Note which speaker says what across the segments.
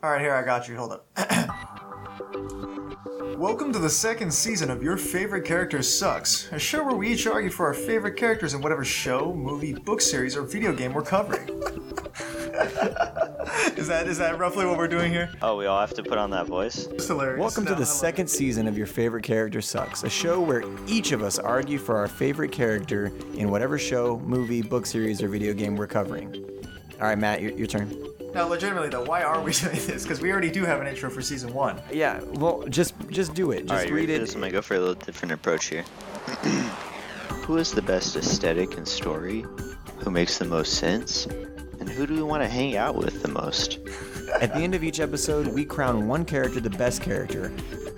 Speaker 1: All right, here I got you. Hold up. Welcome to the second season of Your Favorite Character Sucks, a show where we each argue for our favorite characters in whatever show, movie, book series, or video game we're covering. is that is that roughly what we're doing here?
Speaker 2: Oh, we all have to put on that voice?
Speaker 1: It's hilarious.
Speaker 3: Welcome
Speaker 1: No,
Speaker 3: to
Speaker 1: I
Speaker 3: the
Speaker 1: love
Speaker 3: second season of Your Favorite Character Sucks, a show where each of us argue for our favorite character in whatever show, movie, book series, or video game we're covering. All right, Matt, your, your turn.
Speaker 1: it. Now, legitimately though, why are we doing this? Because we already do have an intro for season one.
Speaker 3: Yeah, well, just just do it. Just
Speaker 2: All right, you
Speaker 3: read
Speaker 2: ready for
Speaker 3: it.
Speaker 2: This? I'm gonna go for a little different approach here. who has the best aesthetic and story? Who makes the most sense? And who do we want to hang out with the most?
Speaker 3: At the end of each episode, we crown one character the best character,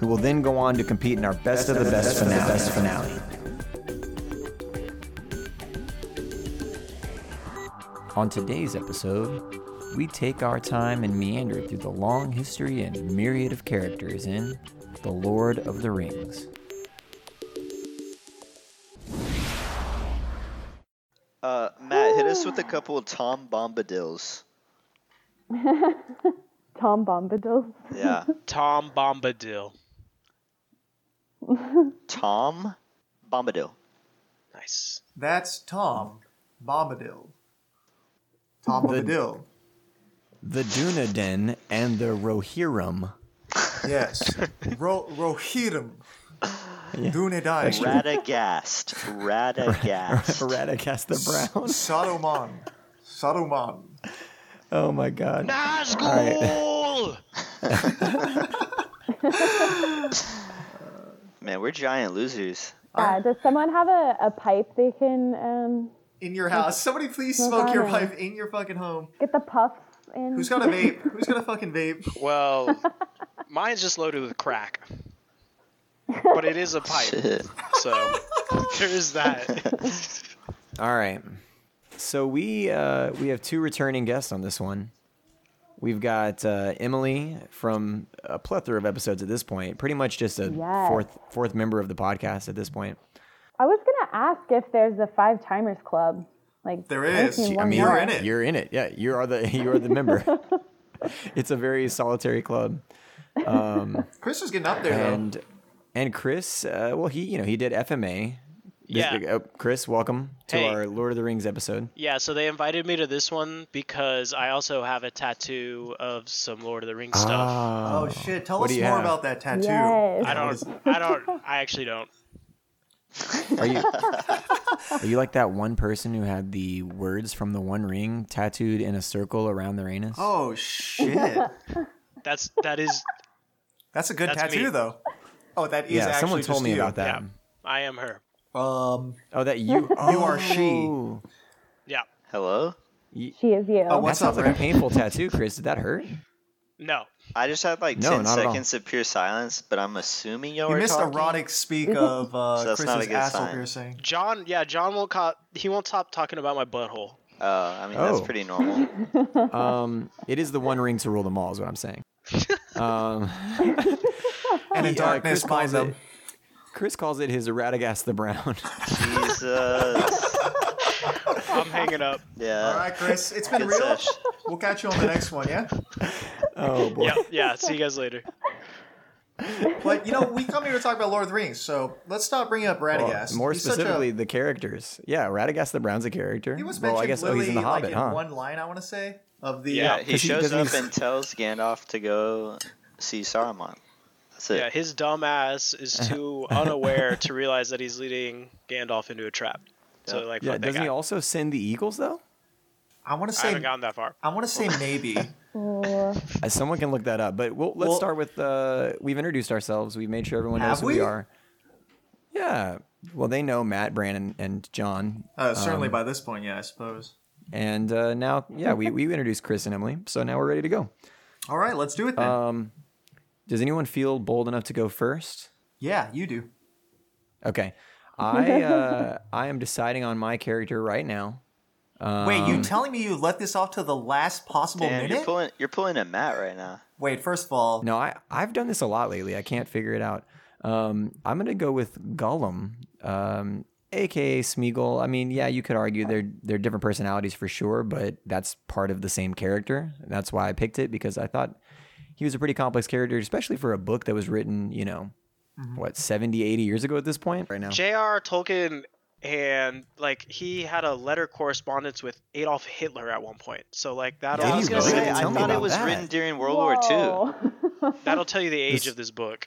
Speaker 3: who will then go on to compete in our best, of the best, finale. best finale. On today's episode, we take our time and meander through the long history and myriad of characters in The Lord of the Rings.
Speaker 2: Uh, Matt, hit us with a couple of Tom Bombadils.
Speaker 4: Tom Bombadil.
Speaker 2: Yeah,
Speaker 5: Tom Bombadil.
Speaker 2: Tom Bombadil.
Speaker 5: Nice.
Speaker 1: That's Tom Bombadil. Tom
Speaker 3: The-
Speaker 1: Bombadil.
Speaker 3: The Dunedain and the Rohirrim.
Speaker 1: Yes. Ro- Rohirrim. Dunedain.
Speaker 2: Radagast. Radagast.
Speaker 3: Radagast the Brown.
Speaker 1: Saruman. Saruman.
Speaker 3: Oh my god.
Speaker 5: Nazgul.
Speaker 2: Man, we're giant losers.
Speaker 1: Ah.
Speaker 4: Yeah, does someone have a, a pipe they can um,
Speaker 1: In your house. Somebody please smoke your
Speaker 4: problem.
Speaker 1: pipe in your fucking home.
Speaker 4: get the puffs in?
Speaker 1: Who's got a vape? Who's got a fucking vape?
Speaker 5: Well, mine's just loaded with crack, but it is a pipe,
Speaker 2: Shit.
Speaker 5: so there is that.
Speaker 3: All right. So we uh, we have two returning guests on this one. We've got uh, Emily from a plethora of episodes at this point, pretty much just a
Speaker 4: Yes.
Speaker 3: fourth fourth member of the podcast at this point.
Speaker 4: I was gonna ask if there's a five timers club. Like
Speaker 1: There
Speaker 4: I
Speaker 1: is.
Speaker 4: see
Speaker 1: I
Speaker 4: one
Speaker 1: mean,
Speaker 4: more.
Speaker 1: you're in it.
Speaker 3: You're in it. Yeah, you are the you are the member. it's a very solitary club.
Speaker 1: Chris was getting up there though.
Speaker 3: And and Chris, uh, well, he you know he did FMA. This-
Speaker 5: Yeah.
Speaker 3: uh, Chris, welcome to
Speaker 5: Hey.
Speaker 3: our Lord of the Rings episode.
Speaker 5: Yeah, so they invited me to this one because I also have a tattoo of some Lord of the Rings stuff.
Speaker 3: Ah.
Speaker 1: oh shit! Tell
Speaker 3: uh, What
Speaker 1: us
Speaker 3: do
Speaker 1: more
Speaker 3: you have?
Speaker 1: about that tattoo.
Speaker 4: Yes.
Speaker 5: I don't. I don't. I actually don't.
Speaker 3: Are you are you like that one person who had the words from the One Ring tattooed in a circle around their anus?
Speaker 1: Oh shit!
Speaker 5: That's that is.
Speaker 1: That's a good
Speaker 5: That's
Speaker 1: tattoo
Speaker 5: me.
Speaker 1: though. Oh, that is
Speaker 3: yeah,
Speaker 1: actually
Speaker 3: someone told
Speaker 1: just
Speaker 3: me
Speaker 1: you.
Speaker 3: about that.
Speaker 5: Yeah, I am her.
Speaker 1: Um,
Speaker 3: Oh, that you Oh.
Speaker 1: you are she.
Speaker 3: Ooh.
Speaker 5: Yeah.
Speaker 2: Hello?
Speaker 4: She is you.
Speaker 1: Oh,
Speaker 3: That
Speaker 1: what's
Speaker 3: sounds
Speaker 1: up,
Speaker 3: like a
Speaker 1: Rick?
Speaker 3: painful tattoo, Chris. Did that hurt?
Speaker 5: No.
Speaker 2: I just had like
Speaker 3: No,
Speaker 2: 10
Speaker 3: not at all.
Speaker 2: seconds of pure silence, but I'm assuming y'all
Speaker 1: You
Speaker 2: are
Speaker 1: missed
Speaker 2: talking.
Speaker 1: erotic speak of uh,
Speaker 2: So that's not a
Speaker 1: Chris's
Speaker 2: good
Speaker 1: asshole
Speaker 2: sign.
Speaker 1: piercing.
Speaker 5: John. Yeah. John won't. Co- he won't stop talking about my butthole.
Speaker 2: Uh, I mean,
Speaker 3: Oh.
Speaker 2: that's pretty normal.
Speaker 3: Um, it is the One Ring to rule them all, is what I'm saying. Um,
Speaker 1: And in
Speaker 3: he, uh,
Speaker 1: darkness,
Speaker 3: Chris
Speaker 1: bind
Speaker 3: calls
Speaker 1: them.
Speaker 3: it- Chris calls it his Eradagast the Brown.
Speaker 2: Jesus.
Speaker 5: I'm hanging up.
Speaker 2: Yeah.
Speaker 1: All right, Chris. It's been
Speaker 2: Good
Speaker 1: real.
Speaker 2: sesh.
Speaker 1: We'll catch you on the next one. Yeah.
Speaker 3: oh boy.
Speaker 5: Yep. Yeah. See you guys later.
Speaker 1: But you know, we come here to talk about Lord of the Rings, so let's stop bringing up
Speaker 3: Well,
Speaker 1: Radagast.
Speaker 3: more
Speaker 1: He's such a-
Speaker 3: specifically, the characters. Yeah, Radagast the Brown's a character.
Speaker 1: he was mentioned
Speaker 3: well, I guess oh,
Speaker 1: literally
Speaker 3: he's in the
Speaker 1: like
Speaker 3: Hobbit,
Speaker 1: in
Speaker 3: huh?
Speaker 1: one line. I want to say of the. uh,
Speaker 5: Yeah.
Speaker 2: Yeah, Uh, he
Speaker 3: 'cause he
Speaker 2: shows
Speaker 3: doesn't
Speaker 2: up
Speaker 3: even-
Speaker 2: and tells Gandalf to go see Saruman. That's it.
Speaker 5: Yeah, his dumb ass is too unaware to realize that he's leading Gandalf into a trap. So like,
Speaker 3: Yeah,
Speaker 5: fuck that
Speaker 3: doesn't
Speaker 5: guy.
Speaker 3: he also send the Eagles though?
Speaker 1: I want to
Speaker 5: I haven't
Speaker 1: say.
Speaker 5: gotten that far.
Speaker 1: I want to say maybe.
Speaker 4: Ooh.
Speaker 3: Uh, Someone can look that up. But we'll, let's
Speaker 1: Well-
Speaker 3: start with uh, we've introduced ourselves. We've made sure everyone knows
Speaker 1: Have
Speaker 3: who
Speaker 1: we?
Speaker 3: we are. Yeah. Well, they know Matt, Brandon, and John.
Speaker 1: Uh,
Speaker 3: Um,
Speaker 1: certainly by this point, yeah, I suppose.
Speaker 3: And uh, now, yeah, we, we introduced Chris and Emily. So now we're ready to go.
Speaker 1: All right, let's do it then.
Speaker 3: um, Does anyone feel bold enough to go first?
Speaker 1: yeah, you do.
Speaker 3: Okay. I uh, I am deciding on my character right now.
Speaker 1: Wait,
Speaker 3: um,
Speaker 1: you telling me you left this off to the last
Speaker 3: Oh,
Speaker 1: possible
Speaker 2: Damn, you're
Speaker 1: minute?
Speaker 2: pulling you're pulling a Matt right now.
Speaker 1: Wait, first of all,
Speaker 3: No, I, I've done this a lot lately. I can't figure it out. Um, I'm going to go with Gollum, um, aka Smeagol. I mean, yeah, you could argue they're they're different personalities for sure, but that's part of the same character. That's why I picked it because I thought he was a pretty complex character, especially for a book that was written, you know, what 70, 80 years ago at this point. Right now,
Speaker 5: J.R. Tolkien and like he had a letter correspondence with Adolf Hitler at one point. So like that'll
Speaker 3: Did
Speaker 2: I
Speaker 3: he
Speaker 2: was gonna
Speaker 3: really?
Speaker 2: say
Speaker 3: Tell
Speaker 2: I
Speaker 3: me
Speaker 2: thought it
Speaker 3: about
Speaker 2: was
Speaker 3: that.
Speaker 2: written during World War II.
Speaker 4: Whoa. Oh,
Speaker 5: that'll tell you the age
Speaker 3: This-
Speaker 5: of this book.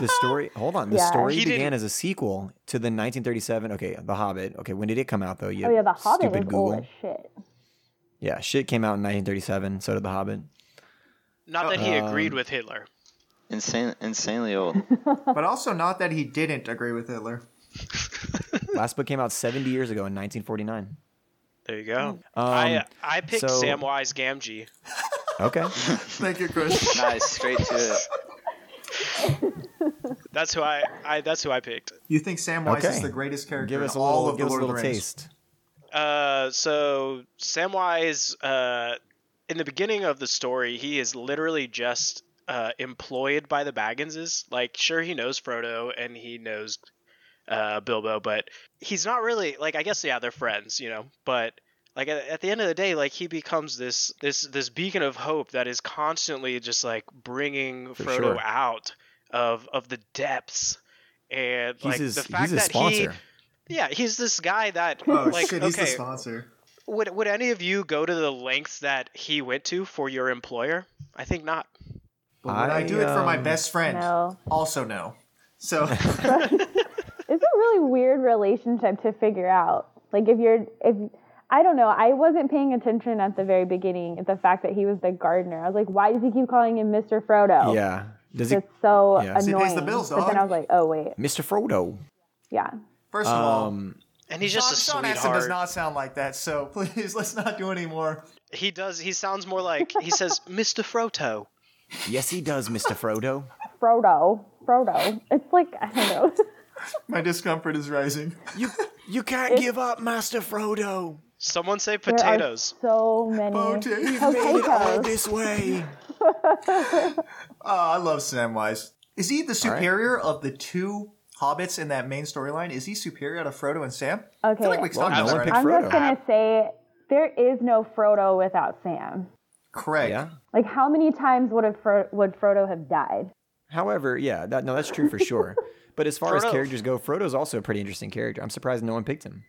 Speaker 3: the story. Hold on, the
Speaker 4: Yeah.
Speaker 3: story
Speaker 5: He
Speaker 3: began
Speaker 5: didn't-
Speaker 3: as a sequel to the 1937. Okay, The Hobbit. Okay, when did it come out though? You
Speaker 4: oh yeah, The Hobbit
Speaker 3: stupid
Speaker 4: is
Speaker 3: Google.
Speaker 4: old as shit.
Speaker 3: Yeah, shit came out in 1937. So did The Hobbit.
Speaker 5: Not that he agreed
Speaker 3: Um,
Speaker 5: with Hitler.
Speaker 2: Insane, insanely old.
Speaker 1: But also not that he didn't agree with Hitler.
Speaker 3: Last book came out 70 years ago in 1949.
Speaker 5: There you go.
Speaker 3: Um,
Speaker 5: I I picked
Speaker 3: so-
Speaker 5: Samwise Gamgee.
Speaker 3: Okay.
Speaker 1: Thank you, Chris.
Speaker 2: nice, straight to it.
Speaker 5: That's who I, I that's who I picked.
Speaker 1: You think Samwise
Speaker 3: Okay.
Speaker 1: is the greatest character
Speaker 3: give us a
Speaker 1: in all
Speaker 3: little,
Speaker 1: of the
Speaker 3: give us a
Speaker 1: Lord of
Speaker 3: little
Speaker 1: the Rings?
Speaker 3: taste.
Speaker 5: Uh, so Samwise, uh, in the beginning of the story, he is literally just uh, employed by the Bagginses. Like, sure, he knows Frodo and he knows uh, Bilbo, but he's not really like. I guess yeah, they're friends, you know. But like at, at the end of the day, like he becomes this this this beacon of hope that is constantly just like bringing
Speaker 3: For
Speaker 5: Frodo
Speaker 3: sure.
Speaker 5: out of of the depths. And
Speaker 3: He's
Speaker 5: like
Speaker 3: his,
Speaker 5: the fact
Speaker 3: he's his
Speaker 5: that
Speaker 3: sponsor.
Speaker 5: he, yeah, he's this guy that
Speaker 1: Oh
Speaker 5: like
Speaker 1: shit,
Speaker 5: okay,
Speaker 1: he's the sponsor.
Speaker 5: would would any of you go to the lengths that he went to for your employer? I think not.
Speaker 1: But would I,
Speaker 3: I,
Speaker 1: do it for my
Speaker 3: um,
Speaker 1: best friend?
Speaker 4: No.
Speaker 1: Also no. So
Speaker 4: It's a really weird relationship to figure out. Like if you're if I don't know, I wasn't paying attention at the very beginning at the fact that he was the gardener. I was like, why does he keep calling him Mr.
Speaker 1: Oh.
Speaker 4: Frodo?
Speaker 3: Yeah. Does he,
Speaker 4: It's so
Speaker 3: Yeah. 'Cause
Speaker 1: he
Speaker 4: annoying.
Speaker 1: pays the bills,
Speaker 4: But then I
Speaker 1: dog.
Speaker 4: was like, oh wait,
Speaker 3: Mr. Frodo?
Speaker 4: yeah.
Speaker 1: first of all,
Speaker 3: Um,
Speaker 5: And he's
Speaker 1: Sean,
Speaker 5: just
Speaker 1: Sean
Speaker 5: a
Speaker 1: Astin
Speaker 5: sweetheart.
Speaker 1: does not sound like that, so please let's not do any more.
Speaker 5: He does. He sounds more like he says Mr. Froto.
Speaker 3: yes, he does, Mr. Frodo.
Speaker 4: Frodo, Frodo. It's like I don't know.
Speaker 1: My discomfort is rising.
Speaker 3: You you can't give up, Master Frodo.
Speaker 5: Someone say
Speaker 4: There are
Speaker 5: potatoes.
Speaker 4: So many.
Speaker 5: Oh,
Speaker 1: Potato.
Speaker 4: Potatoes.
Speaker 3: this way.
Speaker 1: Ah, I love Samwise. Is he the
Speaker 3: right.
Speaker 1: superior of the two hobbits in that main storyline? Is he superior to Frodo and Sam? I feel like we
Speaker 4: Okay.
Speaker 1: talked
Speaker 3: no
Speaker 1: about
Speaker 3: one
Speaker 1: that
Speaker 3: picked
Speaker 1: already.
Speaker 4: I'm just
Speaker 3: Frodo.
Speaker 4: gonna say there is no Frodo without Sam.
Speaker 1: Craig.
Speaker 3: Yeah.
Speaker 4: Like how many times would have Fro- would Frodo have died?
Speaker 3: However, yeah, that, no, that's true for sure. But as far as
Speaker 5: Frodo.
Speaker 3: characters go, Frodo's also a pretty interesting character. I'm surprised no one picked him.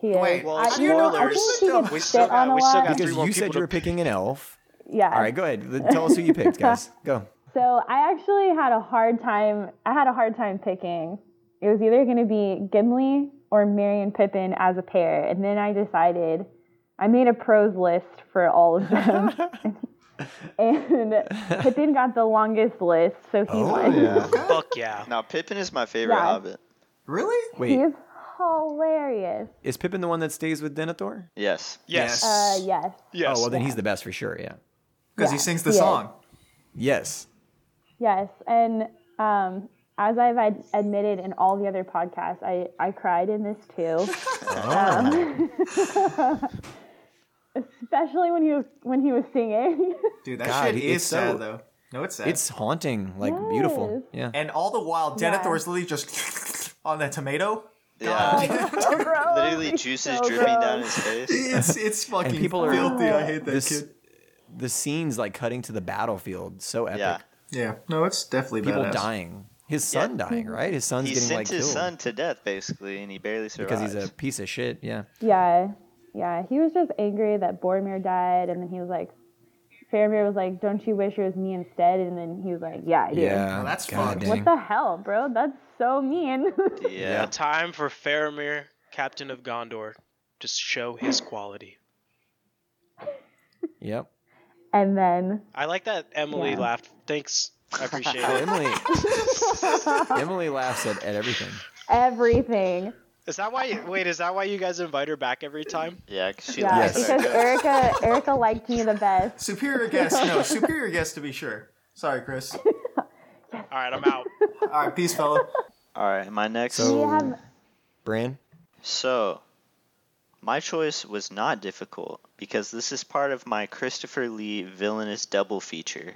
Speaker 4: He is.
Speaker 1: Wait, well,
Speaker 4: I, you know, I
Speaker 5: spoilers.
Speaker 4: think he could
Speaker 5: We
Speaker 4: fit
Speaker 5: still got-
Speaker 4: on a
Speaker 5: we
Speaker 4: lot.
Speaker 5: still got- Three
Speaker 3: Because
Speaker 5: more
Speaker 3: you
Speaker 5: people
Speaker 3: said
Speaker 5: to
Speaker 3: you were picking an elf.
Speaker 4: yeah.
Speaker 3: All right, go ahead. Tell us who you picked, guys. Go.
Speaker 4: So I actually had a hard time. I had a hard time picking. It was either going to be Gimli or Merry and Pippin as a pair, and then I decided I made a pros list for all of them, and Pippin got the longest list, so he won.
Speaker 5: Fuck yeah.
Speaker 2: Now Pippin is my favorite
Speaker 4: Yeah.
Speaker 2: Hobbit.
Speaker 1: Really?
Speaker 3: Wait,
Speaker 4: He's hilarious.
Speaker 3: is Pippin the one that stays with Denethor?
Speaker 2: Yes.
Speaker 5: Yes.
Speaker 4: Uh, yes.
Speaker 5: yes.
Speaker 3: Oh, well, then he's the best for sure, yeah.
Speaker 1: Because he
Speaker 4: Yeah,
Speaker 1: sings the
Speaker 4: he is.
Speaker 1: song.
Speaker 3: Yes.
Speaker 4: Yes, and um, as I've ad- admitted in all the other podcasts, I, I cried in this too. Um, especially when he was when he was singing.
Speaker 1: Dude, that
Speaker 3: God,
Speaker 1: shit
Speaker 3: it's
Speaker 1: is sad
Speaker 3: so-
Speaker 1: though. No, it's sad.
Speaker 3: It's haunting, like beautiful. Yeah.
Speaker 1: and all the while
Speaker 4: Yeah.
Speaker 1: Denethor is literally just on that tomato.
Speaker 2: Yeah.
Speaker 4: so gross.
Speaker 2: Literally
Speaker 4: It's
Speaker 2: juices
Speaker 4: so
Speaker 2: dripping down
Speaker 4: gross.
Speaker 2: his face.
Speaker 1: It's it's fucking
Speaker 3: people are-
Speaker 1: filthy. I hate that
Speaker 3: This,
Speaker 1: kid.
Speaker 3: the scenes like cutting to the battlefield, so epic.
Speaker 2: Yeah.
Speaker 1: Yeah, no, it's definitely
Speaker 3: People
Speaker 1: badass.
Speaker 3: dying. His son dying, right? His son's
Speaker 2: He
Speaker 3: getting
Speaker 2: sent
Speaker 3: like
Speaker 2: his
Speaker 3: killed
Speaker 2: son to death basically, and he barely survives.
Speaker 3: because he's a piece of shit. Yeah.
Speaker 4: Yeah, yeah. He was just angry that Boromir died, and then he was like, Faramir was like, "Don't you wish it was me instead?" And then he was like, "Yeah, I do."
Speaker 3: Yeah.
Speaker 1: Well, that's
Speaker 3: God
Speaker 1: fun.
Speaker 3: dang.
Speaker 4: What the hell, bro? That's so mean.
Speaker 2: yeah.
Speaker 5: Time for Faramir, Captain of Gondor, to show his quality.
Speaker 3: Yep.
Speaker 4: and then
Speaker 5: I like that Emily
Speaker 4: Yeah.
Speaker 5: laughed. Thanks. I appreciate
Speaker 3: Well,
Speaker 5: it.
Speaker 3: Emily. Emily laughs at, at everything.
Speaker 4: everything.
Speaker 5: Is that why? Wait, is that why you guys invite her back every time?
Speaker 2: Yeah, 'cause she
Speaker 4: Yeah,
Speaker 2: laughs at
Speaker 4: because
Speaker 2: her.
Speaker 4: Erica Erica liked me the best.
Speaker 1: Superior guest, no, superior guest to be sure. Sorry, Chris.
Speaker 5: All right, I'm out.
Speaker 1: All right, peace, fella.
Speaker 2: All right, my next.
Speaker 4: We
Speaker 3: So-
Speaker 4: have
Speaker 3: Bran?
Speaker 2: So, my choice was not difficult because this is part of my Christopher Lee villainous double feature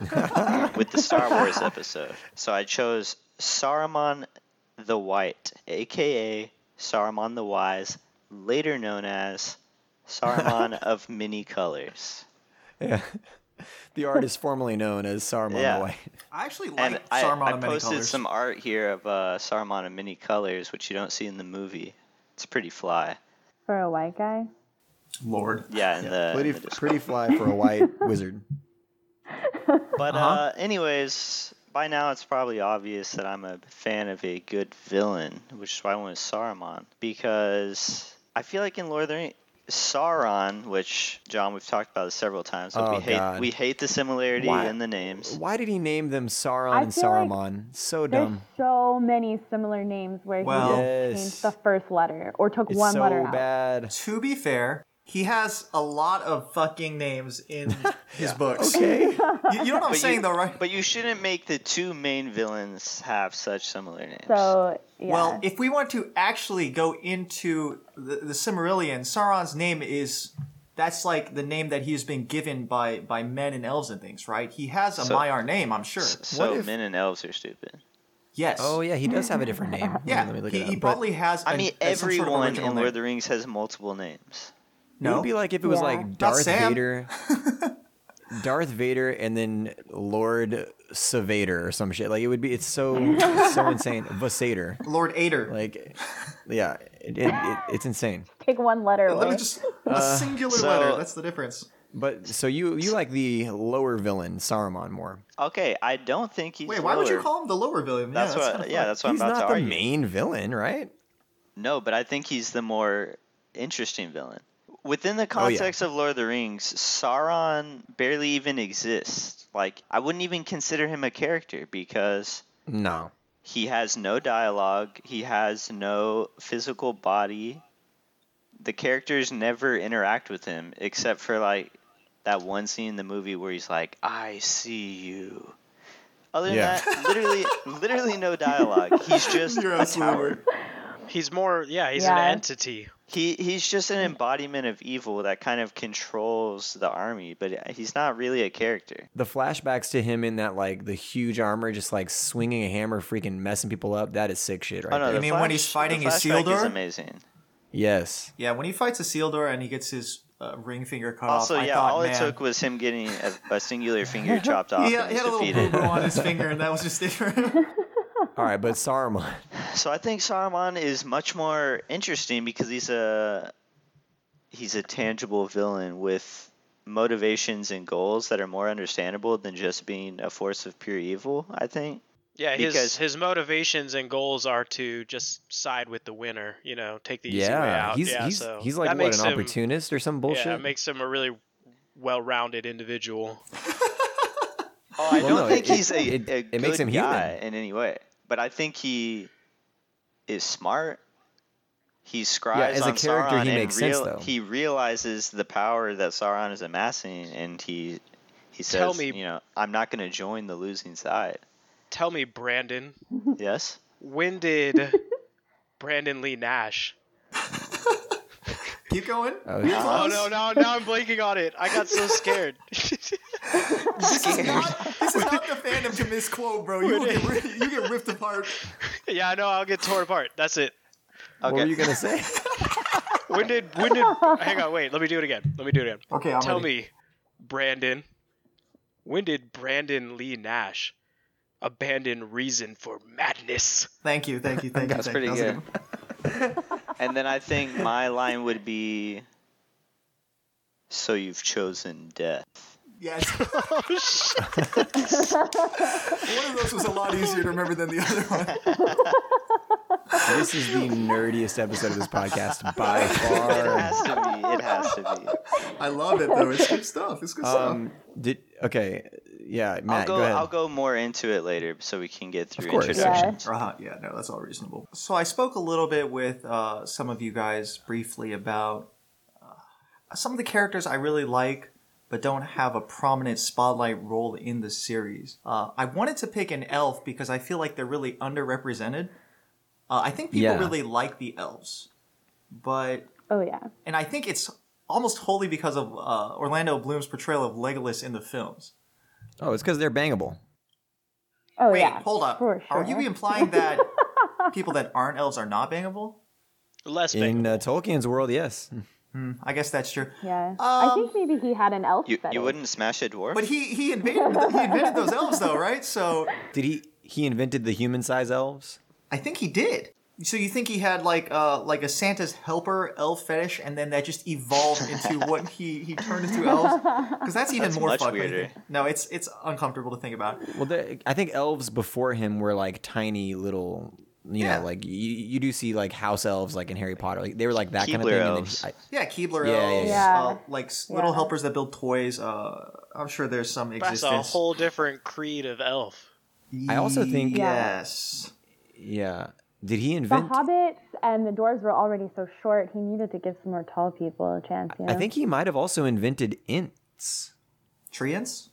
Speaker 2: with the Star Wars episode. So I chose Saruman the White, aka Saruman the Wise, later known as Saruman of Many Colors.
Speaker 3: the artist formerly known as Saruman
Speaker 2: Yeah.
Speaker 3: the White.
Speaker 1: I actually
Speaker 2: And
Speaker 1: like
Speaker 2: I,
Speaker 1: Saruman
Speaker 2: I
Speaker 1: in many
Speaker 2: posted
Speaker 1: colors.
Speaker 2: some art here of uh, Saruman in many colors, which you don't see in the movie. It's pretty fly.
Speaker 4: for a white guy.
Speaker 1: Lord.
Speaker 2: Yeah, in the, in
Speaker 3: Pretty,
Speaker 2: the description.
Speaker 3: pretty fly for a white wizard.
Speaker 2: But uh
Speaker 1: Uh-huh.
Speaker 2: anyways, by now it's probably obvious that I'm a fan of a good villain, which is why I went with Saruman because I feel like in Lord of the Rings, Sauron, which John we've talked about this several times, but
Speaker 3: Oh,
Speaker 2: we hate
Speaker 3: God.
Speaker 2: we hate the similarity
Speaker 3: Why-
Speaker 2: in the names.
Speaker 3: Why did he name them Sauron
Speaker 4: I
Speaker 3: and
Speaker 4: feel like
Speaker 3: Saruman? so
Speaker 4: There's
Speaker 3: dumb.
Speaker 4: so many similar names where
Speaker 1: Well-
Speaker 4: he
Speaker 3: Yes.
Speaker 4: just changed the first letter or took
Speaker 3: It's
Speaker 4: one
Speaker 3: so
Speaker 4: letter out.
Speaker 3: bad.
Speaker 1: To be fair, he has a lot of fucking names in his books.
Speaker 3: Okay.
Speaker 1: You, you know what I'm
Speaker 2: But
Speaker 1: saying,
Speaker 2: you,
Speaker 1: though, right?
Speaker 2: But you shouldn't make the two main villains have such similar names.
Speaker 4: So yeah,
Speaker 1: Well, if we want to actually go into the, the Cimmerillion, Sauron's name is that's like the name that he's been given by by men and elves and things, right? He has a
Speaker 2: So-
Speaker 1: Maiar name, I'm sure.
Speaker 2: so
Speaker 3: if-
Speaker 2: men and elves are stupid.
Speaker 1: Yes.
Speaker 3: oh yeah, he does have a different name. Hold on,
Speaker 1: yeah.
Speaker 3: let me look
Speaker 1: he,
Speaker 3: it up.
Speaker 1: he
Speaker 3: But
Speaker 1: probably has.
Speaker 2: I
Speaker 1: an-
Speaker 2: mean,
Speaker 1: uh, some sort of
Speaker 2: everyone
Speaker 1: original
Speaker 2: in
Speaker 1: name.
Speaker 2: Lord of the Rings has multiple names.
Speaker 3: it
Speaker 1: no.
Speaker 3: would be like if it was
Speaker 4: Yeah.
Speaker 3: like Darth
Speaker 1: Sam.
Speaker 3: Vader, Darth Vader, and then Lord Savader or some shit. Like it would be. It's so it's so insane. Vasader.
Speaker 1: Lord Ader.
Speaker 3: Like, yeah, it, it, it, it's insane.
Speaker 4: take one letter
Speaker 1: Let me
Speaker 4: away.
Speaker 1: just a singular
Speaker 2: Uh, so-
Speaker 1: letter. That's the difference.
Speaker 3: But so you you like the lower villain Saruman more?
Speaker 2: Okay, I don't think he's.
Speaker 1: Wait, why would you
Speaker 2: lower.
Speaker 1: call him the lower villain?
Speaker 2: That's
Speaker 1: yeah,
Speaker 2: what.
Speaker 1: kinda
Speaker 2: yeah,
Speaker 1: fun.
Speaker 2: that's what
Speaker 3: He's
Speaker 2: I'm about
Speaker 3: not
Speaker 2: to
Speaker 3: the
Speaker 2: argue.
Speaker 3: main villain, right?
Speaker 2: No, but I think he's the more interesting villain. Within the
Speaker 3: Oh, yeah.
Speaker 2: context of Lord of the Rings, Sauron barely even exists. Like I wouldn't even consider him a character because
Speaker 3: No.
Speaker 2: he has no dialogue, he has no physical body. The characters never interact with him except for like that one scene in the movie where he's like, "I see you." Other than
Speaker 3: Yeah.
Speaker 2: that, literally, literally no dialogue. He's just
Speaker 1: You're
Speaker 2: a
Speaker 1: absolutely
Speaker 2: coward.
Speaker 1: right.
Speaker 5: He's more, yeah, he's
Speaker 4: Yeah.
Speaker 5: an entity.
Speaker 2: He he's just an embodiment of evil that kind of controls the army, but he's not really a character.
Speaker 3: The flashbacks to him in that like the huge armor, just like swinging a hammer, freaking messing people up. That is sick shit, right?
Speaker 2: Oh no,
Speaker 3: there.
Speaker 2: the
Speaker 1: mean when
Speaker 2: Flash-
Speaker 1: he's fighting
Speaker 2: the flashback is
Speaker 1: Isildur?
Speaker 2: amazing.
Speaker 3: Yes.
Speaker 1: Yeah, when he fights a Isildur and he gets his uh, ring finger cut
Speaker 2: Also,
Speaker 1: off, I
Speaker 2: yeah,
Speaker 1: thought,
Speaker 2: all
Speaker 1: man,
Speaker 2: it took was him getting a, a singular finger chopped off.
Speaker 1: he, had-
Speaker 2: and
Speaker 1: he
Speaker 2: he's
Speaker 1: had a little
Speaker 2: defeated.
Speaker 1: boo-boo on his finger, and that was just it. for him.
Speaker 3: All right, but Saruman.
Speaker 2: So I think Saruman is much more interesting because he's a he's a tangible villain with motivations and goals that are more understandable than just being a force of pure evil. I think.
Speaker 5: Yeah, his
Speaker 2: Because-
Speaker 5: his motivations and goals are to just side with the winner. You know, take the easy way
Speaker 3: Yeah,
Speaker 5: out.
Speaker 3: he's
Speaker 5: yeah,
Speaker 3: he's,
Speaker 5: so
Speaker 3: he's like
Speaker 5: that
Speaker 3: what
Speaker 5: makes
Speaker 3: an
Speaker 5: him,
Speaker 3: opportunist or some bullshit.
Speaker 5: Yeah, it makes him a really well-rounded individual.
Speaker 2: Oh, I
Speaker 3: Well,
Speaker 2: don't
Speaker 3: no,
Speaker 2: think
Speaker 3: it-
Speaker 2: he's a,
Speaker 3: it-
Speaker 2: a
Speaker 3: it
Speaker 2: good
Speaker 3: makes him human.
Speaker 2: guy in any way, but I think he is smart. He scries
Speaker 3: as a
Speaker 2: on
Speaker 3: character,
Speaker 2: Sauron
Speaker 3: he
Speaker 2: and
Speaker 3: makes sense, though.
Speaker 2: He realizes the power that Sauron is amassing, and he he says,
Speaker 5: Tell me-
Speaker 2: "You know, I'm not going to join the losing side."
Speaker 5: Tell me, Brandon,
Speaker 2: Yes.
Speaker 5: when did Brandon Lee Nash?
Speaker 1: Keep going.
Speaker 3: Oh,
Speaker 1: You're
Speaker 3: yeah.
Speaker 5: Oh
Speaker 1: close.
Speaker 5: no, no, now I'm blanking on it. I got so scared.
Speaker 1: This is not, this is not the fandom to misquote, bro. You will get, ri- you get ripped apart.
Speaker 5: yeah, I know. I'll get torn apart. That's it.
Speaker 3: What were you gonna say?
Speaker 5: When did when did? hang on, wait. Let me do it again. Let me do it again.
Speaker 1: Okay, I'm
Speaker 5: Tell
Speaker 1: ready.
Speaker 5: me, Brandon, when did Brandon Lee Nash abandon reason for madness?
Speaker 1: Thank you, thank you, thank
Speaker 2: That's
Speaker 1: you. thank
Speaker 2: pretty
Speaker 1: you. That was a
Speaker 2: good. and then I think my line would be, "So you've chosen death."
Speaker 1: Yes.
Speaker 2: Oh,
Speaker 1: One of those was a lot easier to remember than the other one.
Speaker 3: this is the nerdiest episode of this podcast by
Speaker 2: It
Speaker 3: far.
Speaker 2: has to be. It has to be.
Speaker 1: I love it though. It's good stuff. It's good
Speaker 3: Um, did okay? Yeah, Matt,
Speaker 2: I'll go,
Speaker 3: go ahead.
Speaker 2: I'll go more into it later so we can get through
Speaker 3: course.
Speaker 2: introductions.
Speaker 1: stuff. Uh-huh. Yeah, no, that's all reasonable. So I spoke a little bit with uh, some of you guys briefly about uh, some of the characters I really like but don't have a prominent spotlight role in the series. Uh, I wanted to pick an elf because I feel like they're really underrepresented. Uh, I think people
Speaker 3: Yeah.
Speaker 1: really like the elves, but
Speaker 4: oh yeah,
Speaker 1: and I think it's almost wholly because of uh, Orlando Bloom's portrayal of Legolas in the films.
Speaker 3: oh, it's because they're bangable.
Speaker 4: oh
Speaker 1: Wait,
Speaker 4: yeah.
Speaker 1: hold up.
Speaker 4: for
Speaker 1: Are you
Speaker 4: sure.
Speaker 1: implying that people that aren't elves are not bangable?
Speaker 5: Less
Speaker 3: In
Speaker 5: bang.
Speaker 3: uh, Tolkien's world, yes.
Speaker 1: Hmm, I guess that's true.
Speaker 4: Yeah. I think
Speaker 1: Um,
Speaker 4: maybe he had an elf
Speaker 2: You,
Speaker 4: fetish.
Speaker 2: you wouldn't smash a dwarf?
Speaker 1: But he he invented he invented those elves though, right? So
Speaker 3: Did he? He invented the human size elves.
Speaker 1: I think he did. So you think he had like uh like a Santa's helper elf fetish, and then that just evolved into what he he turned into elves? Because that's even
Speaker 2: That's
Speaker 1: more
Speaker 2: much
Speaker 1: fucked when you
Speaker 2: weirder.
Speaker 1: think- No, it's it's uncomfortable to think about.
Speaker 3: Well, the, I think elves before him were like tiny little. You
Speaker 1: Yeah.
Speaker 3: know, like you, you do see like house elves, like in Harry Potter. Like, they were like that kind of
Speaker 2: Keebler
Speaker 3: thing.
Speaker 2: elves.
Speaker 3: And then
Speaker 1: Yeah, Keebler
Speaker 3: Yeah, yeah,
Speaker 1: elves,
Speaker 4: yeah.
Speaker 1: Uh, like s- little
Speaker 4: Yeah.
Speaker 1: helpers that build toys. Uh, I'm sure there's some
Speaker 5: That's
Speaker 1: existence.
Speaker 5: a whole different creed of elf.
Speaker 3: I also think-
Speaker 4: Yeah.
Speaker 1: yes.
Speaker 3: he, yeah. Did he
Speaker 4: the
Speaker 3: invent?
Speaker 4: hobbits and the dwarves were already so short. He needed to give some more tall people a chance. You know?
Speaker 3: I think he might have also invented ints.
Speaker 1: Treants?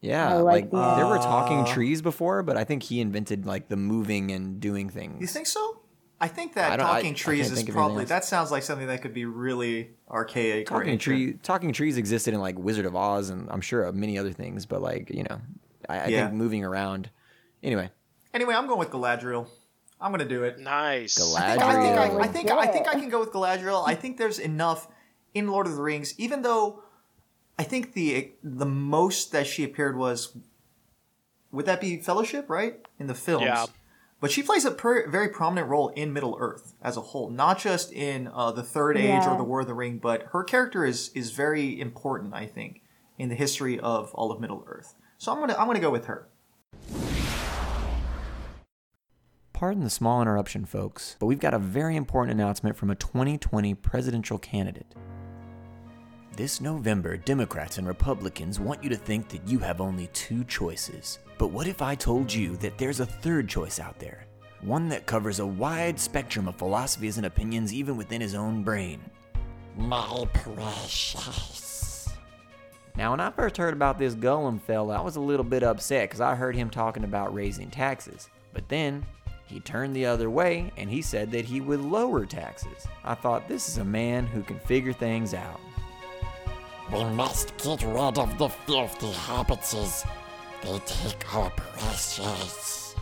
Speaker 3: Yeah,
Speaker 4: I
Speaker 3: like
Speaker 4: like the-
Speaker 3: there were talking
Speaker 1: Uh,
Speaker 3: trees before, but I think he invented like the moving and doing
Speaker 1: You
Speaker 3: things.
Speaker 1: think so? I think
Speaker 3: I
Speaker 1: that
Speaker 3: don't- I-
Speaker 1: talking
Speaker 3: I
Speaker 1: trees
Speaker 3: can't
Speaker 1: is
Speaker 3: think of
Speaker 1: probably
Speaker 3: anything
Speaker 1: that
Speaker 3: else.
Speaker 1: sounds like something that could be really archaic. or
Speaker 3: Talking
Speaker 1: ancient.
Speaker 3: tree, talking trees existed in like Wizard of Oz, and I'm sure of many other things. But like you know, I, I
Speaker 1: Yeah.
Speaker 3: think moving around. Anyway,
Speaker 1: Anyway, I'm going with Galadriel. I'm gonna do it.
Speaker 5: Nice.
Speaker 1: I
Speaker 3: Galadriel.
Speaker 1: think I, think I, I
Speaker 4: Galadriel.
Speaker 1: think I think I can go with Galadriel. I think there's enough in Lord of the Rings, even though I think the the most that she appeared was would that be Fellowship, right? In the films.
Speaker 5: Yeah.
Speaker 1: But she plays a per- very prominent role in Middle Earth as a whole, not just in uh, the Third Age or
Speaker 4: Yeah.
Speaker 1: the War of the Ring, but her character is is very important, I think, in the history of all of Middle Earth. So I'm gonna I'm gonna go with her.
Speaker 3: Pardon the small interruption, folks, but we've got a very important announcement from a 2020 presidential candidate.
Speaker 6: This November, Democrats and Republicans want you to think that you have only two choices. But what if I told you that there's a third choice out there? One that covers a wide spectrum of philosophies and opinions, even within his own brain.
Speaker 3: My precious. Now, when I first heard about this Gollum fella, I was a little bit upset because I heard him talking about raising taxes. But then he turned the other way and he said that he would lower taxes. I thought this is a man who can figure things out.
Speaker 7: We must get rid of the filthy habitants. They take our precious.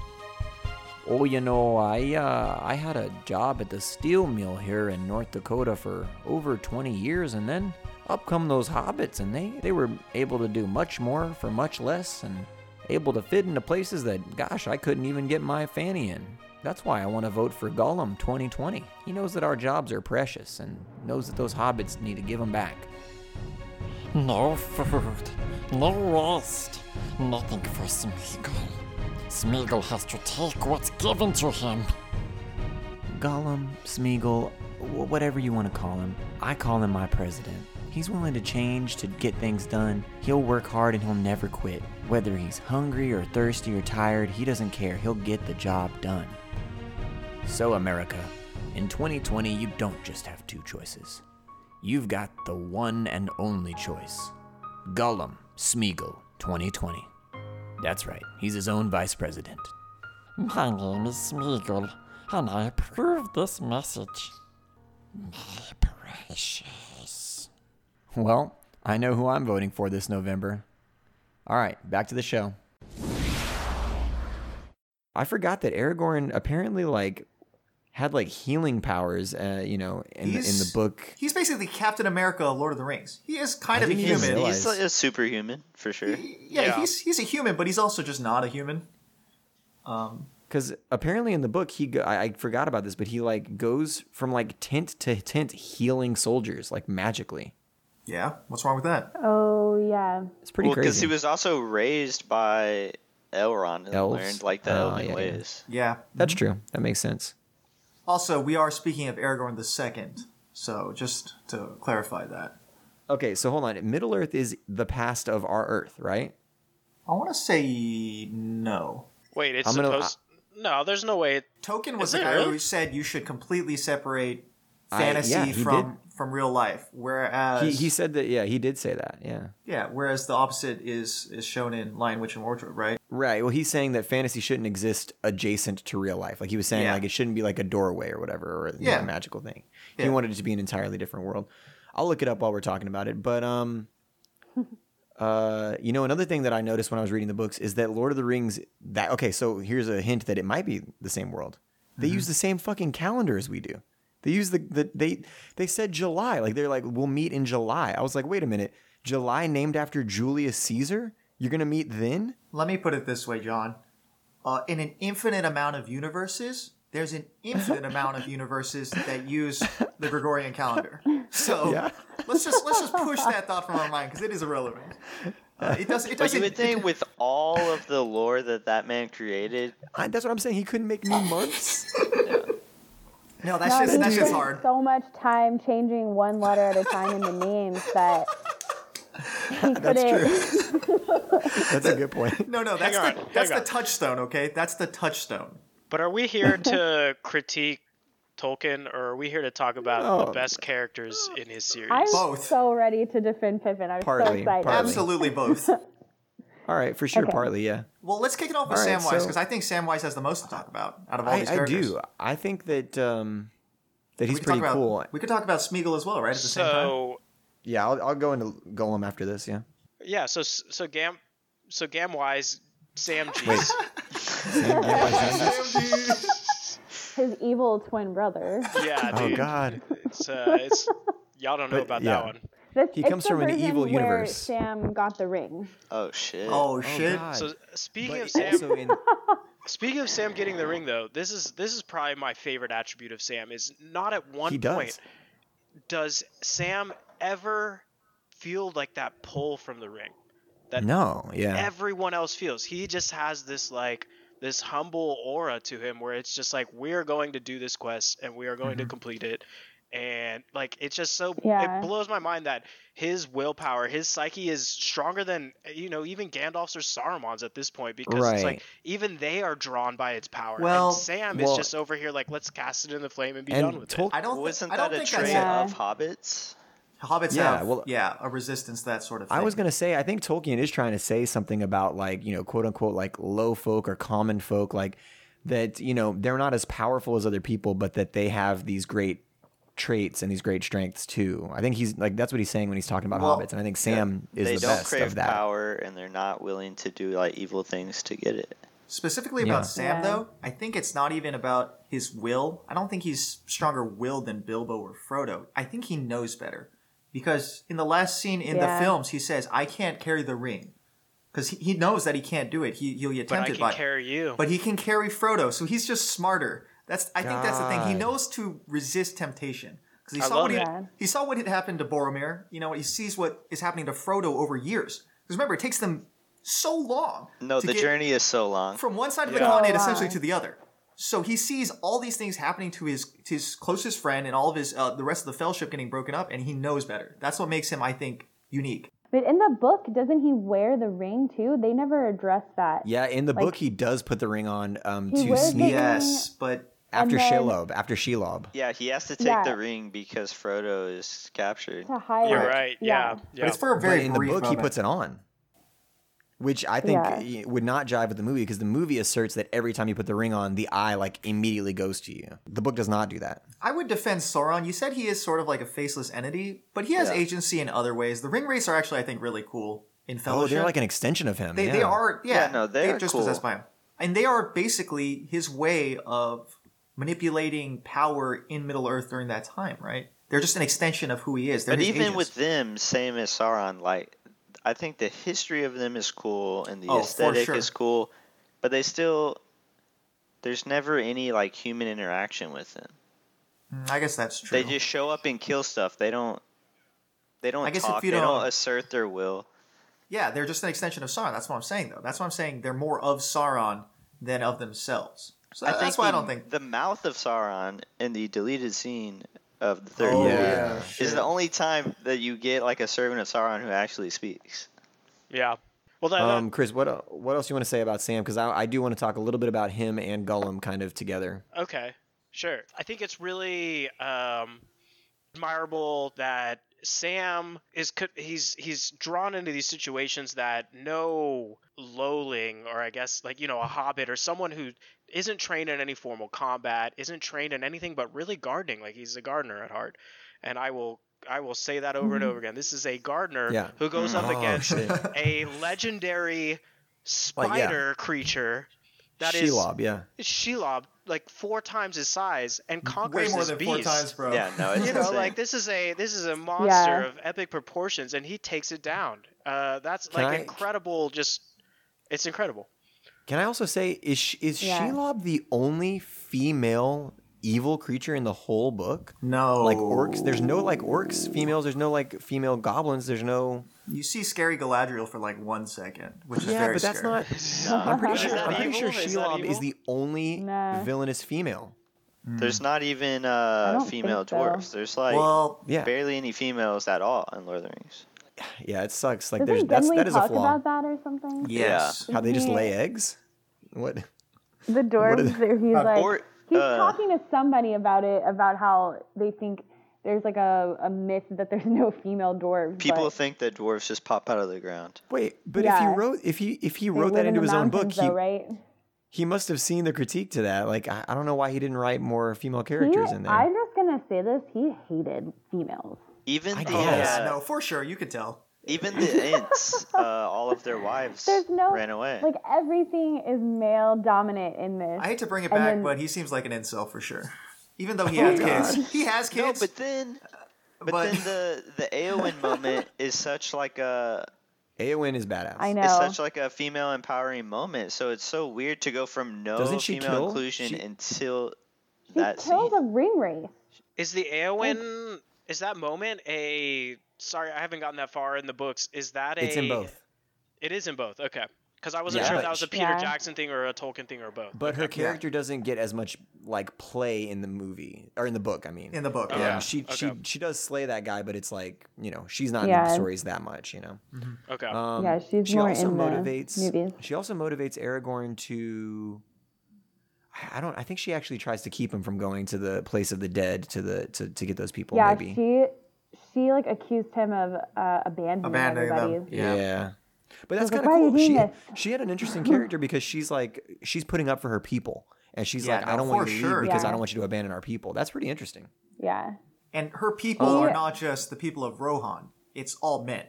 Speaker 3: Oh, you know, I uh, I had a job at the steel mill here in North Dakota for over 20 years, and then up come those hobbits, and they they were able to do much more for much less, and able to fit into places that, gosh, I couldn't even get my fanny in. That's why I want to vote for Gollum 2020. He knows that our jobs are precious, and knows that those hobbits need to give them back.
Speaker 7: No food, no rest, nothing for Smeagol. Smeagol has to take what's given to him.
Speaker 3: Gollum, Smeagol, wh- whatever you want to call him. I call him my president. He's willing to change to get things done. He'll work hard and he'll never quit. Whether he's hungry or thirsty or tired, he doesn't care. He'll get the job done.
Speaker 6: So, America, in 2020, you don't just have two choices. You've got the one and only choice Gollum Smeagol 2020. That's right, he's his own vice president.
Speaker 7: My name is Smeagol, and I approve this message. My precious.
Speaker 3: Well, I know who I'm voting for this November. All right, back to the show. I forgot that Aragorn apparently like had like healing powers, uh, you know, in, the- in the
Speaker 1: He's-
Speaker 3: book.
Speaker 1: He's basically Captain America, of Lord of the Rings. He is kind
Speaker 3: I
Speaker 1: of a
Speaker 3: didn't even
Speaker 1: human.
Speaker 3: realize-
Speaker 2: He's like a superhuman, for sure.
Speaker 1: yeah,
Speaker 5: Yeah.
Speaker 1: he's he's a human, but he's also just not a human. Um,
Speaker 3: Because apparently in the book, he go- I, I forgot about this, but he like goes from like tent to tent healing soldiers like magically.
Speaker 1: Yeah, what's wrong with that?
Speaker 4: Oh yeah.
Speaker 3: It's pretty
Speaker 2: well, because
Speaker 3: crazy.
Speaker 2: he was also raised by Elrond and
Speaker 3: Elves?
Speaker 2: learned like the
Speaker 3: Oh,
Speaker 2: elven
Speaker 3: yeah, yeah.
Speaker 2: ways.
Speaker 1: Yeah.
Speaker 3: That's true. That makes sense.
Speaker 1: Also, we are speaking of Aragorn the Second, so just to clarify that.
Speaker 3: Okay, so hold on. Middle Earth is the past of our Earth, right?
Speaker 1: I want to say no.
Speaker 5: Wait, it's
Speaker 3: I'm gonna-
Speaker 5: supposed. no, there's no way.
Speaker 1: Token was
Speaker 5: Is
Speaker 1: the
Speaker 5: it
Speaker 1: guy
Speaker 5: really?
Speaker 1: who said you should completely separate
Speaker 3: I-
Speaker 1: fantasy
Speaker 3: yeah, he
Speaker 1: from from real life,
Speaker 2: Uh,
Speaker 1: whereas
Speaker 3: He, he said that. Yeah, he did say that. Yeah.
Speaker 1: yeah, whereas the opposite is is shown in Lion, Witch, and Wardrobe, right?
Speaker 3: Right. Well, he's saying that fantasy shouldn't exist adjacent to real life. Like he was saying,
Speaker 1: Yeah.
Speaker 3: like it shouldn't be like a doorway or whatever, or you know,
Speaker 1: Yeah.
Speaker 3: a magical thing. He
Speaker 1: Yeah.
Speaker 3: wanted it to be an entirely different world. I'll look it up while we're talking about it. But um, uh, you know, another thing that I noticed when I was reading the books is that Lord of the Rings. That
Speaker 1: Mm-hmm.
Speaker 3: okay. So here's a hint that it might be the same world. They use the same fucking calendar as we do. They used the, the they they said July. Like they're like, we'll meet in July. I was like, wait a minute, July named after Julius Caesar? You're gonna meet then?
Speaker 1: Let me put it this way, John. Uh, in an infinite amount of universes, there's an infinite amount of universes that use the Gregorian calendar. So
Speaker 3: Yeah.
Speaker 1: let's just let's just push that thought from our mind because it is irrelevant. Uh, it doesn't. It
Speaker 2: But
Speaker 1: doesn't.
Speaker 2: you would think with all of the lore that that man created,
Speaker 3: I, that's what I'm saying. He couldn't make new months.
Speaker 1: no, that's just
Speaker 4: he
Speaker 1: that's just
Speaker 4: spent
Speaker 1: hard.
Speaker 4: So much time changing one letter at a time in the names that he
Speaker 3: That's
Speaker 4: couldn't.
Speaker 3: true. that's a good point.
Speaker 1: No, no, that's
Speaker 5: Hang
Speaker 1: the
Speaker 5: on,
Speaker 1: that's
Speaker 5: hang
Speaker 1: the
Speaker 5: on.
Speaker 1: touchstone. Okay, that's the touchstone.
Speaker 5: But are we here to critique Tolkien, or are we here to talk about
Speaker 3: No.
Speaker 5: the best characters in his series?
Speaker 4: I'm
Speaker 1: Both.
Speaker 4: so ready to defend Pippin. I'm so
Speaker 3: Partly,
Speaker 4: excited.
Speaker 3: partly.
Speaker 1: Absolutely both.
Speaker 3: All right, for sure,
Speaker 4: Okay.
Speaker 3: partly, yeah.
Speaker 1: Well, let's kick it off with
Speaker 3: All right,
Speaker 1: Samwise
Speaker 3: so-
Speaker 1: because I think Samwise has the most to talk about out of all
Speaker 3: I,
Speaker 1: these
Speaker 3: I
Speaker 1: characters.
Speaker 3: do. I think that um that he's
Speaker 1: we could talk
Speaker 3: pretty
Speaker 1: about,
Speaker 3: cool.
Speaker 1: We could talk about Smeagol as well, right? At the same time.
Speaker 5: So
Speaker 3: Yeah, I'll, I'll go into Golem after this. Yeah,
Speaker 5: yeah, so so Gam, so Gamwise, Sam G's.
Speaker 4: His evil twin brother.
Speaker 5: yeah,
Speaker 3: Oh,
Speaker 5: dude.
Speaker 3: God.
Speaker 5: It's uh, it's y'all don't know
Speaker 3: But,
Speaker 5: about
Speaker 3: yeah.
Speaker 5: that one.
Speaker 4: This,
Speaker 3: He
Speaker 4: it's
Speaker 3: comes
Speaker 4: the
Speaker 3: from an
Speaker 4: version
Speaker 3: evil
Speaker 4: where
Speaker 3: universe.
Speaker 4: Sam got the ring.
Speaker 2: oh shit.
Speaker 1: oh shit!
Speaker 5: So speaking of
Speaker 3: But
Speaker 5: Sam,
Speaker 3: also in
Speaker 5: Speaking of Sam getting the ring, though, this is this is probably my favorite attribute of Sam. Is not at one
Speaker 3: He does.
Speaker 5: point does Sam ever feel like that pull from the ring that
Speaker 3: no, yeah,
Speaker 5: everyone else feels. He just has this like this humble aura to him where it's just like we are going to do this quest and we are going to complete it. And like it's just so
Speaker 4: Yeah.
Speaker 5: it blows my mind that his willpower, his psyche is stronger than you know even Gandalf's or Saruman's at this point because it's
Speaker 3: Right.
Speaker 5: like even they are drawn by its power.
Speaker 1: Well-
Speaker 5: and Sam
Speaker 3: well-
Speaker 5: is just over here like let's cast it in the flame and be done
Speaker 3: and
Speaker 5: with
Speaker 3: Tol-
Speaker 5: it.
Speaker 1: I don't. thi-
Speaker 2: Wasn't
Speaker 1: I don't
Speaker 2: that a
Speaker 1: think I
Speaker 2: trait
Speaker 1: said
Speaker 4: Yeah.
Speaker 2: of hobbits?
Speaker 1: hobbits
Speaker 3: Yeah,
Speaker 1: have
Speaker 3: well-
Speaker 1: yeah a resistance to that sort of thing.
Speaker 3: I was gonna say I think Tolkien is trying to say something about like you know quote unquote like low folk or common folk like that you know they're not as powerful as other people but that they have these great traits and these great strengths too. I think he's like that's what he's saying when he's talking about
Speaker 1: Well,
Speaker 3: hobbits and I think Sam is
Speaker 2: they
Speaker 3: the
Speaker 2: don't
Speaker 3: best
Speaker 2: crave
Speaker 3: of that.
Speaker 2: power and they're not willing to do like evil things to get it.
Speaker 1: specifically about
Speaker 3: Yeah.
Speaker 1: Sam
Speaker 4: Yeah.
Speaker 1: though. I think it's not even about his will. I don't think he's stronger willed than Bilbo or Frodo. I think he knows better because in the last scene in
Speaker 4: Yeah.
Speaker 1: the films, he says, "I can't carry the ring." Because he, he knows that he can't do it. He, he'll be
Speaker 5: But I
Speaker 1: tempted
Speaker 5: can
Speaker 1: by it.
Speaker 5: carry you.
Speaker 1: but he can carry Frodo, so he's just smarter. That's I think that's the thing. He
Speaker 3: God.
Speaker 1: knows to resist temptation because he
Speaker 5: I
Speaker 1: saw
Speaker 5: love
Speaker 1: what he,
Speaker 4: that.
Speaker 1: he saw what had happened to Boromir. You know, he sees what is happening to Frodo over years. Because remember, it takes them so long.
Speaker 2: No,
Speaker 1: to
Speaker 2: the
Speaker 1: get
Speaker 2: journey is so long.
Speaker 1: from one side of the
Speaker 5: Yeah.
Speaker 1: continent
Speaker 4: So
Speaker 1: essentially
Speaker 4: long.
Speaker 1: to the other. So he sees all these things happening to his to his closest friend and all of his uh, the rest of the fellowship getting broken up, and he knows better. That's what makes him, I think, unique.
Speaker 4: But in the book, doesn't he wear the ring too? They never address that.
Speaker 3: Yeah, in the
Speaker 4: Like-
Speaker 3: book he does put the ring on um
Speaker 4: He
Speaker 3: to
Speaker 4: wears the
Speaker 3: sneak
Speaker 4: ring.
Speaker 1: Yes, but
Speaker 3: after
Speaker 4: and then-
Speaker 3: Shelob, after Shelob.
Speaker 2: yeah, he has to take
Speaker 4: Yeah.
Speaker 2: the ring because Frodo is captured.
Speaker 4: To hide.
Speaker 5: You're
Speaker 4: it.
Speaker 5: right. Yeah. Yeah.
Speaker 1: but it's for a very
Speaker 3: but in the
Speaker 1: brief
Speaker 3: book
Speaker 1: moment.
Speaker 3: he puts it on which i think
Speaker 4: Yeah.
Speaker 3: y- would not jive with the movie because the movie asserts that every time you put the ring on the eye like immediately goes to you the book does not do that
Speaker 1: I would defend Sauron. You said he is sort of like a faceless entity, but he has agency in other ways. The ring race are actually, I think, really cool in
Speaker 3: oh
Speaker 1: Fellowship.
Speaker 3: they're like an extension of him
Speaker 1: they,
Speaker 3: yeah.
Speaker 1: they are yeah,
Speaker 2: Yeah, no, they
Speaker 1: they're
Speaker 2: are
Speaker 1: just
Speaker 2: cool.
Speaker 1: possessed by him, and they are basically his way of manipulating power in Middle Earth during that time, right? They're just an extension of who he is. They're
Speaker 2: but
Speaker 1: his
Speaker 2: even
Speaker 1: agents.
Speaker 2: with them, same as Sauron, like I think the history of them is cool and the
Speaker 1: Oh, for
Speaker 2: aesthetic
Speaker 1: sure.
Speaker 2: is cool, but they still there's never any like human interaction with them.
Speaker 1: Mm, I guess that's true.
Speaker 2: They just show up and kill stuff. They don't they don't
Speaker 1: I guess if
Speaker 2: talk.
Speaker 1: you
Speaker 2: they don't
Speaker 1: don't-
Speaker 2: assert their will.
Speaker 1: yeah, they're just an extension of Sauron. That's what I'm saying, though. That's what I'm saying. They're more of Sauron than of themselves. So
Speaker 2: I
Speaker 1: that-
Speaker 2: think
Speaker 1: that's why I
Speaker 2: the-
Speaker 1: don't think.
Speaker 2: the mouth of Sauron in the deleted scene of the third
Speaker 1: Oh,
Speaker 2: movie
Speaker 3: yeah.
Speaker 2: is the only time that you get like a servant of Sauron who actually speaks.
Speaker 5: yeah. Well, that,
Speaker 3: um, Chris, what el- what else you want to say about Sam? Because I, I do want to talk a little bit about him and Gollum kind of together.
Speaker 5: Okay, sure. I think it's really um, admirable that Sam is co- he's he's drawn into these situations that no lowling or I guess like you know a hobbit or someone who isn't trained in any formal combat, isn't trained in anything but really gardening. Like he's a gardener at heart, and I will. I will say that over and over again. This is a gardener
Speaker 3: Mm-hmm. Yeah.
Speaker 5: who goes up
Speaker 3: Oh,
Speaker 5: against
Speaker 3: shit.
Speaker 5: a legendary spider creature That is
Speaker 3: Shelob, yeah.
Speaker 5: Shelob, like four times his size, and conquers
Speaker 1: Way more
Speaker 5: this
Speaker 1: than
Speaker 5: beast.
Speaker 1: four times, bro.
Speaker 2: Yeah, no, it's
Speaker 5: you know,
Speaker 2: insane.
Speaker 5: like this is a this is a monster
Speaker 4: Yeah.
Speaker 5: of epic proportions, and he takes it down. Uh, that's like
Speaker 3: I-
Speaker 5: incredible. Just, it's incredible.
Speaker 3: Can I also say is Sh- is
Speaker 4: Yeah.
Speaker 3: Shelob the only female evil creature in the whole book?
Speaker 1: No.
Speaker 3: Like orcs, there's no like orcs females. There's no like female goblins. There's no.
Speaker 1: You see Scary Galadriel for like one second, which is
Speaker 3: Yeah,
Speaker 1: very
Speaker 3: but that's
Speaker 1: scary.
Speaker 3: not.
Speaker 2: No,
Speaker 3: I'm pretty
Speaker 2: is
Speaker 3: sure.
Speaker 2: that
Speaker 3: I'm pretty
Speaker 5: evil?
Speaker 3: sure
Speaker 5: Is that
Speaker 3: Shelob is
Speaker 5: evil?
Speaker 3: the only
Speaker 4: Nah.
Speaker 3: villainous female.
Speaker 2: There's not even uh,
Speaker 4: don't
Speaker 2: female
Speaker 4: think so.
Speaker 2: dwarves. There's like
Speaker 1: Well,
Speaker 3: Yeah,
Speaker 2: barely any females at all in Lord of the Rings.
Speaker 3: yeah. It sucks. Like there's
Speaker 4: Doesn't
Speaker 3: that's
Speaker 4: Gimli
Speaker 3: that is a
Speaker 4: talk
Speaker 3: flaw.
Speaker 4: about that or something?
Speaker 1: yes.
Speaker 3: How they just lay eggs. What?
Speaker 4: The dwarves, there he's like,
Speaker 2: Or
Speaker 4: he's
Speaker 2: uh,
Speaker 4: talking to somebody about it, about how they think there's like a, a myth that there's no female dwarves.
Speaker 2: people
Speaker 4: but
Speaker 2: think that dwarves just pop out of the ground.
Speaker 3: Wait, but if
Speaker 4: Yeah.
Speaker 3: he wrote if he if he
Speaker 4: they
Speaker 3: wrote
Speaker 4: live
Speaker 3: that
Speaker 4: in
Speaker 3: into
Speaker 4: the
Speaker 3: his own book,
Speaker 4: mountains
Speaker 3: he,
Speaker 4: though, right?
Speaker 3: he must have seen the critique to that. Like I, I don't know why he didn't write more female
Speaker 4: He,
Speaker 3: characters in there.
Speaker 4: I'm just gonna say this. He hated females.
Speaker 2: Even
Speaker 3: I
Speaker 2: the
Speaker 1: Oh,
Speaker 3: guess.
Speaker 2: uh,
Speaker 1: yeah, no, for sure. You could tell.
Speaker 2: even the ints, uh, all of their wives
Speaker 4: There's no
Speaker 2: ran away.
Speaker 4: Like everything is male dominant in this.
Speaker 1: I hate to bring it
Speaker 4: And
Speaker 1: back,
Speaker 4: then-
Speaker 1: but he seems like an incel for sure. Even though he has kids, he has
Speaker 2: no,
Speaker 1: kids.
Speaker 2: but then but,
Speaker 1: but-
Speaker 2: then the the Aowen moment is such like a
Speaker 3: Eowyn is badass.
Speaker 4: I know.
Speaker 2: is such like a female empowering moment. So it's so weird to go from no
Speaker 3: Doesn't she
Speaker 2: female
Speaker 3: kill?
Speaker 2: inclusion
Speaker 3: She-
Speaker 2: until
Speaker 4: She
Speaker 2: that
Speaker 4: kills
Speaker 2: scene.
Speaker 4: a ring race.
Speaker 5: Is the Eowyn? Is that moment a? Sorry, I haven't gotten that far in the books. Is that a?
Speaker 3: It's in both.
Speaker 5: It is in both. Okay, because I wasn't
Speaker 2: Yeah.
Speaker 5: sure
Speaker 3: But
Speaker 5: if that was a
Speaker 3: sh-
Speaker 5: Peter
Speaker 4: Yeah.
Speaker 5: Jackson thing or a Tolkien thing or both.
Speaker 3: But her character doesn't get as much like play in the movie or in the book. I mean,
Speaker 1: in the book,
Speaker 5: Oh,
Speaker 3: Um,
Speaker 1: yeah.
Speaker 5: yeah.
Speaker 3: she she
Speaker 5: Okay.
Speaker 3: she does slay that guy, but it's like you know she's not in
Speaker 4: Yeah.
Speaker 3: the stories that much. You know,
Speaker 5: okay.
Speaker 3: um,
Speaker 4: Yeah, she's
Speaker 3: she
Speaker 4: more
Speaker 3: also
Speaker 4: in the
Speaker 3: motivates.
Speaker 4: movies.
Speaker 3: She also motivates Aragorn to. I- I don't. I think she actually tries to keep him from going to the place of the dead to the to, to get those people.
Speaker 4: yeah,
Speaker 3: maybe.
Speaker 4: she she like accused him of uh, abandoning,
Speaker 1: Abandoning them.
Speaker 4: everybody's.
Speaker 3: Yeah. But that's
Speaker 4: was like,
Speaker 3: kind
Speaker 4: "Why are you
Speaker 3: of cool.
Speaker 4: doing
Speaker 3: She,
Speaker 4: this?"
Speaker 3: she had an interesting character because she's like she's putting up for her people. And she's
Speaker 1: Yeah,
Speaker 3: like,
Speaker 1: no,
Speaker 3: I don't
Speaker 1: for
Speaker 3: want you to
Speaker 1: sure.
Speaker 3: leave because
Speaker 4: Yeah.
Speaker 3: I don't want you to abandon our people. That's pretty interesting.
Speaker 4: Yeah.
Speaker 1: And her people
Speaker 4: Oh.
Speaker 1: are not just the people of Rohan; it's all men.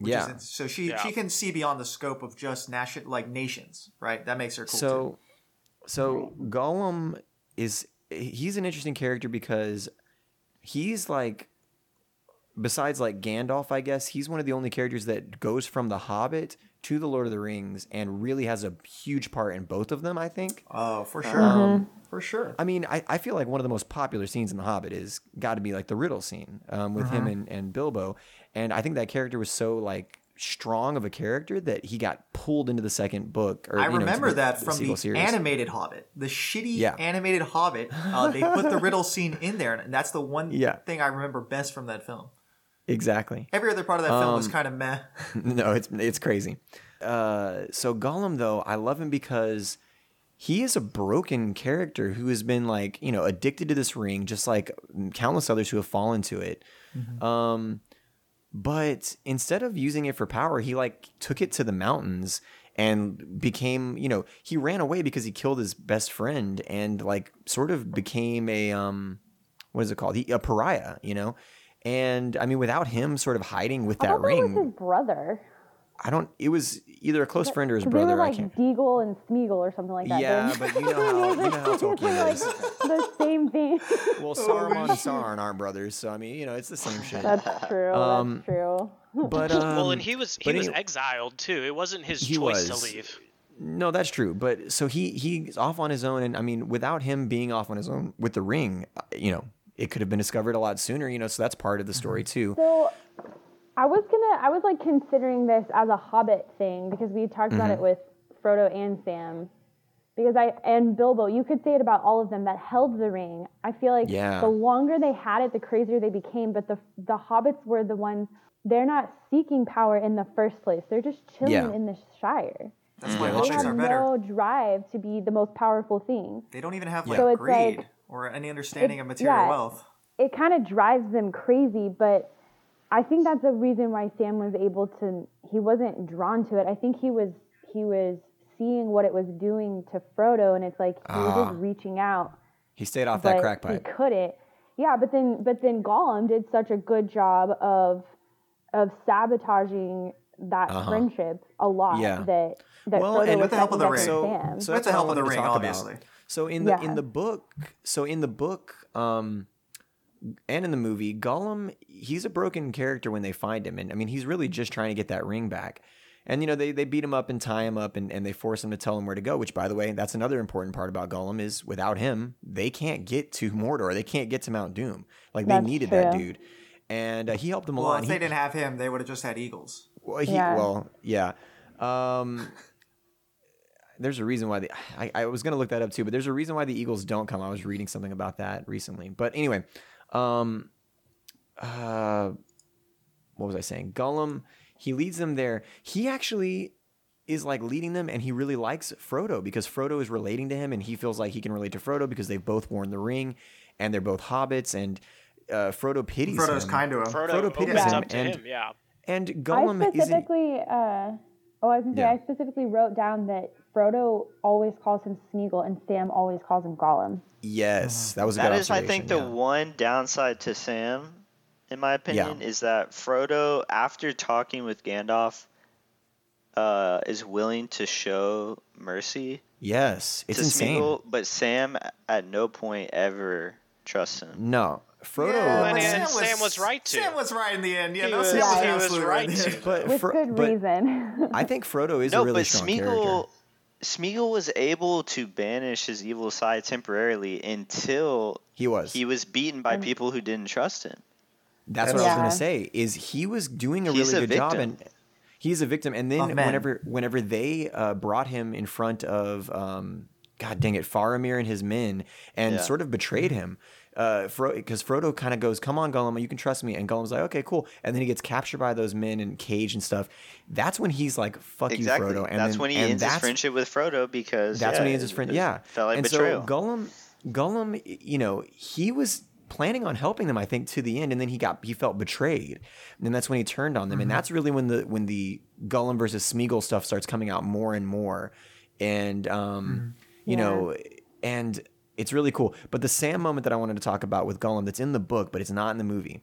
Speaker 3: yeah.
Speaker 1: Isn't- So she
Speaker 5: Yeah.
Speaker 1: she can see beyond the scope of just nation like nations, right? That makes her cool. too.
Speaker 3: so so Gollum is he's an interesting character because he's like besides like Gandalf, I guess, he's one of the only characters that goes from the Hobbit to the Lord of the Rings and really has a huge part in both of them, I think.
Speaker 1: Oh, for sure, for sure.
Speaker 3: I mean, I, I feel like one of the most popular scenes in The Hobbit is got to be like the riddle scene um, with
Speaker 1: Uh-huh.
Speaker 3: him and, and Bilbo. And I think that character was so like strong of a character that he got pulled into the second book. Or,
Speaker 1: I
Speaker 3: you know, into
Speaker 1: remember
Speaker 3: the-
Speaker 1: that from the,
Speaker 3: sequel series.
Speaker 1: animated Hobbit, the shitty
Speaker 3: Yeah.
Speaker 1: animated Hobbit. Uh, they put the riddle scene in there, and that's the one
Speaker 3: Yeah.
Speaker 1: thing I remember best from that film.
Speaker 3: Exactly.
Speaker 1: Every other part of that film
Speaker 3: Um,
Speaker 1: was kind of meh.
Speaker 3: no, it's it's crazy. Uh, so Gollum, though, I love him because he is a broken character who has been like you know addicted to this ring, just like countless others who have fallen to it. Um, but instead of using it for power, he like took it to the mountains and became you know he ran away because he killed his best friend and like sort of became a um what is it called he, a pariah you know and i mean without him sort of hiding with
Speaker 4: I
Speaker 3: that
Speaker 4: thought
Speaker 3: ring
Speaker 4: that was his brother.
Speaker 3: I don't. It was either a close friend or his
Speaker 4: 'Cause They
Speaker 3: brother.
Speaker 4: were
Speaker 3: I
Speaker 4: like
Speaker 3: can't.
Speaker 4: Deagle and Smeagol or something like that.
Speaker 3: Yeah,
Speaker 4: They're-
Speaker 3: but you know how you know how
Speaker 4: they're
Speaker 3: Tolkien
Speaker 4: like
Speaker 3: is.
Speaker 4: the same thing.
Speaker 3: Well, Saruman and Sauron aren't brothers, so I mean, you know, it's the same shit.
Speaker 4: That's true.
Speaker 3: Um,
Speaker 4: that's true.
Speaker 3: But um,
Speaker 5: well, and he was he
Speaker 3: but
Speaker 5: was
Speaker 3: anyway-
Speaker 5: exiled too. It wasn't his
Speaker 3: He
Speaker 5: choice
Speaker 3: was.
Speaker 5: to leave.
Speaker 3: no, that's true. But so he he's off on his own, and I mean, without him being off on his own with the ring, uh, you know, it could have been discovered a lot sooner. You know, so that's part of the story too.
Speaker 4: So I was gonna I was like considering this as a Hobbit thing because we talked about
Speaker 3: Mm-hmm.
Speaker 4: it with Frodo and Sam. Because I and Bilbo, you could say it about all of them that held the ring. I feel like
Speaker 3: Yeah.
Speaker 4: the longer they had it, the crazier they became. But the the hobbits were the ones they're not seeking power in the first place. They're just chilling
Speaker 3: Yeah.
Speaker 4: in the Shire.
Speaker 1: That's why
Speaker 3: that's
Speaker 4: They
Speaker 1: hobbits
Speaker 4: have
Speaker 1: are better.
Speaker 4: Oh, no drive to be the most powerful thing.
Speaker 1: They don't even have
Speaker 3: Yeah.
Speaker 1: like
Speaker 4: So it's
Speaker 1: greed
Speaker 4: like-
Speaker 1: or any understanding
Speaker 4: it-
Speaker 1: of material
Speaker 4: yeah.
Speaker 1: wealth.
Speaker 4: it kind of drives them crazy, but I think that's the reason why Sam was able to he wasn't drawn to it. I think he was he was seeing what it was doing to Frodo and it's like he was just reaching out
Speaker 3: He stayed off
Speaker 4: but
Speaker 3: Ah. that crack pipe.
Speaker 4: he couldn't. Yeah, but then but then Gollum did such a good job of of sabotaging that friendship a lot
Speaker 3: Uh-huh. Yeah.
Speaker 4: that that
Speaker 3: Well,
Speaker 4: Frodo
Speaker 3: and
Speaker 4: was
Speaker 3: with the
Speaker 1: help of the
Speaker 4: trying to
Speaker 1: ring.
Speaker 3: so,
Speaker 4: understand.
Speaker 3: so
Speaker 1: With
Speaker 3: that's
Speaker 1: the
Speaker 3: what I
Speaker 1: help of the
Speaker 3: wanted to
Speaker 1: ring,
Speaker 3: talk about.
Speaker 1: obviously.
Speaker 3: So in the in
Speaker 4: Yeah.
Speaker 3: the book, so in the book, um, and in the movie, Gollum he's a broken character when they find him, and I mean he's really just trying to get that ring back. And you know they they beat him up and tie him up, and, and they force him to tell him where to go. Which, by the way, that's another important part about Gollum is without him, they can't get to Mordor, they can't get to Mount Doom. Like they
Speaker 4: That's
Speaker 3: needed that
Speaker 4: true.
Speaker 3: dude, and uh, he helped them a
Speaker 1: Well,
Speaker 3: lot.
Speaker 1: if
Speaker 3: He-
Speaker 1: they didn't have him, they would have just had eagles.
Speaker 3: well, he,
Speaker 4: Yeah.
Speaker 3: well, yeah. Um, there's a reason why the I, I was gonna look that up too, but there's a reason why the Eagles don't come. I was reading something about that recently, but anyway, um, uh, what was I saying? Gollum, he leads them there. He actually is like leading them, and he really likes Frodo because Frodo is relating to him, and he feels like he can relate to Frodo because they've both worn the ring, and they're both hobbits, and uh, Frodo pities
Speaker 1: Frodo's
Speaker 3: him.
Speaker 1: kind to him.
Speaker 5: Frodo,
Speaker 3: Frodo
Speaker 5: opens
Speaker 4: Peterson
Speaker 5: up to
Speaker 3: and-
Speaker 5: him. Yeah.
Speaker 3: and
Speaker 4: I
Speaker 3: Gollum isn't.
Speaker 4: specifically, uh, oh, I was gonna say,
Speaker 3: Yeah.
Speaker 4: I specifically wrote down that Frodo always calls him Smeagol and Sam always calls him Gollum.
Speaker 3: Yes, that was a
Speaker 2: That
Speaker 3: good
Speaker 2: is, I think, the
Speaker 3: observation, yeah.
Speaker 2: one downside to Sam, in my opinion, is that Frodo, after talking with Gandalf, uh, is willing to show mercy
Speaker 3: Yes, it's
Speaker 2: to
Speaker 3: insane.
Speaker 2: Smeagol, but Sam at no point ever trusts him.
Speaker 3: No, Frodo.
Speaker 5: but and Sam Sam was right to.
Speaker 1: Sam was right in the end. Yeah,
Speaker 5: He
Speaker 1: no,
Speaker 5: was-
Speaker 1: Sam
Speaker 5: he
Speaker 1: was,
Speaker 5: was
Speaker 1: absolutely
Speaker 5: right
Speaker 1: in the end.
Speaker 5: to.
Speaker 3: but
Speaker 4: With
Speaker 3: Fro-
Speaker 4: good
Speaker 3: but
Speaker 4: reason.
Speaker 3: I think Frodo is
Speaker 2: no,
Speaker 3: a really
Speaker 2: but
Speaker 3: strong
Speaker 2: Smeagol,
Speaker 3: character.
Speaker 2: Smeagol was able to banish his evil side temporarily until
Speaker 3: He was.
Speaker 2: he was beaten by people who didn't trust him.
Speaker 3: That's what I was
Speaker 4: Yeah.
Speaker 3: gonna say. Is he was doing a
Speaker 2: He's
Speaker 3: really
Speaker 2: a
Speaker 3: good job,
Speaker 2: victim.
Speaker 3: and he's a victim. And then
Speaker 1: Of men.
Speaker 3: whenever whenever they uh, brought him in front of, um, God dang it, Faramir and his men, and
Speaker 2: Yeah.
Speaker 3: sort of betrayed him. Because Frodo kind of goes, "Come on, Gollum, you can trust me." And Gollum's like, "Okay, cool." And then he gets captured by those men and caged and stuff. That's when he's like, "Fuck
Speaker 2: Exactly.
Speaker 3: you, Frodo." And
Speaker 2: that's
Speaker 3: then-
Speaker 2: when he
Speaker 3: and
Speaker 2: ends his
Speaker 3: that's-
Speaker 2: friendship with Frodo because
Speaker 3: That's
Speaker 2: yeah,
Speaker 3: when he ends his
Speaker 2: it-
Speaker 3: friend.
Speaker 2: it
Speaker 3: Yeah,
Speaker 2: felt like
Speaker 3: and
Speaker 2: betrayal.
Speaker 3: so Gollum, Gollum, y- you know, he was planning on helping them, I think, to the end, and then he got he felt betrayed, and that's when he turned on them,
Speaker 2: Mm-hmm.
Speaker 3: and that's really when the when the Gollum versus Smeagol stuff starts coming out more and more, and um,
Speaker 2: Mm-hmm.
Speaker 3: you know, and it's really cool. But the Sam moment that I wanted to talk about with Gollum, that's in the book, but it's not in the movie,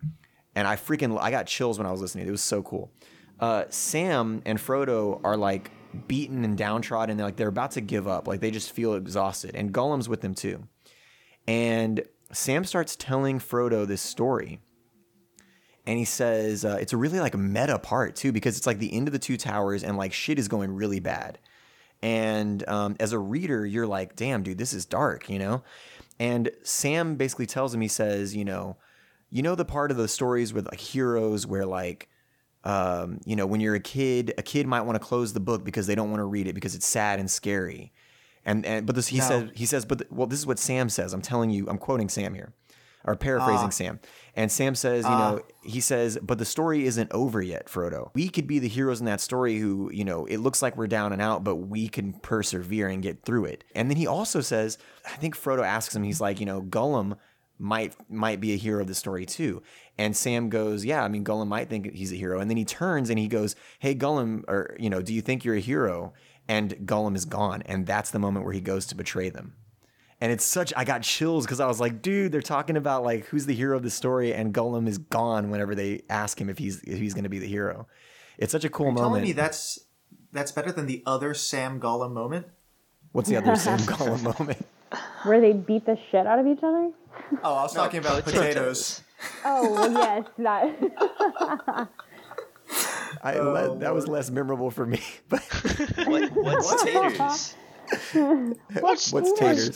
Speaker 3: and I freaking I got chills when I was listening. It was so cool. Uh, Sam and Frodo are like beaten and downtrodden. They're like they're about to give up. Like they just feel exhausted. And Gollum's with them too. And Sam starts telling Frodo this story. And he says uh, it's a really like meta part too because it's like the end of the two towers and like shit is going really bad. And um, as a reader, you're like, damn, dude, this is dark, you know? And Sam basically tells him, he says, you know, you know, the part of the stories with like heroes where like, um, you know, when you're a kid, a kid might want to close the book because they don't want to read it because it's sad and scary. And, and but this, he
Speaker 1: No.
Speaker 3: said, he says, but the, well, this is what Sam says. I'm telling you, I'm quoting Sam here or paraphrasing Sam. And Sam says, you know, he says, but the story isn't over yet, Frodo. We could be the heroes in that story who, you know, it looks like we're down and out, but we can persevere and get through it. And then he also says, I think Frodo asks him, he's like, you know, Gollum might might be a hero of the story too. And Sam goes, yeah, I mean Gollum might think he's a hero. And then he turns and he goes, "Hey Gollum, or you know, do you think you're a hero?" And Gollum is gone, and that's the moment where he goes to betray them. And it's such I got chills because I was like, dude, they're talking about like who's the hero of the story, and Gollum is gone whenever they ask him if he's if he's gonna be the hero. It's such a cool
Speaker 1: Telling
Speaker 3: moment.
Speaker 1: me that's that's better than the other Sam Gollum moment.
Speaker 3: What's the other Sam Gollum moment?
Speaker 4: Where they beat the shit out of each other?
Speaker 1: Oh, I was talking about potatoes.
Speaker 4: Oh, well, yes, that.
Speaker 3: I,
Speaker 1: Oh.
Speaker 3: le- that was less memorable for me. But
Speaker 2: What, what's taters?
Speaker 5: What's
Speaker 3: what's taters?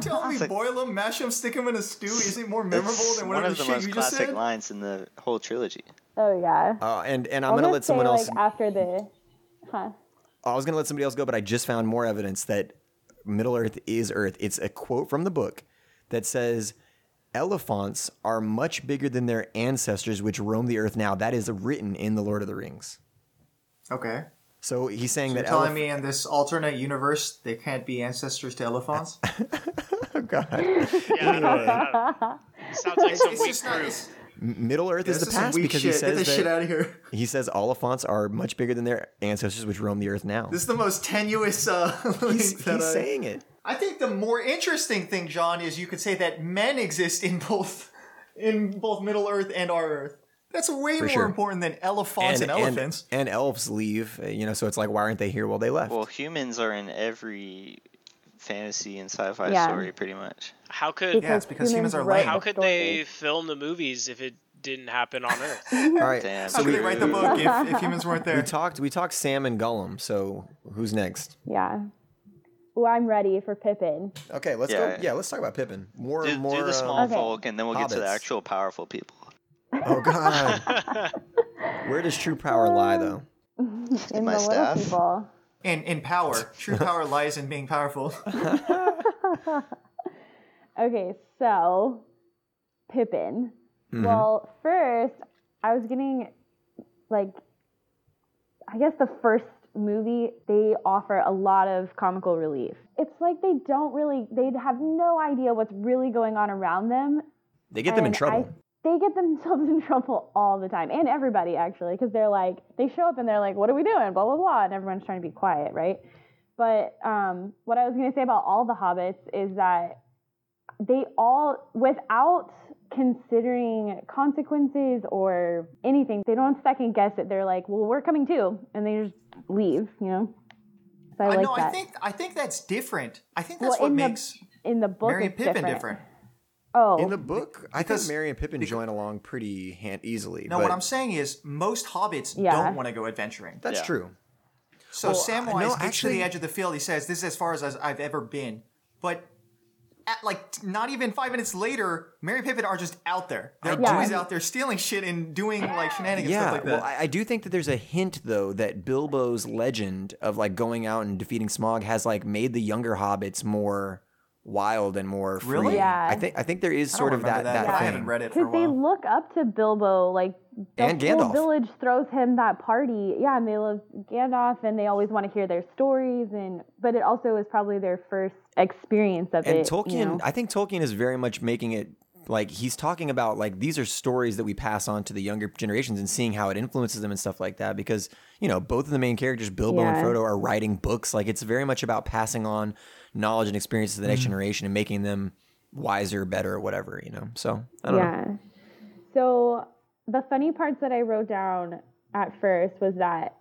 Speaker 1: Tell me, boil them, mash them, stick them in a stew. Isn't more memorable
Speaker 2: That's
Speaker 1: than
Speaker 2: one
Speaker 1: whatever
Speaker 2: of the
Speaker 1: the shit
Speaker 2: most
Speaker 1: you just
Speaker 2: classic
Speaker 1: said?
Speaker 2: lines in the whole trilogy.
Speaker 4: oh, yeah.
Speaker 3: Uh, and and I'm
Speaker 4: I'll
Speaker 3: gonna
Speaker 4: just
Speaker 3: let someone
Speaker 4: say,
Speaker 3: else.
Speaker 4: like, after the. Huh.
Speaker 3: I was gonna let somebody else go, but I just found more evidence that Middle Earth is Earth. It's a quote from the book that says, "Elephants are much bigger than their ancestors, which roam the earth now." That is written in the Lord of the Rings.
Speaker 1: Okay.
Speaker 3: So he's saying
Speaker 1: You're
Speaker 3: that.
Speaker 1: telling
Speaker 3: elef-
Speaker 1: me in this alternate universe they can't be ancestors to elephants?
Speaker 5: Yeah, I don't- I don't- Sounds like some
Speaker 1: It's
Speaker 5: weak
Speaker 1: just not-
Speaker 5: proof.
Speaker 1: it's-
Speaker 3: Middle Earth
Speaker 1: this
Speaker 3: is the
Speaker 1: is some
Speaker 3: past
Speaker 1: weak
Speaker 3: because
Speaker 1: shit.
Speaker 3: he
Speaker 1: Get
Speaker 3: says
Speaker 1: this shit
Speaker 3: that,
Speaker 1: out of here.
Speaker 3: he says elephants are much bigger than their ancestors, which roam the earth now.
Speaker 1: This is the most tenuous. Uh,
Speaker 3: he's,
Speaker 1: link that
Speaker 3: he's
Speaker 1: I-
Speaker 3: saying it.
Speaker 1: I think the more interesting thing, John, is you could say that men exist in both in both Middle Earth and our Earth. That's way
Speaker 3: For
Speaker 1: more
Speaker 3: sure.
Speaker 1: important than elephants and, elephants.
Speaker 3: And, elves leave, uh, you know, so it's like, why aren't they here? Well, they left.
Speaker 2: Well, humans are in every fantasy and sci-fi
Speaker 4: Yeah.
Speaker 2: story, pretty much.
Speaker 5: How could
Speaker 1: Yeah, it's because humans are
Speaker 4: wrote
Speaker 1: lame.
Speaker 5: how
Speaker 4: the
Speaker 5: could
Speaker 4: story.
Speaker 5: they film the movies if it didn't happen on Earth?
Speaker 3: All right.
Speaker 2: Damn.
Speaker 3: So
Speaker 1: How could
Speaker 3: we,
Speaker 1: they write the book if, if humans weren't
Speaker 3: we
Speaker 1: there?
Speaker 3: talked we talked Sam and Gollum. So who's next?
Speaker 4: Yeah. Well, I'm ready for Pippin.
Speaker 3: Okay, let's
Speaker 2: Yeah.
Speaker 3: go. Yeah, let's talk about Pippin. More
Speaker 2: Do,
Speaker 3: more
Speaker 2: do
Speaker 3: uh,
Speaker 2: the small
Speaker 4: Okay.
Speaker 2: folk, and then we'll get to the
Speaker 3: hobbits.
Speaker 2: actual powerful people.
Speaker 3: Oh god. Where does true power lie though?
Speaker 4: In
Speaker 2: my
Speaker 4: the
Speaker 2: staff?
Speaker 4: little people.
Speaker 1: In in power, true power lies in being powerful.
Speaker 4: Okay, so Pippin. Well, first, I was getting like, I guess the first movie, they offer a lot of comical relief. It's like they don't really, they have no idea what's really going on around them.
Speaker 3: They get them in
Speaker 4: and I-
Speaker 3: trouble.
Speaker 4: they get themselves in trouble all the time, and everybody actually, because they're like, they show up and they're like, what are we doing? Blah, blah, blah. And everyone's trying to be quiet, right? But um, what I was going to say about all the hobbits is that they all, without considering consequences or anything, they don't second guess it. They're like, well, we're coming too. And they just leave, you know? So I
Speaker 1: I
Speaker 4: like
Speaker 1: no,
Speaker 4: that.
Speaker 1: I think I think that's different. I think that's
Speaker 4: Well,
Speaker 1: what
Speaker 4: in the
Speaker 1: makes
Speaker 4: in the book,
Speaker 1: Mary and
Speaker 4: it's
Speaker 1: Pippin different.
Speaker 4: Oh,
Speaker 3: in the book, I think
Speaker 1: because-
Speaker 3: Mary and Pippin join along pretty hand easily.
Speaker 1: No,
Speaker 3: but
Speaker 1: what I'm saying is most hobbits
Speaker 4: Yeah.
Speaker 1: don't want to go adventuring.
Speaker 3: that's
Speaker 2: Yeah.
Speaker 3: true.
Speaker 1: So
Speaker 3: Well, I-
Speaker 1: Samwise
Speaker 3: no,
Speaker 1: gets to
Speaker 3: actually-
Speaker 1: the edge of the field. He says, "This is as far as I- I've ever been." But at like t- not even five minutes later, Mary and Pippin are just out there. They're
Speaker 4: Yeah.
Speaker 1: always out there stealing shit and doing like shenanigans
Speaker 3: Yeah,
Speaker 1: stuff like that.
Speaker 3: well, I, I do think that there's a hint though that Bilbo's legend of like going out and defeating Smog has like made the younger hobbits more wild and more free.
Speaker 1: Really?
Speaker 4: Yeah.
Speaker 3: I think I think there is
Speaker 1: I don't
Speaker 3: sort of
Speaker 1: remember
Speaker 3: that that,
Speaker 1: but I
Speaker 3: thing.
Speaker 1: haven't read it for a
Speaker 4: Because they
Speaker 1: while.
Speaker 4: look up to Bilbo, like the
Speaker 3: And
Speaker 4: whole
Speaker 3: Gandalf.
Speaker 4: village throws him that party. Yeah, and they love Gandalf, and they always want to hear their stories. And but it also is probably their first experience of
Speaker 3: and
Speaker 4: it. you
Speaker 3: Tolkien,
Speaker 4: know?
Speaker 3: I think Tolkien is very much making it like he's talking about like these are stories that we pass on to the younger generations and seeing how it influences them and stuff like that because you know both of the main characters Bilbo
Speaker 4: Yeah.
Speaker 3: and Frodo are writing books like it's very much about passing on knowledge and experience to the next
Speaker 4: Mm.
Speaker 3: generation and making them wiser, better, whatever, you know. So, I don't know.
Speaker 4: yeah. So the funny parts that I wrote down at first was that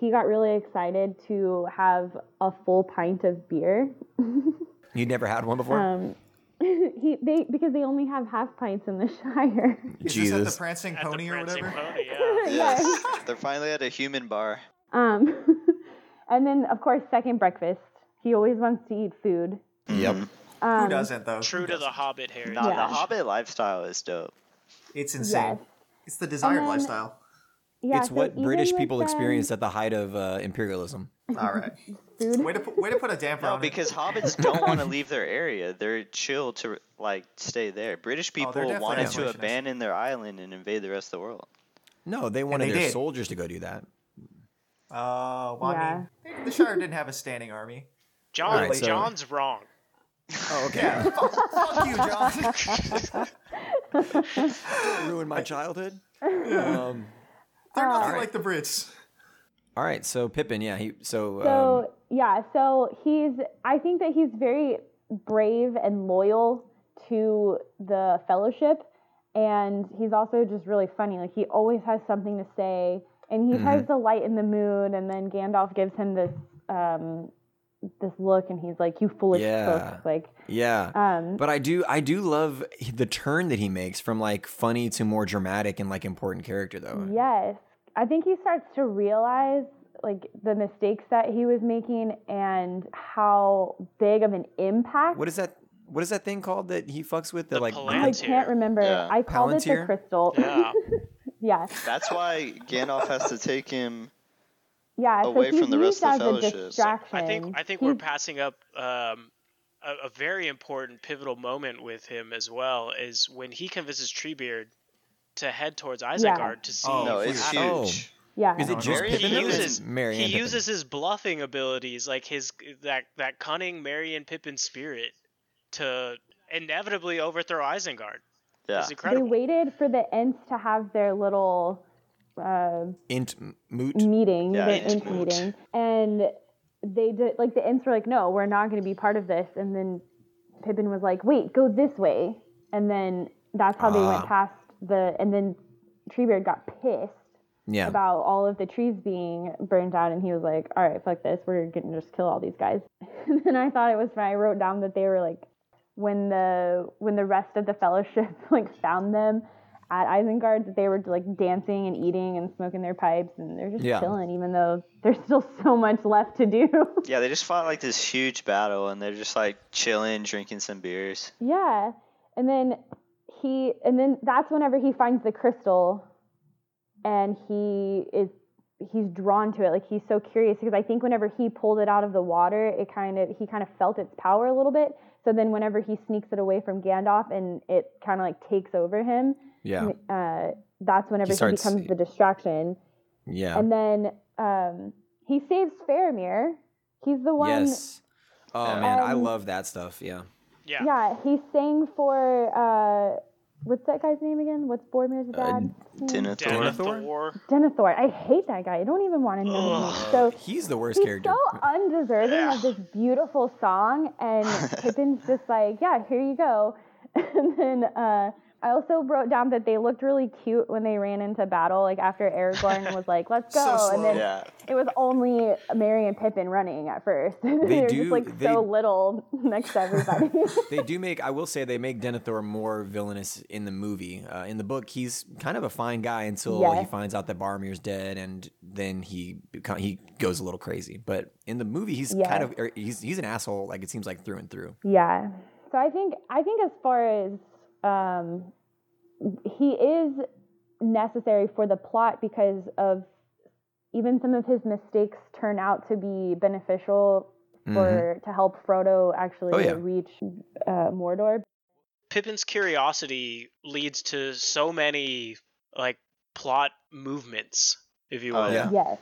Speaker 4: he got really excited to have a full pint of beer.
Speaker 3: You'd never had one before?
Speaker 4: Um, he they because they only have half pints in the Shire.
Speaker 1: Is this at the
Speaker 3: Jesus.
Speaker 1: Prancing Pony or
Speaker 5: Prancing
Speaker 1: whatever?
Speaker 5: Pony, yeah.
Speaker 2: Yes. They're finally at a human bar.
Speaker 4: Um, and then, of course, second breakfast. He always wants to eat food.
Speaker 3: Yep.
Speaker 1: Mm.
Speaker 4: Um,
Speaker 1: Who doesn't though?
Speaker 5: True to the Hobbit heritage.
Speaker 2: Nah,
Speaker 4: Yeah.
Speaker 2: the Hobbit lifestyle is dope.
Speaker 1: It's insane.
Speaker 4: Yes.
Speaker 1: It's the desired
Speaker 4: then-
Speaker 1: lifestyle.
Speaker 4: Yeah,
Speaker 3: it's
Speaker 4: so
Speaker 3: what
Speaker 4: even
Speaker 3: British
Speaker 4: with
Speaker 3: people
Speaker 4: them-
Speaker 3: experienced at the height of uh, imperialism.
Speaker 1: All right.
Speaker 4: Food.
Speaker 1: Way to put, way to put a damper
Speaker 2: No,
Speaker 1: on it.
Speaker 2: because hobbits don't want to leave their area. They're chill to like stay there. British
Speaker 1: Oh, they're
Speaker 2: people
Speaker 1: definitely
Speaker 2: wanted to
Speaker 1: isolationists.
Speaker 2: abandon their island and invade the rest of the world.
Speaker 3: No, they wanted
Speaker 1: they
Speaker 3: their
Speaker 1: did.
Speaker 3: soldiers to go do that.
Speaker 1: Uh, well, I mean, the Shire didn't have a standing army.
Speaker 5: John,
Speaker 3: Alright, so-
Speaker 5: John's wrong.
Speaker 3: Oh, okay.
Speaker 1: Fuck you, John.
Speaker 3: Ruined my childhood. Um,
Speaker 1: They're nothing like the Brits.
Speaker 3: All right, so Pippin, yeah, he so, um,
Speaker 4: So, yeah, so he's, I think that he's very brave and loyal to the fellowship. And he's also just really funny. Like, he always has something to say. And
Speaker 3: Mm-hmm.
Speaker 4: he tries to lighten the mood. And then Gandalf gives him this, um, this look, and he's like, "You foolish
Speaker 3: Yeah.
Speaker 4: folk!" Like,
Speaker 3: yeah.
Speaker 4: um,
Speaker 3: but I do I do love the turn that he makes from like funny to more dramatic and like important character though.
Speaker 4: Yes. I think he starts to realize like the mistakes that he was making and how big of an impact.
Speaker 3: What is that what is that thing called that he fucks with? The,
Speaker 5: The
Speaker 3: like
Speaker 4: I
Speaker 5: palan-
Speaker 4: can't remember.
Speaker 2: Yeah.
Speaker 4: I called it the
Speaker 3: Palantir?
Speaker 4: crystal.
Speaker 5: Yeah.
Speaker 4: yeah.
Speaker 2: That's why Gandalf has to take him.
Speaker 4: Yeah,
Speaker 2: Away
Speaker 4: so he's
Speaker 2: from the
Speaker 4: used
Speaker 2: rest of
Speaker 4: as
Speaker 2: the
Speaker 4: a
Speaker 2: fellowship. So
Speaker 4: distraction.
Speaker 5: I think I think we're passing up um, a, a very important pivotal moment with him as well is when he convinces Treebeard to head towards Isengard to see.
Speaker 1: Oh,
Speaker 2: No, it's
Speaker 1: please.
Speaker 2: huge.
Speaker 3: Oh.
Speaker 4: yeah.
Speaker 3: Is it just
Speaker 2: Marion
Speaker 3: Pippin? though?
Speaker 2: uses-
Speaker 3: It's Mary
Speaker 5: he
Speaker 3: and Pippin.
Speaker 5: uses his bluffing abilities, like his that that cunning Marion Pippin spirit, to inevitably overthrow Isengard.
Speaker 2: Yeah.
Speaker 5: It's
Speaker 4: they
Speaker 5: incredible.
Speaker 4: waited for the Ents to have their little uh,
Speaker 3: Int Moot.
Speaker 4: Mm, meeting,
Speaker 2: Yeah,
Speaker 4: their
Speaker 2: it's
Speaker 4: Ents
Speaker 2: moot.
Speaker 4: meeting, and they did like the Ents were like, "No, we're not going to be part of this." And then Pippin was like, "Wait, go this way," and then that's how they went past the. And then Treebeard got pissed
Speaker 3: Yeah.
Speaker 4: about all of the trees being burned down, and he was like, "All right, fuck this. We're gonna just kill all these guys." and then I thought it was funny. I wrote down that they were like, when the when the rest of the Fellowship like found them at Isengard, that they were like dancing and eating and smoking their pipes, and they're just
Speaker 3: Yeah.
Speaker 4: chilling, even though there's still so much left to do.
Speaker 2: Yeah, they just fought like this huge battle, and they're just like chilling, drinking some beers.
Speaker 4: Yeah. And then he and then that's whenever he finds the crystal and he is he's drawn to it like he's so curious because I think whenever he pulled it out of the water it kind of he kind of felt its power a little bit so then whenever he sneaks it away from Gandalf and it kind of like takes over him
Speaker 3: Yeah.
Speaker 4: uh, that's whenever
Speaker 3: He
Speaker 4: he,
Speaker 3: starts-
Speaker 4: becomes the distraction
Speaker 3: Yeah.
Speaker 4: and then um, he saves Faramir he's the one
Speaker 3: Yes. Oh man, I
Speaker 4: Um,
Speaker 3: love that stuff. Yeah.
Speaker 5: Yeah.
Speaker 4: Yeah, he sang for uh, what's that guy's name again? What's Bormir's dad?
Speaker 5: Denethor.
Speaker 2: Denethor.
Speaker 5: Thor.
Speaker 4: Denethor. I hate that guy. I don't even want to know his name. So
Speaker 3: He's the worst
Speaker 4: he's
Speaker 3: character.
Speaker 4: so undeserving of this beautiful song, and Pippin's just like, yeah, here you go. And then uh, I also wrote down that they looked really cute when they ran into battle, like after Aragorn was like, let's go, and then
Speaker 2: Yeah.
Speaker 4: it was only Merry and Pippin running at first. they were
Speaker 3: do-
Speaker 4: just like
Speaker 3: they-
Speaker 4: so little next to everybody.
Speaker 3: they do make. I will say they make Denethor more villainous in the movie. Uh, in the book, he's kind of a fine guy until he
Speaker 4: Yes.
Speaker 3: finds out that Baramir's dead, and then he beco- he goes a little crazy. But in the movie, he's
Speaker 4: Yeah.
Speaker 3: kind of er, he's he's an asshole. Like it seems like through and through.
Speaker 4: Yeah. So I think I think as far as um, he is necessary for the plot because of even some of his mistakes turn out to be beneficial
Speaker 3: Mm-hmm.
Speaker 4: for to help Frodo actually
Speaker 3: Oh, yeah.
Speaker 4: reach uh, Mordor.
Speaker 5: Pippin's curiosity leads to so many like plot movements, if you will.
Speaker 2: Oh, yeah.
Speaker 4: Yes.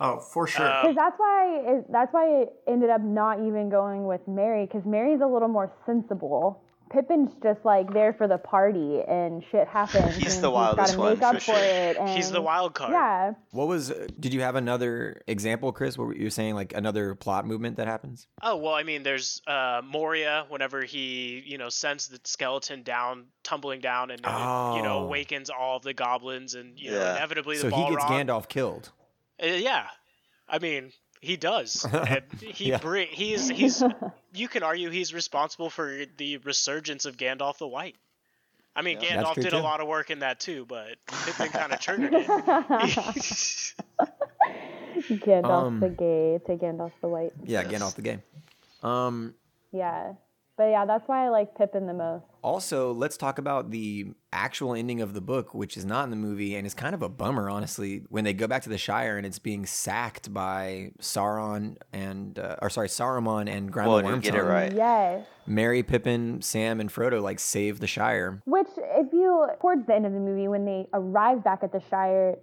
Speaker 1: Oh, for sure.
Speaker 5: Uh,
Speaker 4: Because that's why it, that's why it ended up not even going with Mary because Mary's a little more sensible. Pippin's just like there for the party and shit happens.
Speaker 2: He's
Speaker 4: and
Speaker 2: the wildest
Speaker 4: gotta
Speaker 2: one,
Speaker 4: make up
Speaker 2: for sure.
Speaker 4: it, and
Speaker 5: He's the wild card.
Speaker 4: Yeah.
Speaker 3: What was? uh, Did you have another example, Chris? What were you saying? Like another plot movement that happens?
Speaker 5: Oh well, I mean, there's uh, Moria. Whenever he, you know, sends the skeleton down, tumbling down, and then it, you know
Speaker 3: Oh.
Speaker 5: awakens all of the goblins, and you know
Speaker 2: Yeah.
Speaker 5: inevitably
Speaker 3: so
Speaker 5: the Balrog.
Speaker 3: he gets Gandalf killed.
Speaker 5: Uh, yeah, I mean, he does. and he
Speaker 3: Yeah.
Speaker 5: bring, he's he's. You can argue he's responsible for the resurgence of Gandalf the White. I mean,
Speaker 3: That's
Speaker 5: Gandalf
Speaker 3: true,
Speaker 5: did
Speaker 3: too.
Speaker 5: a lot of work in that too, but Pippin kind of triggered it.
Speaker 4: Gandalf
Speaker 3: Um,
Speaker 4: the gay to Gandalf the white.
Speaker 3: Yeah, Gandalf the game. Um,
Speaker 4: Yeah. But yeah, that's why I like Pippin the most.
Speaker 3: Also, let's talk about the actual ending of the book, which is not in the movie, and it's kind of a bummer, honestly, when they go back to the Shire and it's being sacked by Sauron and, uh, or sorry, Saruman and Grima
Speaker 2: Well,
Speaker 3: Wormtongue.
Speaker 2: didn't get it right.
Speaker 4: Yes.
Speaker 3: Merry, Pippin, Sam, and Frodo like save the Shire.
Speaker 4: Which, if you, towards the end of the movie, when they arrive back at the Shire,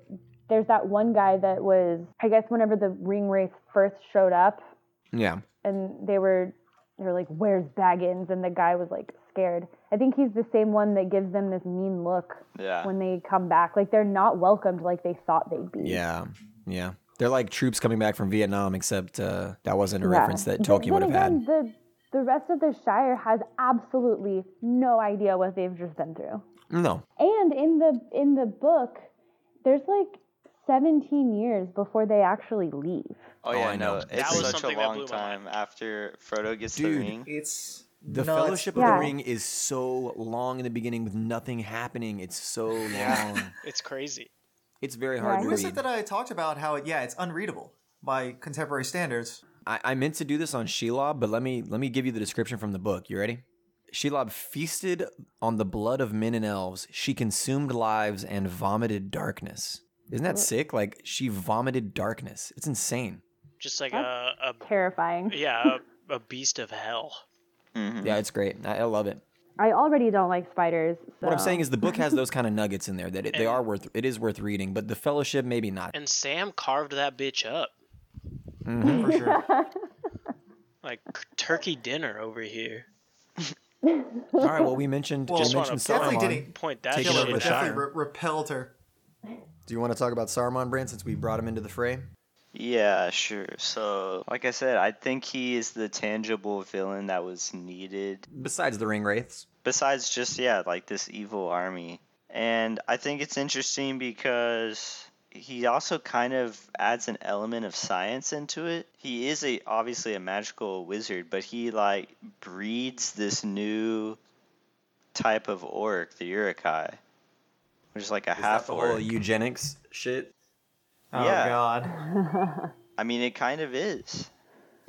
Speaker 4: there's that one guy that was, I guess, whenever the ring race first showed up,
Speaker 3: Yeah,
Speaker 4: and they were, they were like, "Where's Baggins?" And the guy was like scared. I think he's the same one that gives them this mean look
Speaker 2: Yeah.
Speaker 4: when they come back. Like they're not welcomed like they thought they'd be.
Speaker 3: yeah, yeah. They're like troops coming back from Vietnam, except uh, that wasn't a
Speaker 4: Yeah.
Speaker 3: reference that
Speaker 4: But
Speaker 3: Tolkien
Speaker 4: then
Speaker 3: would have
Speaker 4: again,
Speaker 3: had.
Speaker 4: The, the rest of the Shire has absolutely no idea what they've just been through.
Speaker 3: No,
Speaker 4: And in the in the book, there's like 17 years before they actually leave.
Speaker 2: Oh yeah,
Speaker 3: I
Speaker 2: no,
Speaker 3: know. That
Speaker 2: it's
Speaker 3: was
Speaker 2: such a
Speaker 5: something that
Speaker 2: long
Speaker 5: blew my
Speaker 2: time after Frodo gets the
Speaker 3: Dude.
Speaker 2: ring.
Speaker 1: it's
Speaker 3: the
Speaker 1: nuts.
Speaker 3: Fellowship of
Speaker 4: Yeah.
Speaker 3: the Ring is so long in the beginning with nothing happening. It's so long.
Speaker 5: It's crazy.
Speaker 3: it's very
Speaker 4: Yeah.
Speaker 3: hard to
Speaker 4: Who
Speaker 1: Who
Speaker 3: read.
Speaker 1: is it that I talked about? How it, yeah, it's unreadable by contemporary standards.
Speaker 3: I, I meant to do this on Shelob, but let me let me give you the description from the book. You ready? Shelob feasted on the blood of men and elves. She consumed lives and vomited darkness. Isn't that sick? Like she vomited darkness. It's insane.
Speaker 5: Just like a, a
Speaker 4: Terrifying.
Speaker 5: yeah, a, a beast of hell.
Speaker 3: Yeah, it's great. I, I love it.
Speaker 4: I already don't like spiders. So.
Speaker 3: What I'm saying is the book has those kind of nuggets in there that it, they are worth. It is worth reading, but the Fellowship maybe not.
Speaker 5: And Sam carved that bitch up
Speaker 1: For sure.
Speaker 5: like turkey dinner over here.
Speaker 3: All right. Well, we mentioned
Speaker 1: Well,
Speaker 3: we
Speaker 1: Just
Speaker 5: wanna
Speaker 3: mentioned
Speaker 1: definitely
Speaker 3: Saruman.
Speaker 1: didn't
Speaker 5: Point that
Speaker 3: Take
Speaker 5: shit.
Speaker 3: it
Speaker 1: Killer
Speaker 3: over
Speaker 1: but
Speaker 3: the
Speaker 5: out.
Speaker 1: definitely
Speaker 3: Shire.
Speaker 1: re- repelled her.
Speaker 3: Do you want to talk about Saruman, Brand, since we brought him into the fray?
Speaker 2: Yeah, sure. So, like I said, I think he is the tangible villain that was needed.
Speaker 3: Besides the Ring Wraiths.
Speaker 2: Besides just yeah, like this evil army. And I think it's interesting because he also kind of adds an element of science into it. He is a obviously a magical wizard, but he like breeds this new type of orc, the Urukai, which is like a half orc.
Speaker 3: eugenics shit.
Speaker 1: Oh
Speaker 2: Yeah.
Speaker 1: god.
Speaker 2: I mean, it kind of is.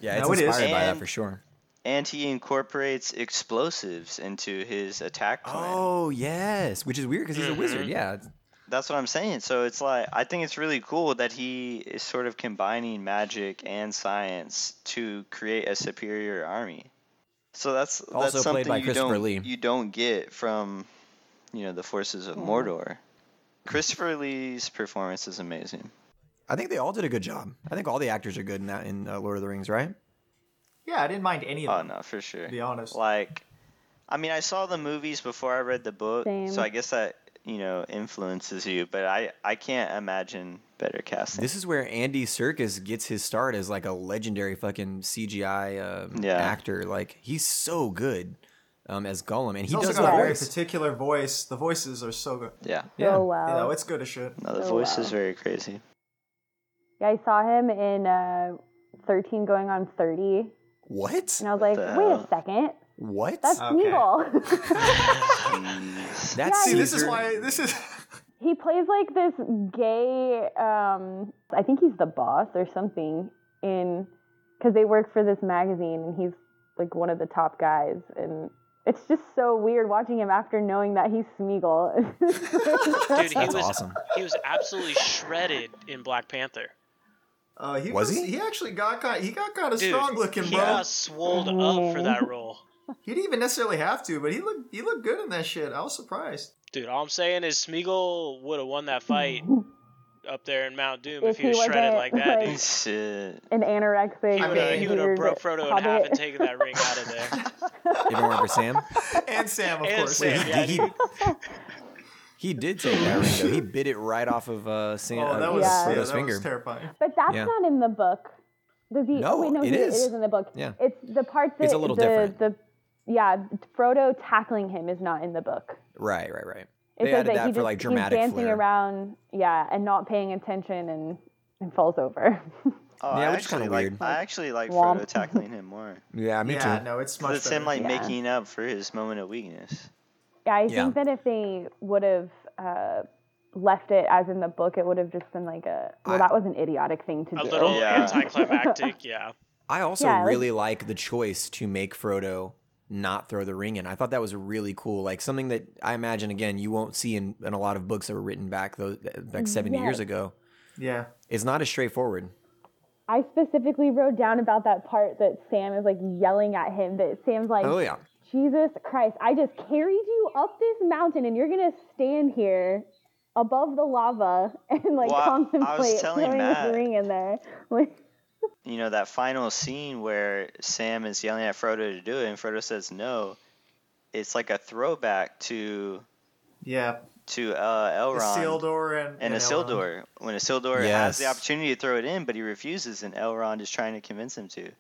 Speaker 3: Yeah, it's
Speaker 1: No, it is.
Speaker 3: inspired by that
Speaker 2: And-
Speaker 3: for sure.
Speaker 2: And he incorporates explosives into his attack plan.
Speaker 3: Oh yes, which is weird because he's a wizard. Yeah, it's-
Speaker 2: That's what I'm saying. So it's like I think it's really cool that he is sort of combining magic and science to create a superior army. So that's that's
Speaker 3: Also
Speaker 2: something
Speaker 3: played by
Speaker 2: you
Speaker 3: Christopher
Speaker 2: don't
Speaker 3: Lee.
Speaker 2: you don't get from you know the forces
Speaker 1: Hmm.
Speaker 2: of Mordor. Christopher Lee's performance is amazing.
Speaker 3: I think they all did a good job. I think all the actors are good in that in uh, Lord of the Rings, right?
Speaker 1: Yeah, I didn't mind any
Speaker 2: Oh
Speaker 1: of them.
Speaker 2: no, for sure.
Speaker 1: To be honest.
Speaker 2: Like, I mean, I saw the movies before I read the book,
Speaker 4: Same.
Speaker 2: so I guess that you know influences you. But I I can't imagine better casting.
Speaker 3: This is where Andy Serkis gets his start as like a legendary fucking CGI um,
Speaker 2: Yeah.
Speaker 3: actor. Like he's so good um, as Gollum, and he
Speaker 1: He's also
Speaker 3: does
Speaker 1: got
Speaker 3: the
Speaker 1: a very
Speaker 3: voice.
Speaker 1: particular voice. The voices are so good.
Speaker 2: yeah,
Speaker 3: Yeah.
Speaker 4: So well.
Speaker 1: You know, it's good as shit.
Speaker 2: no, the
Speaker 4: Oh,
Speaker 2: voice is
Speaker 4: wow.
Speaker 2: very crazy.
Speaker 4: Yeah, I saw him in uh, 13 going on 30,
Speaker 3: What?
Speaker 4: and I
Speaker 2: What
Speaker 4: was like,
Speaker 2: the
Speaker 4: wait
Speaker 2: hell?
Speaker 4: a second,
Speaker 3: What?
Speaker 4: that's
Speaker 1: Okay.
Speaker 4: Smeagol.
Speaker 2: Jeez.
Speaker 3: That's
Speaker 1: See, this is
Speaker 3: Caesar.
Speaker 1: why this is
Speaker 4: he plays like this gay, um, I think he's the boss or something, in because they work for this magazine, and he's like one of the top guys, and it's just so weird watching him after knowing that he's Smeagol.
Speaker 5: Dude, he
Speaker 3: That's
Speaker 5: was
Speaker 3: awesome.
Speaker 5: he was absolutely shredded in Black Panther.
Speaker 1: uh, he
Speaker 3: Was he?
Speaker 1: He actually got kind. He got kind of
Speaker 5: Dude,
Speaker 1: strong looking,
Speaker 5: he
Speaker 1: bro.
Speaker 5: got swolled up for that role.
Speaker 1: He didn't even necessarily have to, but he looked. He looked good in that shit. I was surprised.
Speaker 5: Dude, all I'm saying is Smeagol would have won that fight up there in Mount Doom if,
Speaker 4: If
Speaker 5: he was
Speaker 4: he
Speaker 5: shredded
Speaker 4: wasn't,
Speaker 5: like that.
Speaker 4: like-
Speaker 5: dude.
Speaker 2: Shit.
Speaker 4: An anorexic.
Speaker 5: He would have he would have
Speaker 4: weird
Speaker 5: broke Frodo in half
Speaker 4: hobbit.
Speaker 5: and taken that ring out of there.
Speaker 3: If it weren't for Sam,
Speaker 1: And Sam, of
Speaker 5: And
Speaker 1: course.
Speaker 5: Sam,
Speaker 1: Wait,
Speaker 5: yeah,
Speaker 3: he,
Speaker 5: dude.
Speaker 3: he did take that ring. Though. He bit it right off of uh, Sam.
Speaker 1: Oh,
Speaker 3: uh,
Speaker 1: that was
Speaker 4: Yeah.
Speaker 1: yeah,
Speaker 3: Frodo's
Speaker 1: that
Speaker 3: finger.
Speaker 1: was terrifying.
Speaker 4: But that's
Speaker 3: Yeah.
Speaker 4: not in the book. Does he?
Speaker 3: No,
Speaker 4: wait, no,
Speaker 3: it
Speaker 4: he-
Speaker 3: is.
Speaker 4: It is in the book.
Speaker 3: Yeah.
Speaker 4: It's the part that
Speaker 3: It's a little
Speaker 4: the,
Speaker 3: different.
Speaker 4: the yeah, Frodo tackling him is not in the book.
Speaker 3: right, right, right.
Speaker 4: It
Speaker 3: They added that
Speaker 4: he
Speaker 3: for like
Speaker 4: he's
Speaker 3: dramatic
Speaker 4: dancing
Speaker 3: flair.
Speaker 4: around, yeah, and not paying attention and and falls over.
Speaker 2: Oh,
Speaker 3: Yeah,
Speaker 2: I
Speaker 3: which is kinda
Speaker 2: actually like.
Speaker 3: weird.
Speaker 2: I actually like
Speaker 4: Womp.
Speaker 2: Frodo tackling him more.
Speaker 3: Yeah, me
Speaker 1: yeah,
Speaker 3: too.
Speaker 1: no, it's much
Speaker 2: Because it's him
Speaker 1: better.
Speaker 2: like
Speaker 4: Yeah.
Speaker 2: making up for his moment of weakness.
Speaker 4: yeah, I
Speaker 3: Yeah.
Speaker 4: think that if they would have uh, left it as in the book, it would have just been like a well,
Speaker 3: I-
Speaker 4: that was an idiotic thing to
Speaker 5: A
Speaker 4: do.
Speaker 5: little
Speaker 2: Yeah.
Speaker 5: anticlimactic, yeah.
Speaker 3: I also
Speaker 4: Yeah, like-
Speaker 3: really like, the choice to make Frodo not throw the ring in. I thought that was really cool. Like something that I imagine again you won't see in, in a lot of books that were written back those
Speaker 4: Mm-hmm.
Speaker 3: back 70 years
Speaker 4: Yes.
Speaker 3: ago.
Speaker 1: Yeah,
Speaker 3: It's not as straightforward.
Speaker 4: I specifically wrote down about that part that Sam is like yelling at him. That Sam's like,
Speaker 3: Oh yeah.
Speaker 4: Jesus Christ, I just carried you up this mountain and you're gonna stand here above the lava and like
Speaker 2: Well, I- I was
Speaker 4: contemplate
Speaker 2: telling
Speaker 4: throwing
Speaker 2: Matt.
Speaker 4: this ring in there. Like,
Speaker 2: You know that final scene where Sam is yelling at Frodo to do it, and Frodo says no. It's like a throwback to
Speaker 1: yeah.
Speaker 2: to uh, Elrond
Speaker 1: Isildur and
Speaker 2: and
Speaker 1: Elrond.
Speaker 2: Isildur when Isildur has the
Speaker 3: Yes.
Speaker 2: opportunity to throw it in, but he refuses, and Elrond is trying to convince him to.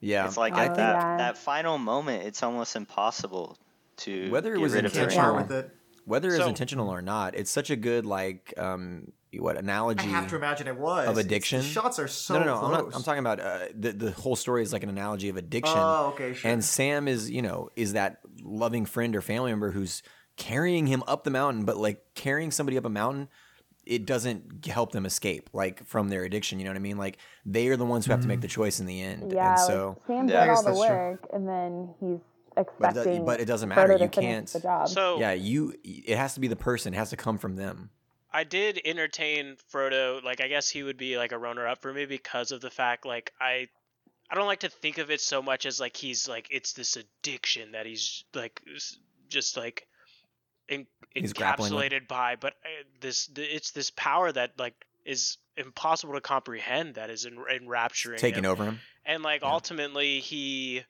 Speaker 3: Yeah.
Speaker 2: It's like
Speaker 4: Oh,
Speaker 2: at that
Speaker 4: yeah.
Speaker 2: that final moment, it's almost impossible to
Speaker 3: Whether it
Speaker 2: get
Speaker 3: was
Speaker 2: rid of the
Speaker 1: Can't
Speaker 3: intentional-
Speaker 2: ring.
Speaker 1: part with it.
Speaker 3: whether it's
Speaker 5: So-
Speaker 3: intentional or not, it's such a good like um what
Speaker 1: I
Speaker 3: analogy
Speaker 1: have to imagine it was
Speaker 3: of
Speaker 1: It's-
Speaker 3: addiction.
Speaker 1: The shots are so
Speaker 3: no, no, no.
Speaker 1: close.
Speaker 3: I'm, not, I'm talking about uh, the the whole story is like an analogy of addiction.
Speaker 1: Oh, okay, sure.
Speaker 3: And Sam is, you know, is that loving friend or family member who's carrying him up the mountain, but like carrying somebody up a mountain, it doesn't help them escape like from their addiction. You know what I mean? Like they are the ones who have to make the choice in the end.
Speaker 4: Mm-hmm. yeah,
Speaker 3: and
Speaker 4: like,
Speaker 3: so
Speaker 4: Sam
Speaker 2: Yeah, I
Speaker 4: did
Speaker 1: guess
Speaker 4: all the
Speaker 1: that's true.
Speaker 4: work and then he's
Speaker 3: does-
Speaker 4: expecting.
Speaker 3: but it doesn't matter,
Speaker 4: Frodo to
Speaker 3: you
Speaker 4: finish
Speaker 3: can't-
Speaker 4: The job.
Speaker 2: Oh.
Speaker 5: So
Speaker 3: yeah, you it has to be the person, it has to come from them.
Speaker 5: I did entertain Frodo. Like, I guess he would be like a runner up for me because of the fact, like, I, I don't like to think of it so much as like he's like it's this addiction that he's like s- just like in,
Speaker 3: He's grappling with.
Speaker 5: encapsulated by, but uh, this th- it's this power that like is impossible to comprehend that is en- enrapturing
Speaker 3: Taking
Speaker 5: him
Speaker 3: over him.
Speaker 5: and like ultimately he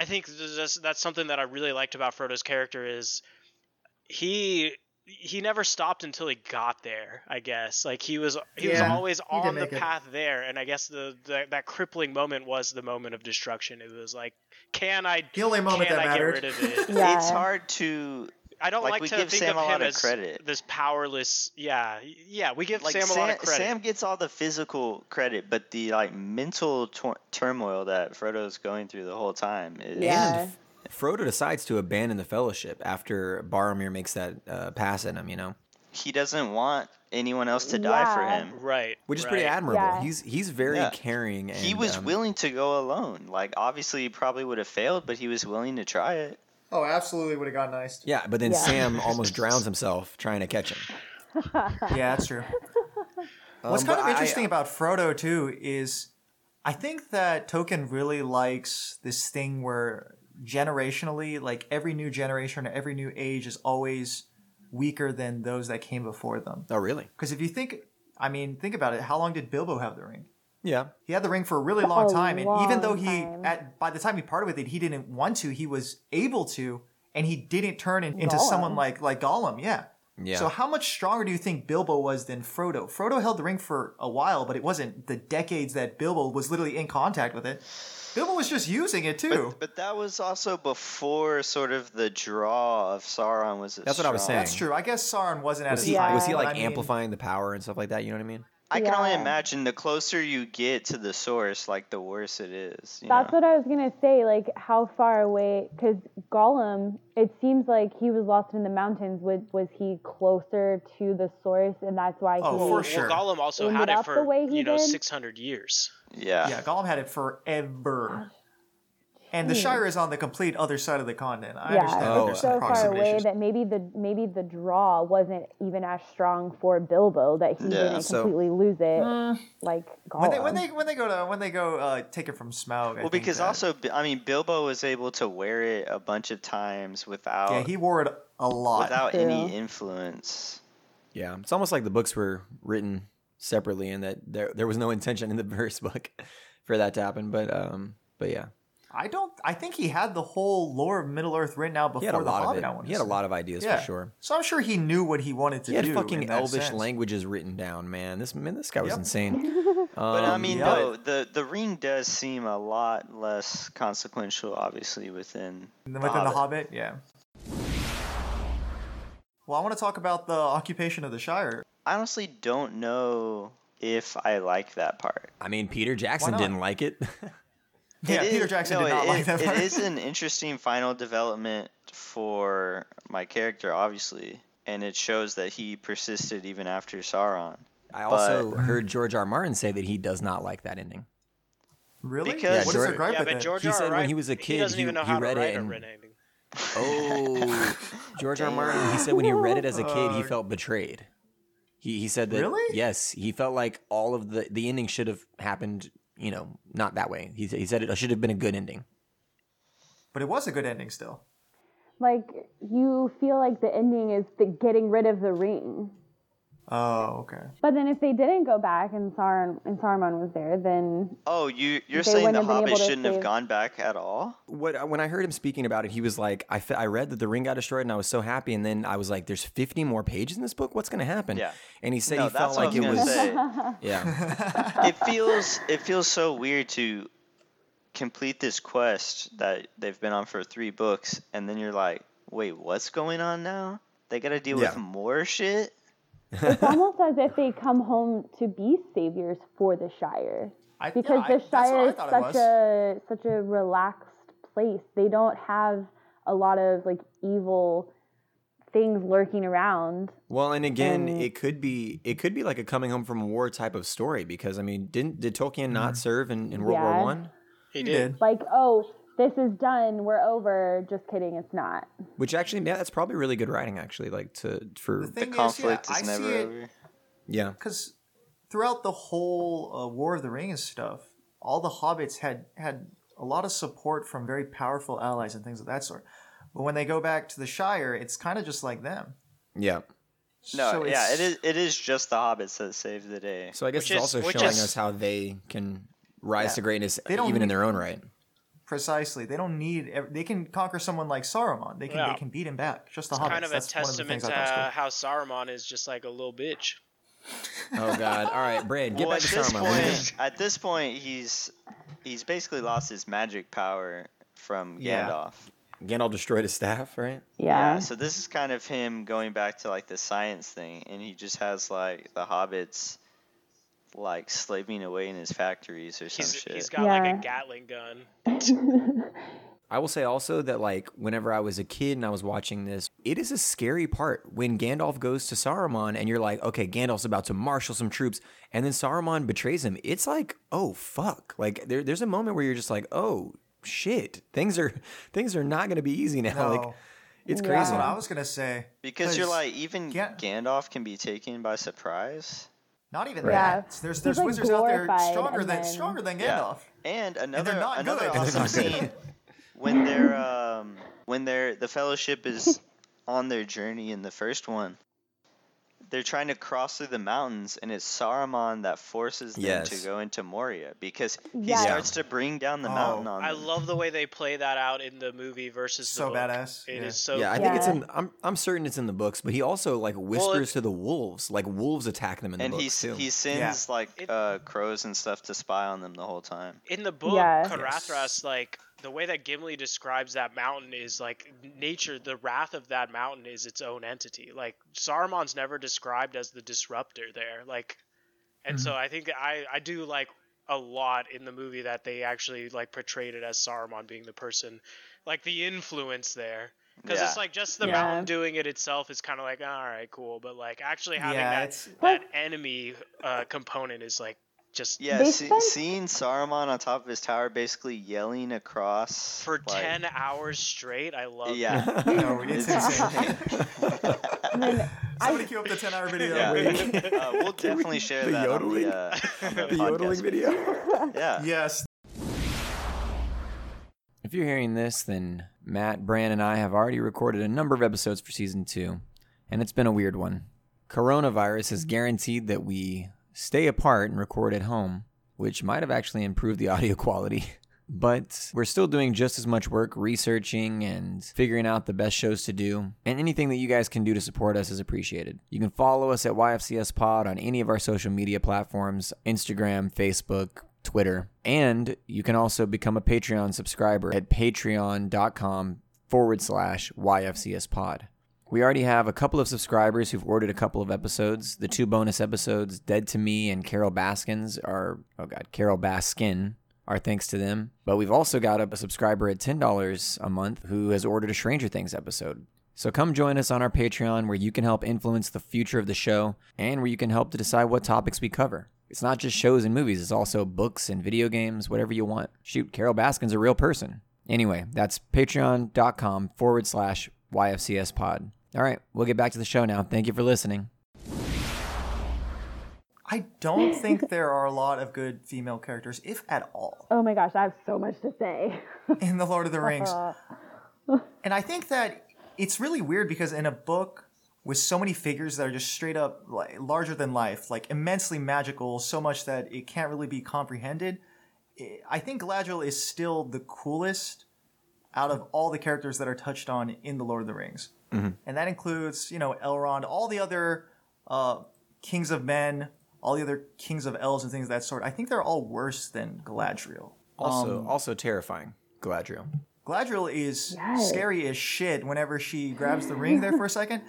Speaker 5: i think th- that's, that's something that i really liked about frodo's character is he he never stopped until he got there i guess like he was he was
Speaker 1: Yeah,
Speaker 5: always
Speaker 1: did
Speaker 5: on the
Speaker 1: make it.
Speaker 5: path there and i guess the, the that crippling moment was the moment of destruction it was like can i
Speaker 1: The only moment
Speaker 5: can
Speaker 1: that
Speaker 5: i
Speaker 1: mattered.
Speaker 5: get rid of it
Speaker 4: Yeah.
Speaker 2: It's hard to
Speaker 5: I don't
Speaker 2: Like,
Speaker 5: like,
Speaker 2: we
Speaker 5: to
Speaker 2: give
Speaker 5: think
Speaker 2: Sam
Speaker 5: of
Speaker 2: a
Speaker 5: him
Speaker 2: lot of
Speaker 5: as
Speaker 2: credit.
Speaker 5: this powerless. Yeah, yeah, we give
Speaker 2: Like
Speaker 5: Sam, a lot of credit.
Speaker 2: Sam gets all the physical credit, but the like mental tor- turmoil that Frodo's going through the whole time is
Speaker 4: Yeah.
Speaker 3: And F- Frodo decides to abandon the Fellowship after Boromir makes that uh, pass at him. You know,
Speaker 2: he doesn't want anyone else to die for
Speaker 4: Yeah.
Speaker 2: him.
Speaker 5: right,
Speaker 3: which is
Speaker 5: right.
Speaker 3: pretty admirable.
Speaker 4: Yeah.
Speaker 3: He's he's very
Speaker 2: Yeah.
Speaker 3: caring. And,
Speaker 2: he was
Speaker 3: um,
Speaker 2: willing to go alone. Like obviously he probably would have failed, but he was willing to try it.
Speaker 1: Oh, absolutely would have gotten iced.
Speaker 3: Yeah, but then
Speaker 4: Yeah.
Speaker 3: Sam almost drowns himself trying to catch him.
Speaker 1: Yeah, that's true. What's kind
Speaker 3: Um, but
Speaker 1: of
Speaker 3: I-
Speaker 1: interesting about Frodo too is I think that Tolkien really likes this thing where generationally, like every new generation or every new age is always weaker than those that came before them.
Speaker 3: Oh, really?
Speaker 1: Because if you think, I mean, think about it. How long did Bilbo have the ring?
Speaker 3: Yeah.
Speaker 1: He had the ring for a really long
Speaker 4: A
Speaker 1: time, and even though
Speaker 4: long
Speaker 1: he,
Speaker 4: time.
Speaker 1: at by the time he parted with it, he didn't want to. He was able to, and he didn't turn in, into
Speaker 4: Gollum.
Speaker 1: someone like like Gollum. Yeah.
Speaker 3: Yeah.
Speaker 1: So how much stronger do you think Bilbo was than Frodo? Frodo held the ring for a while, but it wasn't the decades that Bilbo was literally in contact with it. Bilbo was just using it too.
Speaker 2: But that was also before sort of the draw of Sauron was.
Speaker 3: That's what I was
Speaker 2: strong.
Speaker 3: saying.
Speaker 1: That's true. I guess Sauron wasn't at
Speaker 3: Was
Speaker 1: his
Speaker 3: he,
Speaker 1: height,
Speaker 3: was he
Speaker 1: but
Speaker 3: like
Speaker 1: I mean-
Speaker 3: amplifying the power and stuff like that? You know what I mean?
Speaker 2: I can only
Speaker 4: Yeah.
Speaker 2: imagine the closer you get to the source, like the worse it is. you
Speaker 4: That's
Speaker 2: know?
Speaker 4: what I was gonna say. Like how far away? Because Gollum, it seems like he was lost in the mountains. Was was he closer to the source, and that's why
Speaker 1: Oh,
Speaker 4: he?
Speaker 1: for
Speaker 5: Well,
Speaker 1: sure.
Speaker 5: Gollum also
Speaker 4: Ended
Speaker 5: had it
Speaker 4: up the
Speaker 5: for
Speaker 4: way he
Speaker 5: you know
Speaker 4: did.
Speaker 5: 600 years.
Speaker 2: Yeah.
Speaker 1: Yeah, Gollum had it
Speaker 4: Ah.
Speaker 1: forever. And the Shire is on the complete other side of the continent. I understand
Speaker 4: Hmm. yeah,
Speaker 1: that
Speaker 3: Oh,
Speaker 4: it's
Speaker 1: there's some
Speaker 4: so far
Speaker 1: proximity
Speaker 4: away
Speaker 1: issues.
Speaker 4: that maybe the maybe the draw wasn't even as strong for Bilbo that he
Speaker 2: Yeah,
Speaker 4: didn't
Speaker 3: so- Mm.
Speaker 4: completely lose it like Gollum.
Speaker 3: Oh,
Speaker 1: When they, when they when they go to when they go uh, take it from Smaug. I
Speaker 2: Well,
Speaker 1: think
Speaker 2: because
Speaker 1: that-
Speaker 2: also, B- I mean, Bilbo was able to wear it a bunch of times without
Speaker 1: yeah, he wore it a lot.
Speaker 2: uh, without
Speaker 4: True.
Speaker 2: any influence.
Speaker 3: Yeah. It's almost like the books were written separately and that there there was no intention in the first book for that to happen. But um but yeah.
Speaker 1: I don't. I think he had the whole lore of Middle Earth written out before
Speaker 3: He had a
Speaker 1: the
Speaker 3: lot
Speaker 1: Hobbit.
Speaker 3: of
Speaker 1: I
Speaker 3: it.
Speaker 1: wanna
Speaker 3: He had a
Speaker 1: say.
Speaker 3: lot of ideas
Speaker 1: Yeah.
Speaker 3: for sure.
Speaker 1: So I'm sure he knew what he wanted to
Speaker 3: He had
Speaker 1: do. in
Speaker 3: fucking
Speaker 1: that
Speaker 3: elvish
Speaker 1: sense.
Speaker 3: languages written down, man. This man, this guy was
Speaker 1: Yep.
Speaker 3: insane. Um,
Speaker 2: But I mean,
Speaker 1: Um, yeah.
Speaker 2: though, the the ring does seem a lot less consequential, obviously, within
Speaker 1: within the Hobbit. Yeah. Well, I want to talk about the occupation of the Shire.
Speaker 2: I honestly don't know if I like that part.
Speaker 3: I mean, Peter Jackson
Speaker 1: not?
Speaker 3: didn't like it.
Speaker 1: Yeah,
Speaker 2: It is-
Speaker 1: Peter Jackson
Speaker 2: no,
Speaker 1: did not
Speaker 2: it,
Speaker 1: like that.
Speaker 2: it-
Speaker 1: part.
Speaker 2: It is an interesting final development for my character, obviously, and it shows that he persisted even after Sauron.
Speaker 3: I also heard George R. R. Martin say that he does not like that ending.
Speaker 1: really.
Speaker 2: because-
Speaker 1: what is
Speaker 3: Yeah,
Speaker 1: the gripe
Speaker 5: Yeah,
Speaker 1: with
Speaker 5: but
Speaker 1: it?
Speaker 5: George
Speaker 3: He
Speaker 5: R. R.
Speaker 3: said when he was a
Speaker 5: he
Speaker 3: kid,
Speaker 5: doesn't
Speaker 3: he-
Speaker 5: even know
Speaker 3: he
Speaker 5: how
Speaker 3: read
Speaker 5: to
Speaker 3: it
Speaker 5: write a
Speaker 3: and-
Speaker 5: red ending.
Speaker 3: Oh, George R. R. Martin. He said when he read it as a kid, he felt betrayed. He he said that
Speaker 1: Really?
Speaker 3: yes, he felt like all of the the ending should have happened. You know, not that way. He he said it should have been a good ending.
Speaker 1: But it was a good ending still.
Speaker 4: like you feel like the ending is the getting rid of the ring.
Speaker 1: Oh, okay.
Speaker 4: But then if they didn't go back and Sauron and Saruman was there, then
Speaker 2: Oh, you you're
Speaker 4: They
Speaker 2: saying
Speaker 4: wouldn't
Speaker 2: the
Speaker 4: have
Speaker 2: Hobbit
Speaker 4: been able to
Speaker 2: shouldn't have
Speaker 4: save-
Speaker 2: gone back at all?
Speaker 3: What when I heard him speaking about it, he was like, I, fe- I read that the ring got destroyed, and I was so happy. And then I was like, there's 50 more pages in this book. What's gonna happen?
Speaker 2: Yeah.
Speaker 3: And he said
Speaker 2: no,
Speaker 3: he felt
Speaker 2: that's
Speaker 3: like
Speaker 2: what I
Speaker 3: it
Speaker 2: was
Speaker 3: was.
Speaker 2: gonna say.
Speaker 3: Yeah.
Speaker 2: it feels it feels so weird to complete this quest that they've been on for three books and then you're like wait what's going on now they gotta deal with
Speaker 3: Yeah.
Speaker 2: more shit
Speaker 4: it's almost as if they come home to be saviors for the Shire.
Speaker 1: I,
Speaker 4: because
Speaker 1: yeah, I-
Speaker 4: the
Speaker 1: that's what
Speaker 4: Shire
Speaker 1: I
Speaker 4: is
Speaker 1: thought it
Speaker 4: such
Speaker 1: was.
Speaker 4: a such a relaxed place. They don't have a lot of like evil things lurking around.
Speaker 3: Well, and again,
Speaker 4: And-
Speaker 3: it could be it could be like a coming home from war type of story because I mean, didn't did Tolkien not serve in, in World
Speaker 4: Yeah.
Speaker 3: War One?
Speaker 5: He
Speaker 1: He
Speaker 5: did.
Speaker 1: did.
Speaker 4: Like, oh, this is done. We're over. Just kidding. It's not.
Speaker 3: Which actually, yeah, that's probably really good writing actually. Like to for
Speaker 1: The thing is,
Speaker 2: conflict
Speaker 1: yeah,
Speaker 2: is
Speaker 1: I
Speaker 2: never
Speaker 1: see it.
Speaker 2: over
Speaker 3: yeah,
Speaker 1: because throughout the whole uh, War of the Rings stuff, all the hobbits had had a lot of support from very powerful allies and things of that sort. But when they go back to the Shire, it's kind of just like them.
Speaker 3: yeah.
Speaker 2: no
Speaker 1: So
Speaker 2: yeah
Speaker 1: it's-
Speaker 2: it is it is just the hobbits that save the day
Speaker 3: So I guess
Speaker 5: Which
Speaker 3: it's
Speaker 5: is-
Speaker 3: also
Speaker 5: which
Speaker 3: showing
Speaker 5: is-
Speaker 3: us how they can rise to greatness
Speaker 1: They don't
Speaker 3: even in
Speaker 1: need-
Speaker 3: their own right.
Speaker 1: Precisely, they don't need. ev- They can conquer someone like Saruman. They can
Speaker 5: Yeah.
Speaker 1: they can beat him back. Just the hobbits.
Speaker 5: Kind of a
Speaker 1: That's one the
Speaker 5: testament
Speaker 1: things I
Speaker 5: to
Speaker 1: thought was cool.
Speaker 5: uh, how Saruman is just like a little bitch.
Speaker 3: Oh God! All right, Brad, get
Speaker 2: well,
Speaker 3: back
Speaker 2: at
Speaker 3: to
Speaker 2: this
Speaker 3: Saruman.
Speaker 2: point at this point he's he's basically lost his magic power from
Speaker 1: Yeah.
Speaker 2: Gandalf
Speaker 3: Gandalf destroyed his staff, right?
Speaker 4: Yeah.
Speaker 1: Uh,
Speaker 2: So this is kind of him going back to like the science thing, and he just has like the hobbits like slaving away in his factories or some
Speaker 5: He's,
Speaker 2: shit.
Speaker 5: he's got like a Gatling gun.
Speaker 3: I will say also that like whenever I was a kid and I was watching this, it is a scary part when Gandalf goes to Saruman and you're like, okay, Gandalf's about to marshal some troops, and then Saruman betrays him. It's like, oh fuck! Like there, there's a moment where you're just like, oh shit, things are things are not going to be easy now. Like
Speaker 1: No.
Speaker 3: it's
Speaker 1: That's
Speaker 3: crazy.
Speaker 1: what I was gonna say.
Speaker 2: because you're like even
Speaker 1: Yeah.
Speaker 2: Gandalf can be taken by surprise.
Speaker 1: not even
Speaker 4: Yeah.
Speaker 1: that. There's
Speaker 4: He's,
Speaker 1: there's
Speaker 4: like,
Speaker 1: wizards out there
Speaker 4: glorified
Speaker 1: stronger
Speaker 4: and
Speaker 1: than
Speaker 4: then-
Speaker 1: stronger than
Speaker 2: Yeah.
Speaker 1: Gandalf.
Speaker 2: And another
Speaker 1: not
Speaker 2: another
Speaker 1: good. And they're
Speaker 2: awesome
Speaker 1: not good.
Speaker 2: scene when they're um when they're the fellowship is on their journey in the first one. They're trying to cross through the mountains, and it's Saruman that forces them to
Speaker 3: Yes.
Speaker 2: go into Moria because he
Speaker 4: Yeah.
Speaker 2: starts to bring down the
Speaker 1: Oh,
Speaker 2: mountain
Speaker 3: Um,
Speaker 2: on
Speaker 5: I
Speaker 2: them.
Speaker 5: love the way they play that out in the movie versus
Speaker 1: So
Speaker 5: the book.
Speaker 1: badass,
Speaker 5: It is
Speaker 1: yeah.
Speaker 5: so.
Speaker 3: yeah, I
Speaker 5: cool.
Speaker 3: think it's
Speaker 4: Yeah.
Speaker 3: in. I'm I'm certain it's in the books, but he also like whispers
Speaker 5: it's-
Speaker 3: to the wolves. Like wolves attack them in the
Speaker 2: and he
Speaker 3: books
Speaker 2: s-
Speaker 3: too.
Speaker 2: he sends like
Speaker 5: It-
Speaker 2: uh, crows and stuff to spy on them the whole time.
Speaker 5: in the book,
Speaker 4: Yeah.
Speaker 5: Carathras, like the way that Gimli describes that mountain is like nature. The wrath of that mountain is its own entity. Like Saruman's never described as the disruptor there. Like, and so
Speaker 1: Mm-hmm.
Speaker 5: I think I I do like a lot in the movie that they actually like portrayed it as Saruman being the person, like the influence there. Because
Speaker 2: Yeah.
Speaker 5: it's like just the
Speaker 4: Yeah.
Speaker 5: mountain doing it itself is kind of like all right, cool, but like actually having
Speaker 1: Yeah,
Speaker 5: that
Speaker 1: it's-
Speaker 5: that enemy uh, component is like just
Speaker 2: Yeah,
Speaker 4: They
Speaker 2: see,
Speaker 4: spent-
Speaker 2: seeing Saruman on top of his tower, basically yelling across
Speaker 5: for
Speaker 2: like-
Speaker 5: ten hours straight. I love.
Speaker 2: Yeah,
Speaker 1: No, it's insane.
Speaker 4: And then
Speaker 1: Somebody queue up the ten hour video.
Speaker 2: Yeah.
Speaker 1: Wait.
Speaker 2: uh, we'll definitely share
Speaker 3: the
Speaker 2: that
Speaker 3: yodeling?
Speaker 2: on the, uh, on the
Speaker 3: the yodeling
Speaker 2: podcast.
Speaker 3: video.
Speaker 2: Yeah.
Speaker 1: Yes.
Speaker 8: If you're hearing this, then Matt, Bran, and I have already recorded a number of episodes for season two, and it's been a weird one. Coronavirus has guaranteed that we stay apart and record at home, which might have actually improved the audio quality. But we're still doing just as much work researching and figuring out the best shows to do. And anything that you guys can do to support us is appreciated. You can follow us at YFCS Pod on any of our social media platforms Instagram, Facebook, Twitter. And you can also become a Patreon subscriber at patreon.com forward slash YFCS Pod. We already have a couple of subscribers who've ordered a couple of episodes. The two bonus episodes, Dead to Me and Carol Baskins, are, oh God, Carol Baskin, our thanks to them. But we've also got a subscriber at $10 a month who has ordered a Stranger Things episode. So come join us on our Patreon where you can help influence the future of the show and where you can help to decide what topics we cover. It's not just shows and movies, it's also books and video games, whatever you want. Shoot, Carol Baskin's a real person. Anyway, that's patreon.com forward slash YFCS pod. All right, we'll get back to the show now. Thank you for listening.
Speaker 1: I don't think there are a lot of good female characters, if at all,
Speaker 4: oh my gosh, I have so much to say.
Speaker 1: in the Lord of the Rings.
Speaker 4: Uh,
Speaker 1: And I think that it's really weird because in a book with so many figures that are just straight up like larger than life, like immensely magical, so much that it can't really be comprehended. I- I think Galadriel is still the coolest out of all the characters that are touched on in the Lord of the Rings, and that includes you know Elrond, all the other uh, kings of men, all the other kings of elves and things of that sort. I think they're all worse than Galadriel.
Speaker 3: Also, also terrifying. Galadriel.
Speaker 1: Gladriel is scary as shit whenever she grabs the ring there for a second.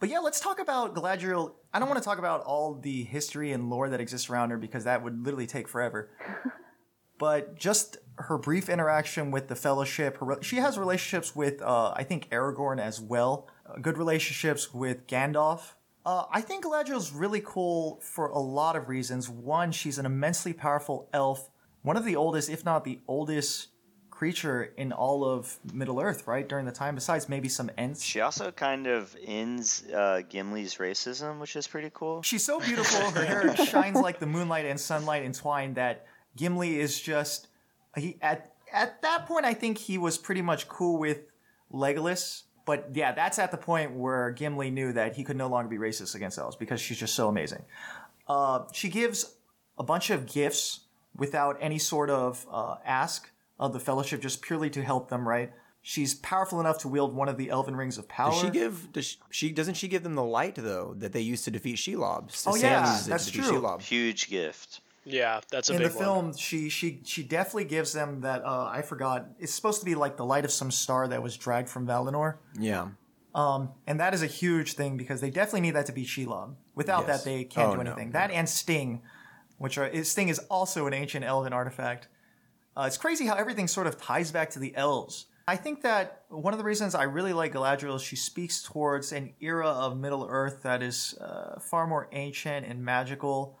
Speaker 1: But yeah, let's talk about Galadriel. I don't want to talk about all the history and lore that exists around her because that would literally take forever. But just her brief interaction with the Fellowship, her, re- she has relationships with, uh, I think, Aragorn as well. Uh, good relationships with Gandalf. Uh, I think Galadriel's really cool for a lot of reasons. One, she's an immensely powerful elf, one of the oldest, if not the oldest, creature in all of Middle Earth, right? During the time, besides maybe some Ents.
Speaker 2: She also kind of ends uh, Gimli's racism, which is pretty cool.
Speaker 1: She's so beautiful. Her hair shines like the moonlight and sunlight entwined. That Gimli is just he at at that point. I think he was pretty much cool with Legolas. But yeah, that's at the point where Gimli knew that he could no longer be racist against elves because she's just so amazing. Uh, she gives a bunch of gifts without any sort of uh, ask of the Fellowship, just purely to help them. Right? She's powerful enough to wield one of the Elven Rings of Power.
Speaker 3: Does she give? Does she, she doesn't she give them the light though that they used to defeat Shelob?
Speaker 1: Oh, yeah,
Speaker 3: Sam uses it to
Speaker 1: that's
Speaker 3: defeat
Speaker 1: true.
Speaker 3: Shelob.
Speaker 2: Huge gift.
Speaker 5: Yeah, that's a
Speaker 1: in the
Speaker 5: big one.
Speaker 1: film, she she she definitely gives them that. Uh, I forgot. It's supposed to be like the light of some star that was dragged from Valinor, Um,
Speaker 3: Yeah.
Speaker 1: and that is a huge thing because they definitely need that to beat Shelob. Without
Speaker 3: Yes.
Speaker 1: that, they can't
Speaker 3: Oh,
Speaker 1: do
Speaker 3: no,
Speaker 1: anything. That and Sting, which are is- Sting is also an ancient elven artifact. Uh, it's crazy how everything sort of ties back to the elves. I think that one of the reasons I really like Galadriel is she speaks towards an era of Middle Earth that is uh, far more ancient and magical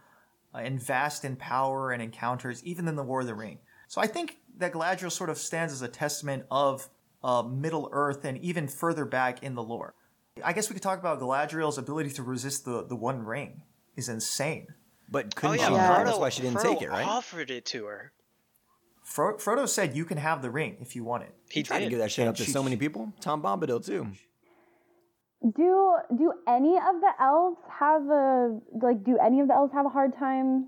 Speaker 1: uh, and vast in power and encounters, even than the War of the Ring. So I think that Galadriel sort of stands as a testament of uh, Middle Earth and even further back in the lore. I guess we could talk about Galadriel's ability to resist the, the One Ring is insane.
Speaker 3: But
Speaker 5: Oh
Speaker 3: couldn't
Speaker 5: yeah,
Speaker 3: she?
Speaker 5: Frodo,
Speaker 3: That's why she didn't
Speaker 5: Frodo
Speaker 3: take it, right?
Speaker 5: Offered it to her.
Speaker 1: Fro- Frodo said, "You can have the ring if you want it."
Speaker 5: He
Speaker 3: Tried to
Speaker 5: did.
Speaker 3: give that shit up to
Speaker 1: she-
Speaker 3: so many people. Tom Bombadil too.
Speaker 4: Do do any of the elves have a like? Do any of the elves have a hard time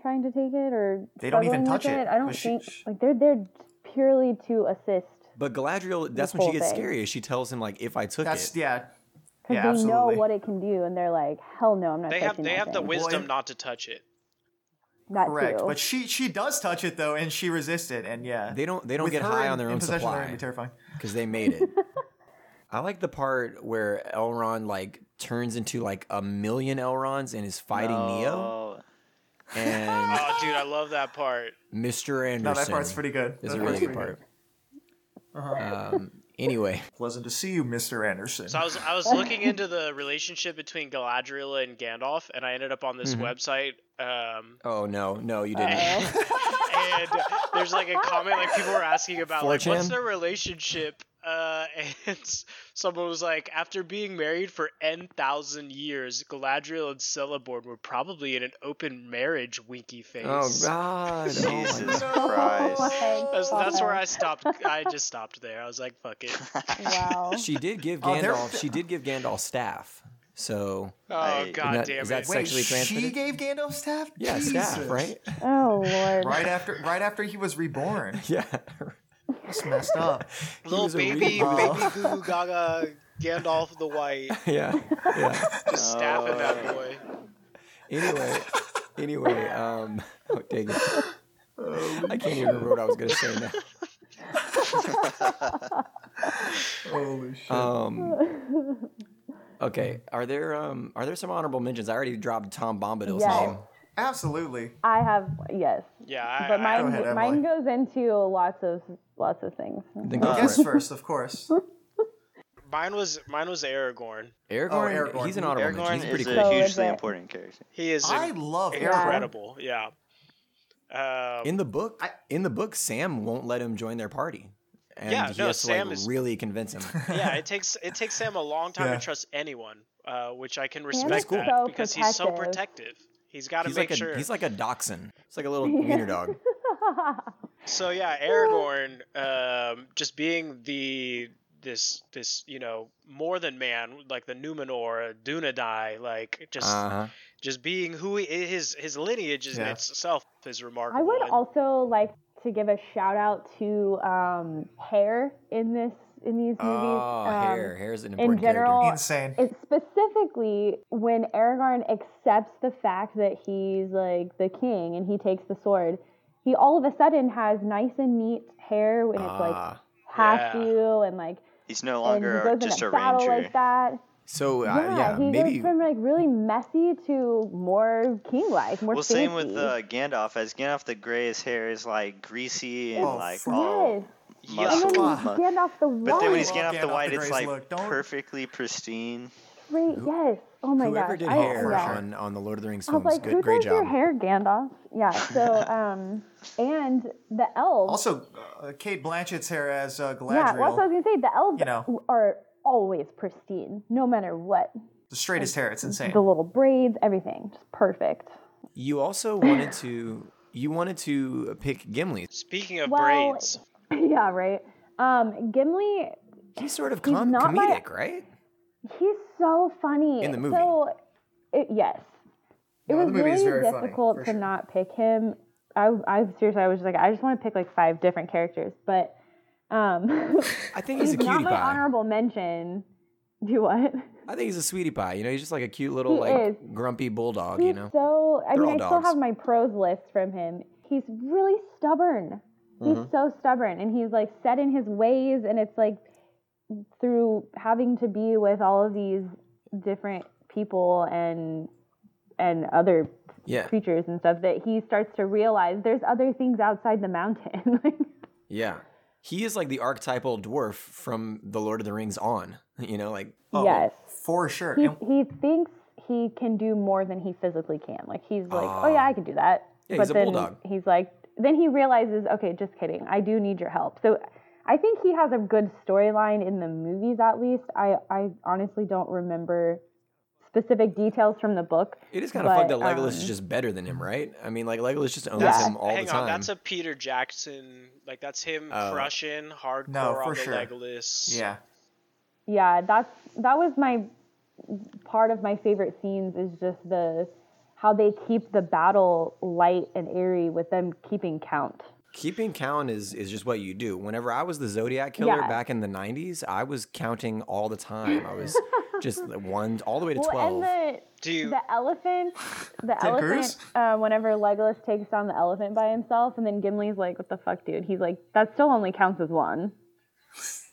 Speaker 4: trying to take it, or
Speaker 1: They don't even
Speaker 4: struggling with
Speaker 1: touch it,
Speaker 4: I don't
Speaker 1: but she-
Speaker 4: think like they're they're purely to assist
Speaker 3: But Galadriel, that's when
Speaker 4: whole
Speaker 3: she gets
Speaker 4: thing.
Speaker 3: scary. is She tells him like, "If I took
Speaker 1: That's
Speaker 3: it,
Speaker 1: yeah,
Speaker 4: because
Speaker 1: Yeah,
Speaker 4: they
Speaker 1: absolutely.
Speaker 4: know what it can do, and they're like, hell no, I'm not
Speaker 5: They
Speaker 4: touching
Speaker 5: have they
Speaker 4: that
Speaker 5: have the
Speaker 4: thing."
Speaker 5: wisdom
Speaker 1: Boy.
Speaker 5: not to touch it.
Speaker 4: That
Speaker 1: correct.
Speaker 4: too.
Speaker 1: But she she does touch it though, and she resists it, and yeah,
Speaker 3: They don't- they don't
Speaker 1: With
Speaker 3: get
Speaker 1: her
Speaker 3: high
Speaker 1: in-
Speaker 3: on their
Speaker 1: in
Speaker 3: own
Speaker 1: possession of the ring
Speaker 3: supply.
Speaker 1: would be terrifying.
Speaker 3: because they made it." I like the part where Elrond like turns into like a million Elrons and is fighting Neo
Speaker 2: Oh,
Speaker 3: and
Speaker 5: Oh, dude, I love that part.
Speaker 3: Mr. Anderson.
Speaker 1: No, that part's pretty good. Uh-huh.
Speaker 3: Is
Speaker 1: That
Speaker 3: a really
Speaker 1: part's
Speaker 3: good
Speaker 1: pretty
Speaker 3: part. Um, anyway,
Speaker 1: Pleasant to see you, Mister Anderson.
Speaker 5: So I was I was looking into the relationship between Galadriel and Gandalf, and I ended up on
Speaker 2: Mm-hmm.
Speaker 5: this website. Um,
Speaker 3: oh no, no, you didn't.
Speaker 5: and there's like a comment like people were asking about like
Speaker 3: 4chan?
Speaker 5: what's their relationship uh, and someone was like after being married for n thousand years galadriel and celeborn were probably in an open marriage winky face
Speaker 3: Oh God! Oh, my
Speaker 2: Jesus Christ.
Speaker 5: that's, that's where i stopped i just stopped there i was like fuck it
Speaker 4: wow.
Speaker 3: She did give
Speaker 1: Oh, they're
Speaker 3: Gandalf.
Speaker 1: fi-
Speaker 3: she did give Gandalf staff. So
Speaker 5: oh
Speaker 2: Hey,
Speaker 5: god
Speaker 3: that-
Speaker 5: damn
Speaker 3: is
Speaker 5: it
Speaker 3: that
Speaker 1: Wait,
Speaker 3: sexually
Speaker 1: she
Speaker 3: transmitted?
Speaker 1: gave Gandalf staff?
Speaker 3: yeah,
Speaker 1: Jesus.
Speaker 3: staff, right?
Speaker 4: oh lord.
Speaker 1: Right after, right after he was reborn,
Speaker 3: Yeah.
Speaker 1: that's messed up.
Speaker 3: He
Speaker 5: little
Speaker 3: was a
Speaker 5: baby
Speaker 3: real-
Speaker 5: baby goo goo gaga gandalf the white
Speaker 3: yeah. Yeah.
Speaker 5: just staffing that boy
Speaker 3: Anyway. Anyway. Um. Oh, dang it. I can't even remember what I was gonna say now.
Speaker 1: Holy shit!
Speaker 3: Um. Okay. Are there um are there some honorable mentions? I already dropped Tom Bombadil's
Speaker 4: Yes.
Speaker 3: name.
Speaker 1: Absolutely.
Speaker 4: I have yes,
Speaker 5: yeah I,
Speaker 4: but
Speaker 5: I-
Speaker 4: mine
Speaker 1: ahead, Emily.
Speaker 4: mine goes into lots of lots of things.
Speaker 3: Then go
Speaker 1: Guess
Speaker 5: Oh.
Speaker 3: for it.
Speaker 1: first, of course.
Speaker 5: mine was mine was aragorn
Speaker 3: Aragorn,
Speaker 1: Oh, Aragorn.
Speaker 3: He's an honorable mention.
Speaker 2: Aragorn
Speaker 3: He's pretty
Speaker 2: is
Speaker 3: cool.
Speaker 2: a
Speaker 4: cool. So is
Speaker 2: hugely
Speaker 4: it-
Speaker 2: important character.
Speaker 5: he is
Speaker 1: I
Speaker 5: in-
Speaker 1: love Aragorn.
Speaker 5: incredible. Yeah. Um,
Speaker 3: in the book
Speaker 1: I-
Speaker 3: in the book sam won't let him join their party and
Speaker 5: Yeah,
Speaker 3: he
Speaker 5: no,
Speaker 3: has to
Speaker 5: Sam
Speaker 3: like
Speaker 5: is-
Speaker 3: really convince him
Speaker 5: yeah, it takes it takes Sam a long time
Speaker 1: Yeah.
Speaker 5: to trust anyone, uh, which I can
Speaker 4: is
Speaker 5: respect
Speaker 4: cool.
Speaker 5: that
Speaker 4: so
Speaker 5: because he's so
Speaker 4: protective.
Speaker 5: protective. He's got to
Speaker 3: he's
Speaker 5: make
Speaker 3: like a
Speaker 5: sure.
Speaker 3: he's like a dachshund it's like a little wiener dog
Speaker 5: So yeah, Aragorn, um, just being the this this you know more than man like the Numenor, Dunedain, like just
Speaker 3: uh-huh
Speaker 5: just being who he his his lineage is in
Speaker 1: Yeah.
Speaker 5: itself is remarkable.
Speaker 4: I would
Speaker 5: And-
Speaker 4: also like to give a shout out to um, Hair in this in these movies.
Speaker 3: oh
Speaker 4: Um,
Speaker 3: hair hair's an important
Speaker 4: general-
Speaker 1: Insane.
Speaker 4: It's specifically when Aragorn accepts the fact that he's like the king and he takes the sword. He all of a sudden has nice and neat hair and it's
Speaker 3: character
Speaker 4: like
Speaker 3: Ah,
Speaker 4: half
Speaker 5: yeah.
Speaker 4: you and like
Speaker 2: He's no
Speaker 4: and he
Speaker 2: longer
Speaker 4: goes
Speaker 2: just
Speaker 4: in
Speaker 2: a
Speaker 4: a battle
Speaker 2: ranger.
Speaker 4: like that.
Speaker 3: so uh,
Speaker 4: yeah,
Speaker 3: yeah,
Speaker 4: he
Speaker 3: maybe
Speaker 4: goes from like really messy to more king-like, more
Speaker 2: Well, same with
Speaker 4: fancy.
Speaker 2: uh, Gandalf. As Gandalf the Gray's hair is like greasy and
Speaker 1: Oh,
Speaker 2: like
Speaker 1: fuck.
Speaker 2: all
Speaker 4: yes. And
Speaker 2: muscle.
Speaker 4: then
Speaker 1: Ah.
Speaker 4: he's Gandalf the White.
Speaker 2: but then when he's
Speaker 1: Well,
Speaker 2: Gandalf
Speaker 1: Gandalf
Speaker 2: the
Speaker 1: the
Speaker 2: White, it's
Speaker 1: Grey's
Speaker 2: like
Speaker 1: look, don't-
Speaker 2: perfectly pristine.
Speaker 4: Great, yes. Oh my
Speaker 3: whoever
Speaker 4: gosh.
Speaker 3: did
Speaker 4: I,
Speaker 3: hair
Speaker 4: yeah.
Speaker 3: on, on the lord of the rings
Speaker 4: I was
Speaker 3: films
Speaker 4: like, who
Speaker 3: good great
Speaker 4: does your
Speaker 3: job
Speaker 4: hair, Gandalf? Yeah. So, um, and the elves.
Speaker 1: Also, uh, Kate Blanchett's hair as uh, Galadriel.
Speaker 4: yeah. Well, that's what I was gonna say. The elves
Speaker 1: You know.
Speaker 4: are always pristine, no matter what.
Speaker 1: the straightest hair. It's insane.
Speaker 4: The little braids, everything, just perfect.
Speaker 3: you also wanted to you wanted to pick gimli
Speaker 5: speaking of
Speaker 4: Well,
Speaker 5: braids,
Speaker 4: yeah. Right. Um, Gimli
Speaker 3: he's sort of
Speaker 4: He's
Speaker 3: com-
Speaker 4: not my-
Speaker 3: comedic right
Speaker 4: He's so funny.
Speaker 3: In the movie.
Speaker 4: So, it, yes. It
Speaker 1: No, the
Speaker 4: was
Speaker 1: movie
Speaker 4: really
Speaker 1: is very funny,
Speaker 4: difficult
Speaker 1: for
Speaker 4: to
Speaker 1: sure.
Speaker 4: not pick him. I, I seriously, I was just like, I just want to pick like five different characters, but um,
Speaker 3: i think he's,
Speaker 4: he's
Speaker 3: a cutie
Speaker 4: not my
Speaker 3: pie
Speaker 4: honorable mention. Do what?
Speaker 3: i think he's a sweetie pie you know he's just like a cute little
Speaker 4: He
Speaker 3: like
Speaker 4: is.
Speaker 3: grumpy bulldog
Speaker 4: He's
Speaker 3: you know
Speaker 4: so still, I
Speaker 3: They're
Speaker 4: mean,
Speaker 3: all
Speaker 4: I still
Speaker 3: dogs.
Speaker 4: have my pros list from him. He's really stubborn. He's
Speaker 3: Mm-hmm.
Speaker 4: so stubborn, and he's like set in his ways, and it's like through having to be with all of these different people and and other
Speaker 3: Yeah.
Speaker 4: creatures and stuff that he starts to realize there's other things outside the mountain. Like,
Speaker 3: Yeah. He is like the archetypal dwarf from The Lord of the Rings on, you know, like
Speaker 4: yes.
Speaker 1: Oh, for sure.
Speaker 4: he,
Speaker 1: And
Speaker 4: he thinks he can do more than he physically can. Like he's like, oh yeah, I can do that.
Speaker 3: Ah. Yeah,
Speaker 4: but
Speaker 3: he's a
Speaker 4: then
Speaker 3: bulldog.
Speaker 4: He's like, then he realizes, okay, just kidding. I do need your help. So I think he has a good storyline in the movies, at least. I, I honestly don't remember specific details from the book.
Speaker 3: it is kind of fucked
Speaker 4: but,
Speaker 3: that Legolas is
Speaker 4: um,
Speaker 3: just better than him, right? I mean, like Legolas just owns
Speaker 4: That's-
Speaker 3: him all
Speaker 5: Hang
Speaker 3: the time.
Speaker 5: on, that's a Peter Jackson. Like that's him
Speaker 3: Oh.
Speaker 5: crushing hardcore
Speaker 1: No,
Speaker 5: on
Speaker 1: for
Speaker 5: the
Speaker 1: sure.
Speaker 5: Legolas.
Speaker 1: yeah,
Speaker 4: yeah that's that was my part of my favorite scenes is just the how they keep the battle light and airy with them keeping count
Speaker 3: Keeping count is is just what you do. Whenever I was the Zodiac killer
Speaker 4: Yeah.
Speaker 3: back in the '90s, I was counting all the time. I was just like one all the way to
Speaker 4: well
Speaker 3: twelve.
Speaker 4: and the
Speaker 5: Do you
Speaker 4: the elephant the
Speaker 1: Ted
Speaker 4: elephant
Speaker 1: Cruz?
Speaker 4: uh, whenever legolas takes down the elephant by himself and then gimli's like what the fuck dude he's like that still only counts as one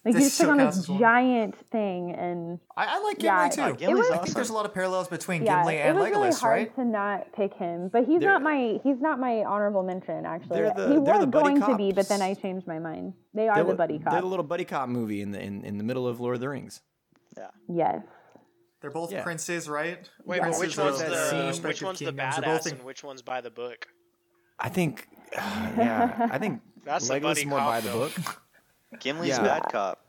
Speaker 4: like
Speaker 1: That
Speaker 4: he just took
Speaker 1: still
Speaker 4: on
Speaker 1: counts
Speaker 4: this
Speaker 1: as one.
Speaker 4: giant thing and
Speaker 1: I, I like Gimli
Speaker 4: Yeah,
Speaker 1: too.
Speaker 4: it-
Speaker 2: Gimli's
Speaker 1: I
Speaker 2: awesome.
Speaker 1: think there's a lot of parallels between
Speaker 4: yeah
Speaker 1: Gimli and
Speaker 4: it was
Speaker 1: Legolas,
Speaker 4: really hard
Speaker 1: right?
Speaker 4: to not pick him but he's not my he's not my honorable mention actually
Speaker 3: They're the-
Speaker 4: he
Speaker 3: they're
Speaker 4: was
Speaker 3: the buddy
Speaker 4: going to be but
Speaker 3: cops.
Speaker 4: then i changed my mind they are the
Speaker 3: li-
Speaker 4: buddy
Speaker 3: They're
Speaker 4: cop
Speaker 3: the little buddy cop movie in the in, in the middle of Lord of the Rings.
Speaker 4: yes
Speaker 1: They're both
Speaker 3: Yeah.
Speaker 1: princes, right?
Speaker 5: wait,
Speaker 1: Princes
Speaker 5: which
Speaker 1: of
Speaker 5: one's
Speaker 3: that
Speaker 5: the
Speaker 3: scene-
Speaker 5: which
Speaker 1: respective
Speaker 5: one's the
Speaker 1: kingdoms. They're both
Speaker 5: badass
Speaker 1: in-
Speaker 5: and which one's by the book?
Speaker 3: I think, yeah, I think
Speaker 5: That's the
Speaker 3: Legolas
Speaker 5: buddy
Speaker 3: is more
Speaker 5: cop
Speaker 3: by the
Speaker 5: film.
Speaker 3: book.
Speaker 2: Gimli's
Speaker 3: Yeah.
Speaker 2: bad cop.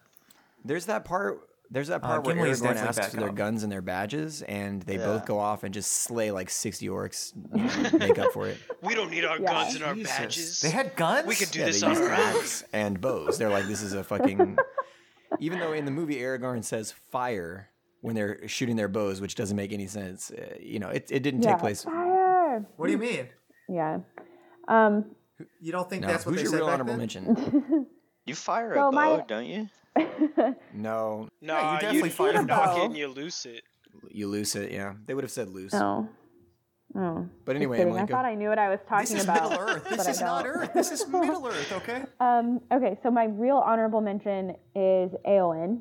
Speaker 3: There's that part. There's Uh, that part where
Speaker 1: Gimli's
Speaker 3: everyone
Speaker 1: definitely
Speaker 3: asks
Speaker 1: back
Speaker 3: for their
Speaker 1: up.
Speaker 3: guns and their badges, and they
Speaker 2: Yeah.
Speaker 3: both go off and just slay like sixty orcs. and make up for it.
Speaker 5: We don't need our
Speaker 4: Yeah.
Speaker 5: guns and our
Speaker 1: Jesus.
Speaker 5: badges.
Speaker 1: They had guns.
Speaker 5: we could do
Speaker 3: Yeah,
Speaker 5: this
Speaker 3: they
Speaker 5: on
Speaker 3: use
Speaker 5: our own.
Speaker 3: knives and bows. They're like, this is a fucking. Even though in the movie Aragorn says fire when they're shooting their bows, which doesn't make any sense. Uh, you know, it, it didn't
Speaker 4: yeah
Speaker 3: take place.
Speaker 4: fire
Speaker 1: What do you mean?
Speaker 4: yeah um
Speaker 1: You don't think
Speaker 3: No,
Speaker 1: that's what
Speaker 3: who's
Speaker 1: they said
Speaker 3: your real
Speaker 1: back
Speaker 3: honorable
Speaker 1: then?
Speaker 3: mention?
Speaker 2: You fire
Speaker 4: So
Speaker 2: a bow,
Speaker 4: my-
Speaker 2: don't you?
Speaker 3: No,
Speaker 5: No,
Speaker 1: Yeah, you definitely
Speaker 5: you,
Speaker 1: fired
Speaker 5: you
Speaker 1: a
Speaker 5: knock
Speaker 4: bow.
Speaker 5: it and you loose it.
Speaker 3: you loose it. Yeah, they would have said loose.
Speaker 4: no no
Speaker 3: But anyway,
Speaker 4: kidding.
Speaker 3: Emily,
Speaker 4: i
Speaker 3: go-
Speaker 4: thought i knew what i was talking
Speaker 1: This is
Speaker 4: about
Speaker 1: Middle Earth. This
Speaker 4: but I
Speaker 1: is not
Speaker 4: don't.
Speaker 1: Earth. This is Middle Earth. Okay.
Speaker 4: um okay so my real honorable mention is aowen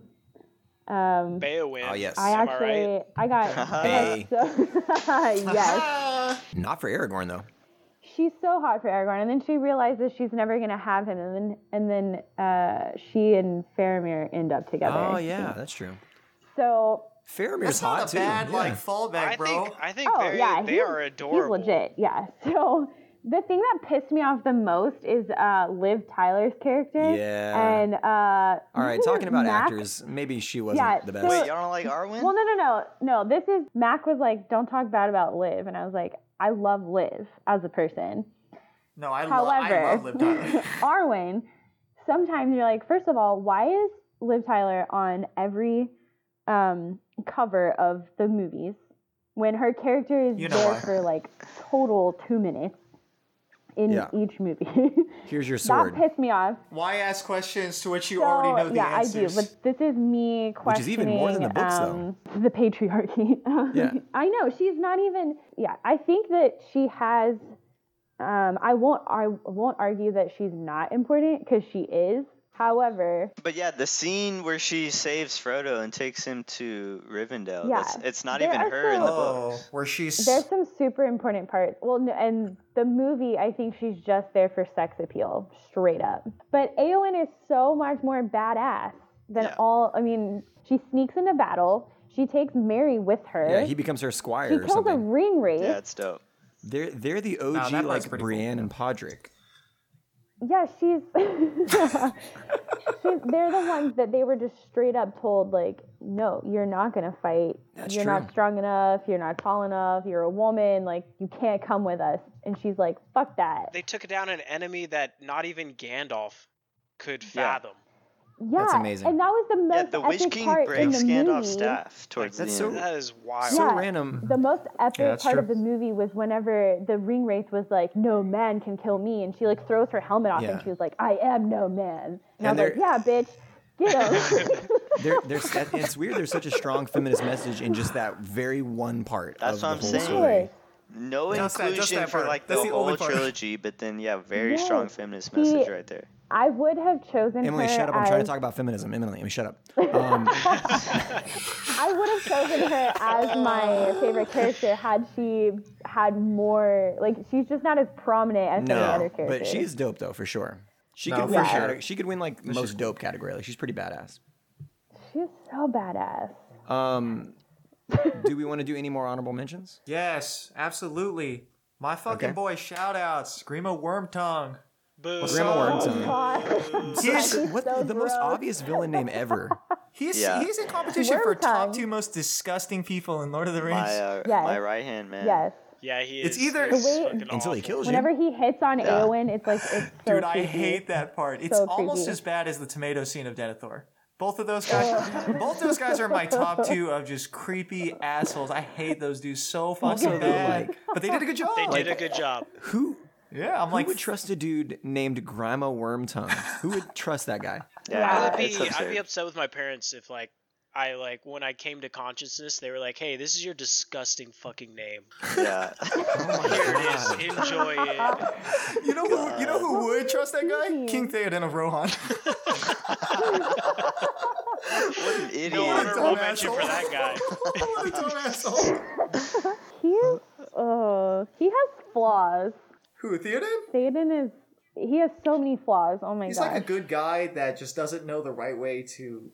Speaker 4: um
Speaker 5: Beowulf.
Speaker 3: Oh, yes.
Speaker 4: I
Speaker 5: Am I
Speaker 4: actually,
Speaker 5: right?
Speaker 4: I got, I
Speaker 3: Hey.
Speaker 4: got so, yes,
Speaker 3: not for Aragorn though.
Speaker 4: she's so hot for Aragorn, and then she realizes she's never gonna have him, and then and then uh, she and Faramir end up together.
Speaker 3: Oh yeah, that's true.
Speaker 4: So
Speaker 3: Faramir's
Speaker 1: That's not
Speaker 3: hot
Speaker 1: a
Speaker 3: too.
Speaker 1: bad
Speaker 3: yeah.
Speaker 1: like fallback,
Speaker 5: I
Speaker 1: bro.
Speaker 5: think I think
Speaker 4: oh
Speaker 5: they're-
Speaker 4: yeah,
Speaker 5: they
Speaker 4: he's-
Speaker 5: are adorable.
Speaker 4: He's legit, yeah. So the thing that pissed me off the most is uh, Liv Tyler's character.
Speaker 3: Yeah.
Speaker 4: And uh,
Speaker 3: All right, talking about
Speaker 4: Mac-
Speaker 3: actors, maybe she wasn't
Speaker 4: Yeah,
Speaker 3: the
Speaker 4: so-
Speaker 3: best.
Speaker 2: Wait, y'all don't like Arwen?
Speaker 4: Well, no, no, no, no. This is Mac was like, "Don't talk bad about Liv," and I was like, "I love Liv as a person."
Speaker 1: no, I, lo-
Speaker 4: However,
Speaker 1: I love Liv Tyler.
Speaker 4: Arwen, sometimes you're like, first of all, why is Liv Tyler on every um, cover of the movies when her character is
Speaker 1: You know
Speaker 4: there
Speaker 1: why.
Speaker 4: for like total two minutes in
Speaker 3: Yeah.
Speaker 4: each movie?
Speaker 3: Here's your
Speaker 4: that
Speaker 3: sword,
Speaker 4: pissed me off.
Speaker 1: Why ask questions to which you
Speaker 4: So,
Speaker 1: already know the
Speaker 4: yeah,
Speaker 1: answers?
Speaker 4: I do. But this is me questioning
Speaker 3: is even more than the books, though.
Speaker 4: um, the patriarchy.
Speaker 3: Yeah.
Speaker 4: I know she's not even. Yeah, I think that she has. Um, I won't. I won't argue that she's not important because she is. However,
Speaker 2: But yeah, the scene where she saves Frodo and takes him to Rivendell.
Speaker 4: Yeah.
Speaker 2: That's, it's not
Speaker 4: There
Speaker 2: even
Speaker 4: are
Speaker 2: her in the
Speaker 4: some-
Speaker 1: oh,
Speaker 2: books.
Speaker 1: where she's
Speaker 4: there's some super important parts. Well, no, and the movie, I think she's just there for sex appeal, straight up. But Aowen is so much more badass than
Speaker 2: Yeah.
Speaker 4: all. I mean, she sneaks into battle. She takes Mary with her.
Speaker 3: yeah, he becomes her squire
Speaker 4: she
Speaker 3: or
Speaker 4: kills a
Speaker 3: something.
Speaker 4: ring
Speaker 1: Oh.
Speaker 4: race.
Speaker 2: Yeah, it's dope.
Speaker 3: They're they're the OG
Speaker 1: that part's
Speaker 3: like
Speaker 1: pretty cool.
Speaker 3: Brienne and Podrick.
Speaker 4: Yeah, she's, she's they're the ones that they were just straight up told like, no, you're not gonna fight.
Speaker 3: That's
Speaker 4: you're
Speaker 3: true.
Speaker 4: not strong enough. You're not tall enough. You're a woman. Like you can't come with us. And she's like, fuck that.
Speaker 5: They took down an enemy that not even Gandalf could
Speaker 2: Yeah.
Speaker 5: fathom.
Speaker 4: Yeah,
Speaker 3: That's amazing.
Speaker 4: And that was the most
Speaker 2: Yeah, the Witch
Speaker 4: epic
Speaker 2: King
Speaker 4: part in the
Speaker 2: breaks Gandalf's
Speaker 4: movie.
Speaker 2: staff towards
Speaker 3: That's
Speaker 2: the
Speaker 3: so-
Speaker 2: end.
Speaker 5: That is wild.
Speaker 3: So
Speaker 4: Yeah.
Speaker 3: random.
Speaker 4: The most epic
Speaker 3: that's
Speaker 4: part
Speaker 3: true.
Speaker 4: of the movie was whenever the ring wraith was like, "No man can kill me," and she like throws her helmet off,
Speaker 3: Yeah.
Speaker 4: and she was like, "I am no man."
Speaker 3: And
Speaker 4: And, I was like,
Speaker 3: they're-
Speaker 4: "Yeah, bitch, get him."
Speaker 3: There, there's that, it's weird. There's such a strong feminist message in just that very one part.
Speaker 2: That's what
Speaker 3: of the
Speaker 2: I'm
Speaker 3: whole
Speaker 2: saying.
Speaker 3: story.
Speaker 2: No
Speaker 1: Just that- just
Speaker 2: inclusion
Speaker 1: that
Speaker 2: for
Speaker 1: part.
Speaker 2: like
Speaker 1: That's
Speaker 2: the,
Speaker 1: the only
Speaker 2: whole
Speaker 1: part.
Speaker 2: trilogy, but then yeah, very
Speaker 4: Yeah.
Speaker 2: strong feminist
Speaker 4: He-
Speaker 2: message right there.
Speaker 4: I would have chosen
Speaker 3: Emily,
Speaker 4: her
Speaker 3: shut up. I'm
Speaker 4: as,
Speaker 3: trying to talk about feminism. Emily, Emily, shut up. Um,
Speaker 4: I would have chosen her as my favorite character had she had more. Like she's just not as prominent as
Speaker 3: no,
Speaker 4: some of the other characters.
Speaker 3: but she's dope though for sure. She
Speaker 1: No,
Speaker 3: could
Speaker 1: for
Speaker 3: win.
Speaker 1: sure.
Speaker 3: cate- She could win like most dope category. Like she's pretty badass.
Speaker 4: she's so badass.
Speaker 3: Um, do we want to do any more honorable mentions?
Speaker 1: Yes, absolutely. My fucking
Speaker 3: Okay.
Speaker 1: boy shout outs. Screamo Worm Tongue.
Speaker 5: Boo.
Speaker 3: Grandma Worm's
Speaker 4: Oh,
Speaker 1: um,
Speaker 4: God.
Speaker 1: He's,
Speaker 3: What the, the most obvious villain name ever?
Speaker 1: he's,
Speaker 2: Yeah.
Speaker 1: he's in competition
Speaker 4: Worm
Speaker 1: for top
Speaker 4: Tongue.
Speaker 1: two most disgusting people in Lord of the Rings.
Speaker 2: My uh,
Speaker 4: Yes.
Speaker 2: my right hand man.
Speaker 4: yes.
Speaker 5: Yeah, he is.
Speaker 1: It's either-
Speaker 5: he's
Speaker 4: The way-
Speaker 5: fucking
Speaker 3: Until he
Speaker 5: awful.
Speaker 3: kills you.
Speaker 4: Whenever he hits on
Speaker 2: Yeah.
Speaker 4: Eowyn, it's like it's so
Speaker 1: Dude, I
Speaker 4: creepy.
Speaker 1: hate that part. It's
Speaker 4: So
Speaker 1: almost
Speaker 4: creepy.
Speaker 1: as bad as the tomato scene of Denethor. Both of those guys, both those guys are my top two of just creepy assholes. I hate those dudes so fucking bad. but they did a good job.
Speaker 5: They did
Speaker 1: Like,
Speaker 5: a good job.
Speaker 3: Who
Speaker 1: yeah, I'm
Speaker 3: who
Speaker 1: like,
Speaker 3: would trust a dude named Grima Wormtongue? Who would trust that guy?
Speaker 5: I
Speaker 2: Yeah,
Speaker 5: would be
Speaker 2: Uh, it's
Speaker 5: I'd be
Speaker 2: absurd.
Speaker 5: upset with my parents if like I like when I came to consciousness, they were like, "Hey, this is your disgusting fucking name.
Speaker 2: Yeah.
Speaker 5: Here it is. Enjoy it."
Speaker 1: you know who, you know who would trust that guy? King Theoden of Rohan.
Speaker 2: what an idiot.
Speaker 5: No honorable
Speaker 1: dumb
Speaker 5: mention for
Speaker 1: asshole.
Speaker 5: that guy.
Speaker 1: what a dumb asshole.
Speaker 4: He is. Oh, he has flaws.
Speaker 1: Who Theoden?
Speaker 4: Theoden is. He has so many flaws. Oh my
Speaker 1: He's
Speaker 4: gosh.
Speaker 1: like a good guy that just doesn't know the right way to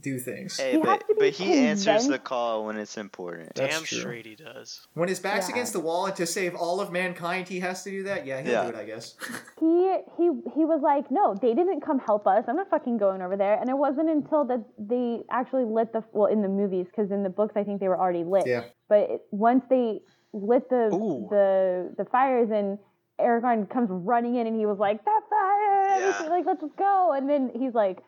Speaker 1: do things.
Speaker 2: Hey,
Speaker 4: You
Speaker 2: but,
Speaker 4: have to be
Speaker 2: but he answers the
Speaker 4: convinced-
Speaker 2: call when it's important.
Speaker 1: That's
Speaker 5: Damn
Speaker 1: true.
Speaker 5: straight he does.
Speaker 1: When his back's
Speaker 4: Yeah.
Speaker 1: against the wall and to save all of mankind, he has to do that. Yeah, he'll
Speaker 2: Yeah.
Speaker 1: do it, I guess.
Speaker 4: he he he was like, no, they didn't come help us. I'm not fucking going over there. And it wasn't until that they actually lit the well in the movies because in the books I think they were already lit.
Speaker 1: Yeah.
Speaker 4: But it, once they lit the the the fires and Aragorn comes running in and he was like, that fire,
Speaker 2: Yeah.
Speaker 4: like let's go. And then he's like,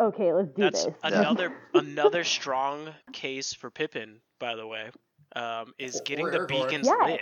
Speaker 4: okay, let's do
Speaker 5: That's
Speaker 4: this.
Speaker 5: another another strong case for Pippin, by the way. Um, is getting the
Speaker 1: Aragorn.
Speaker 5: beacons
Speaker 4: Yeah.
Speaker 5: lit.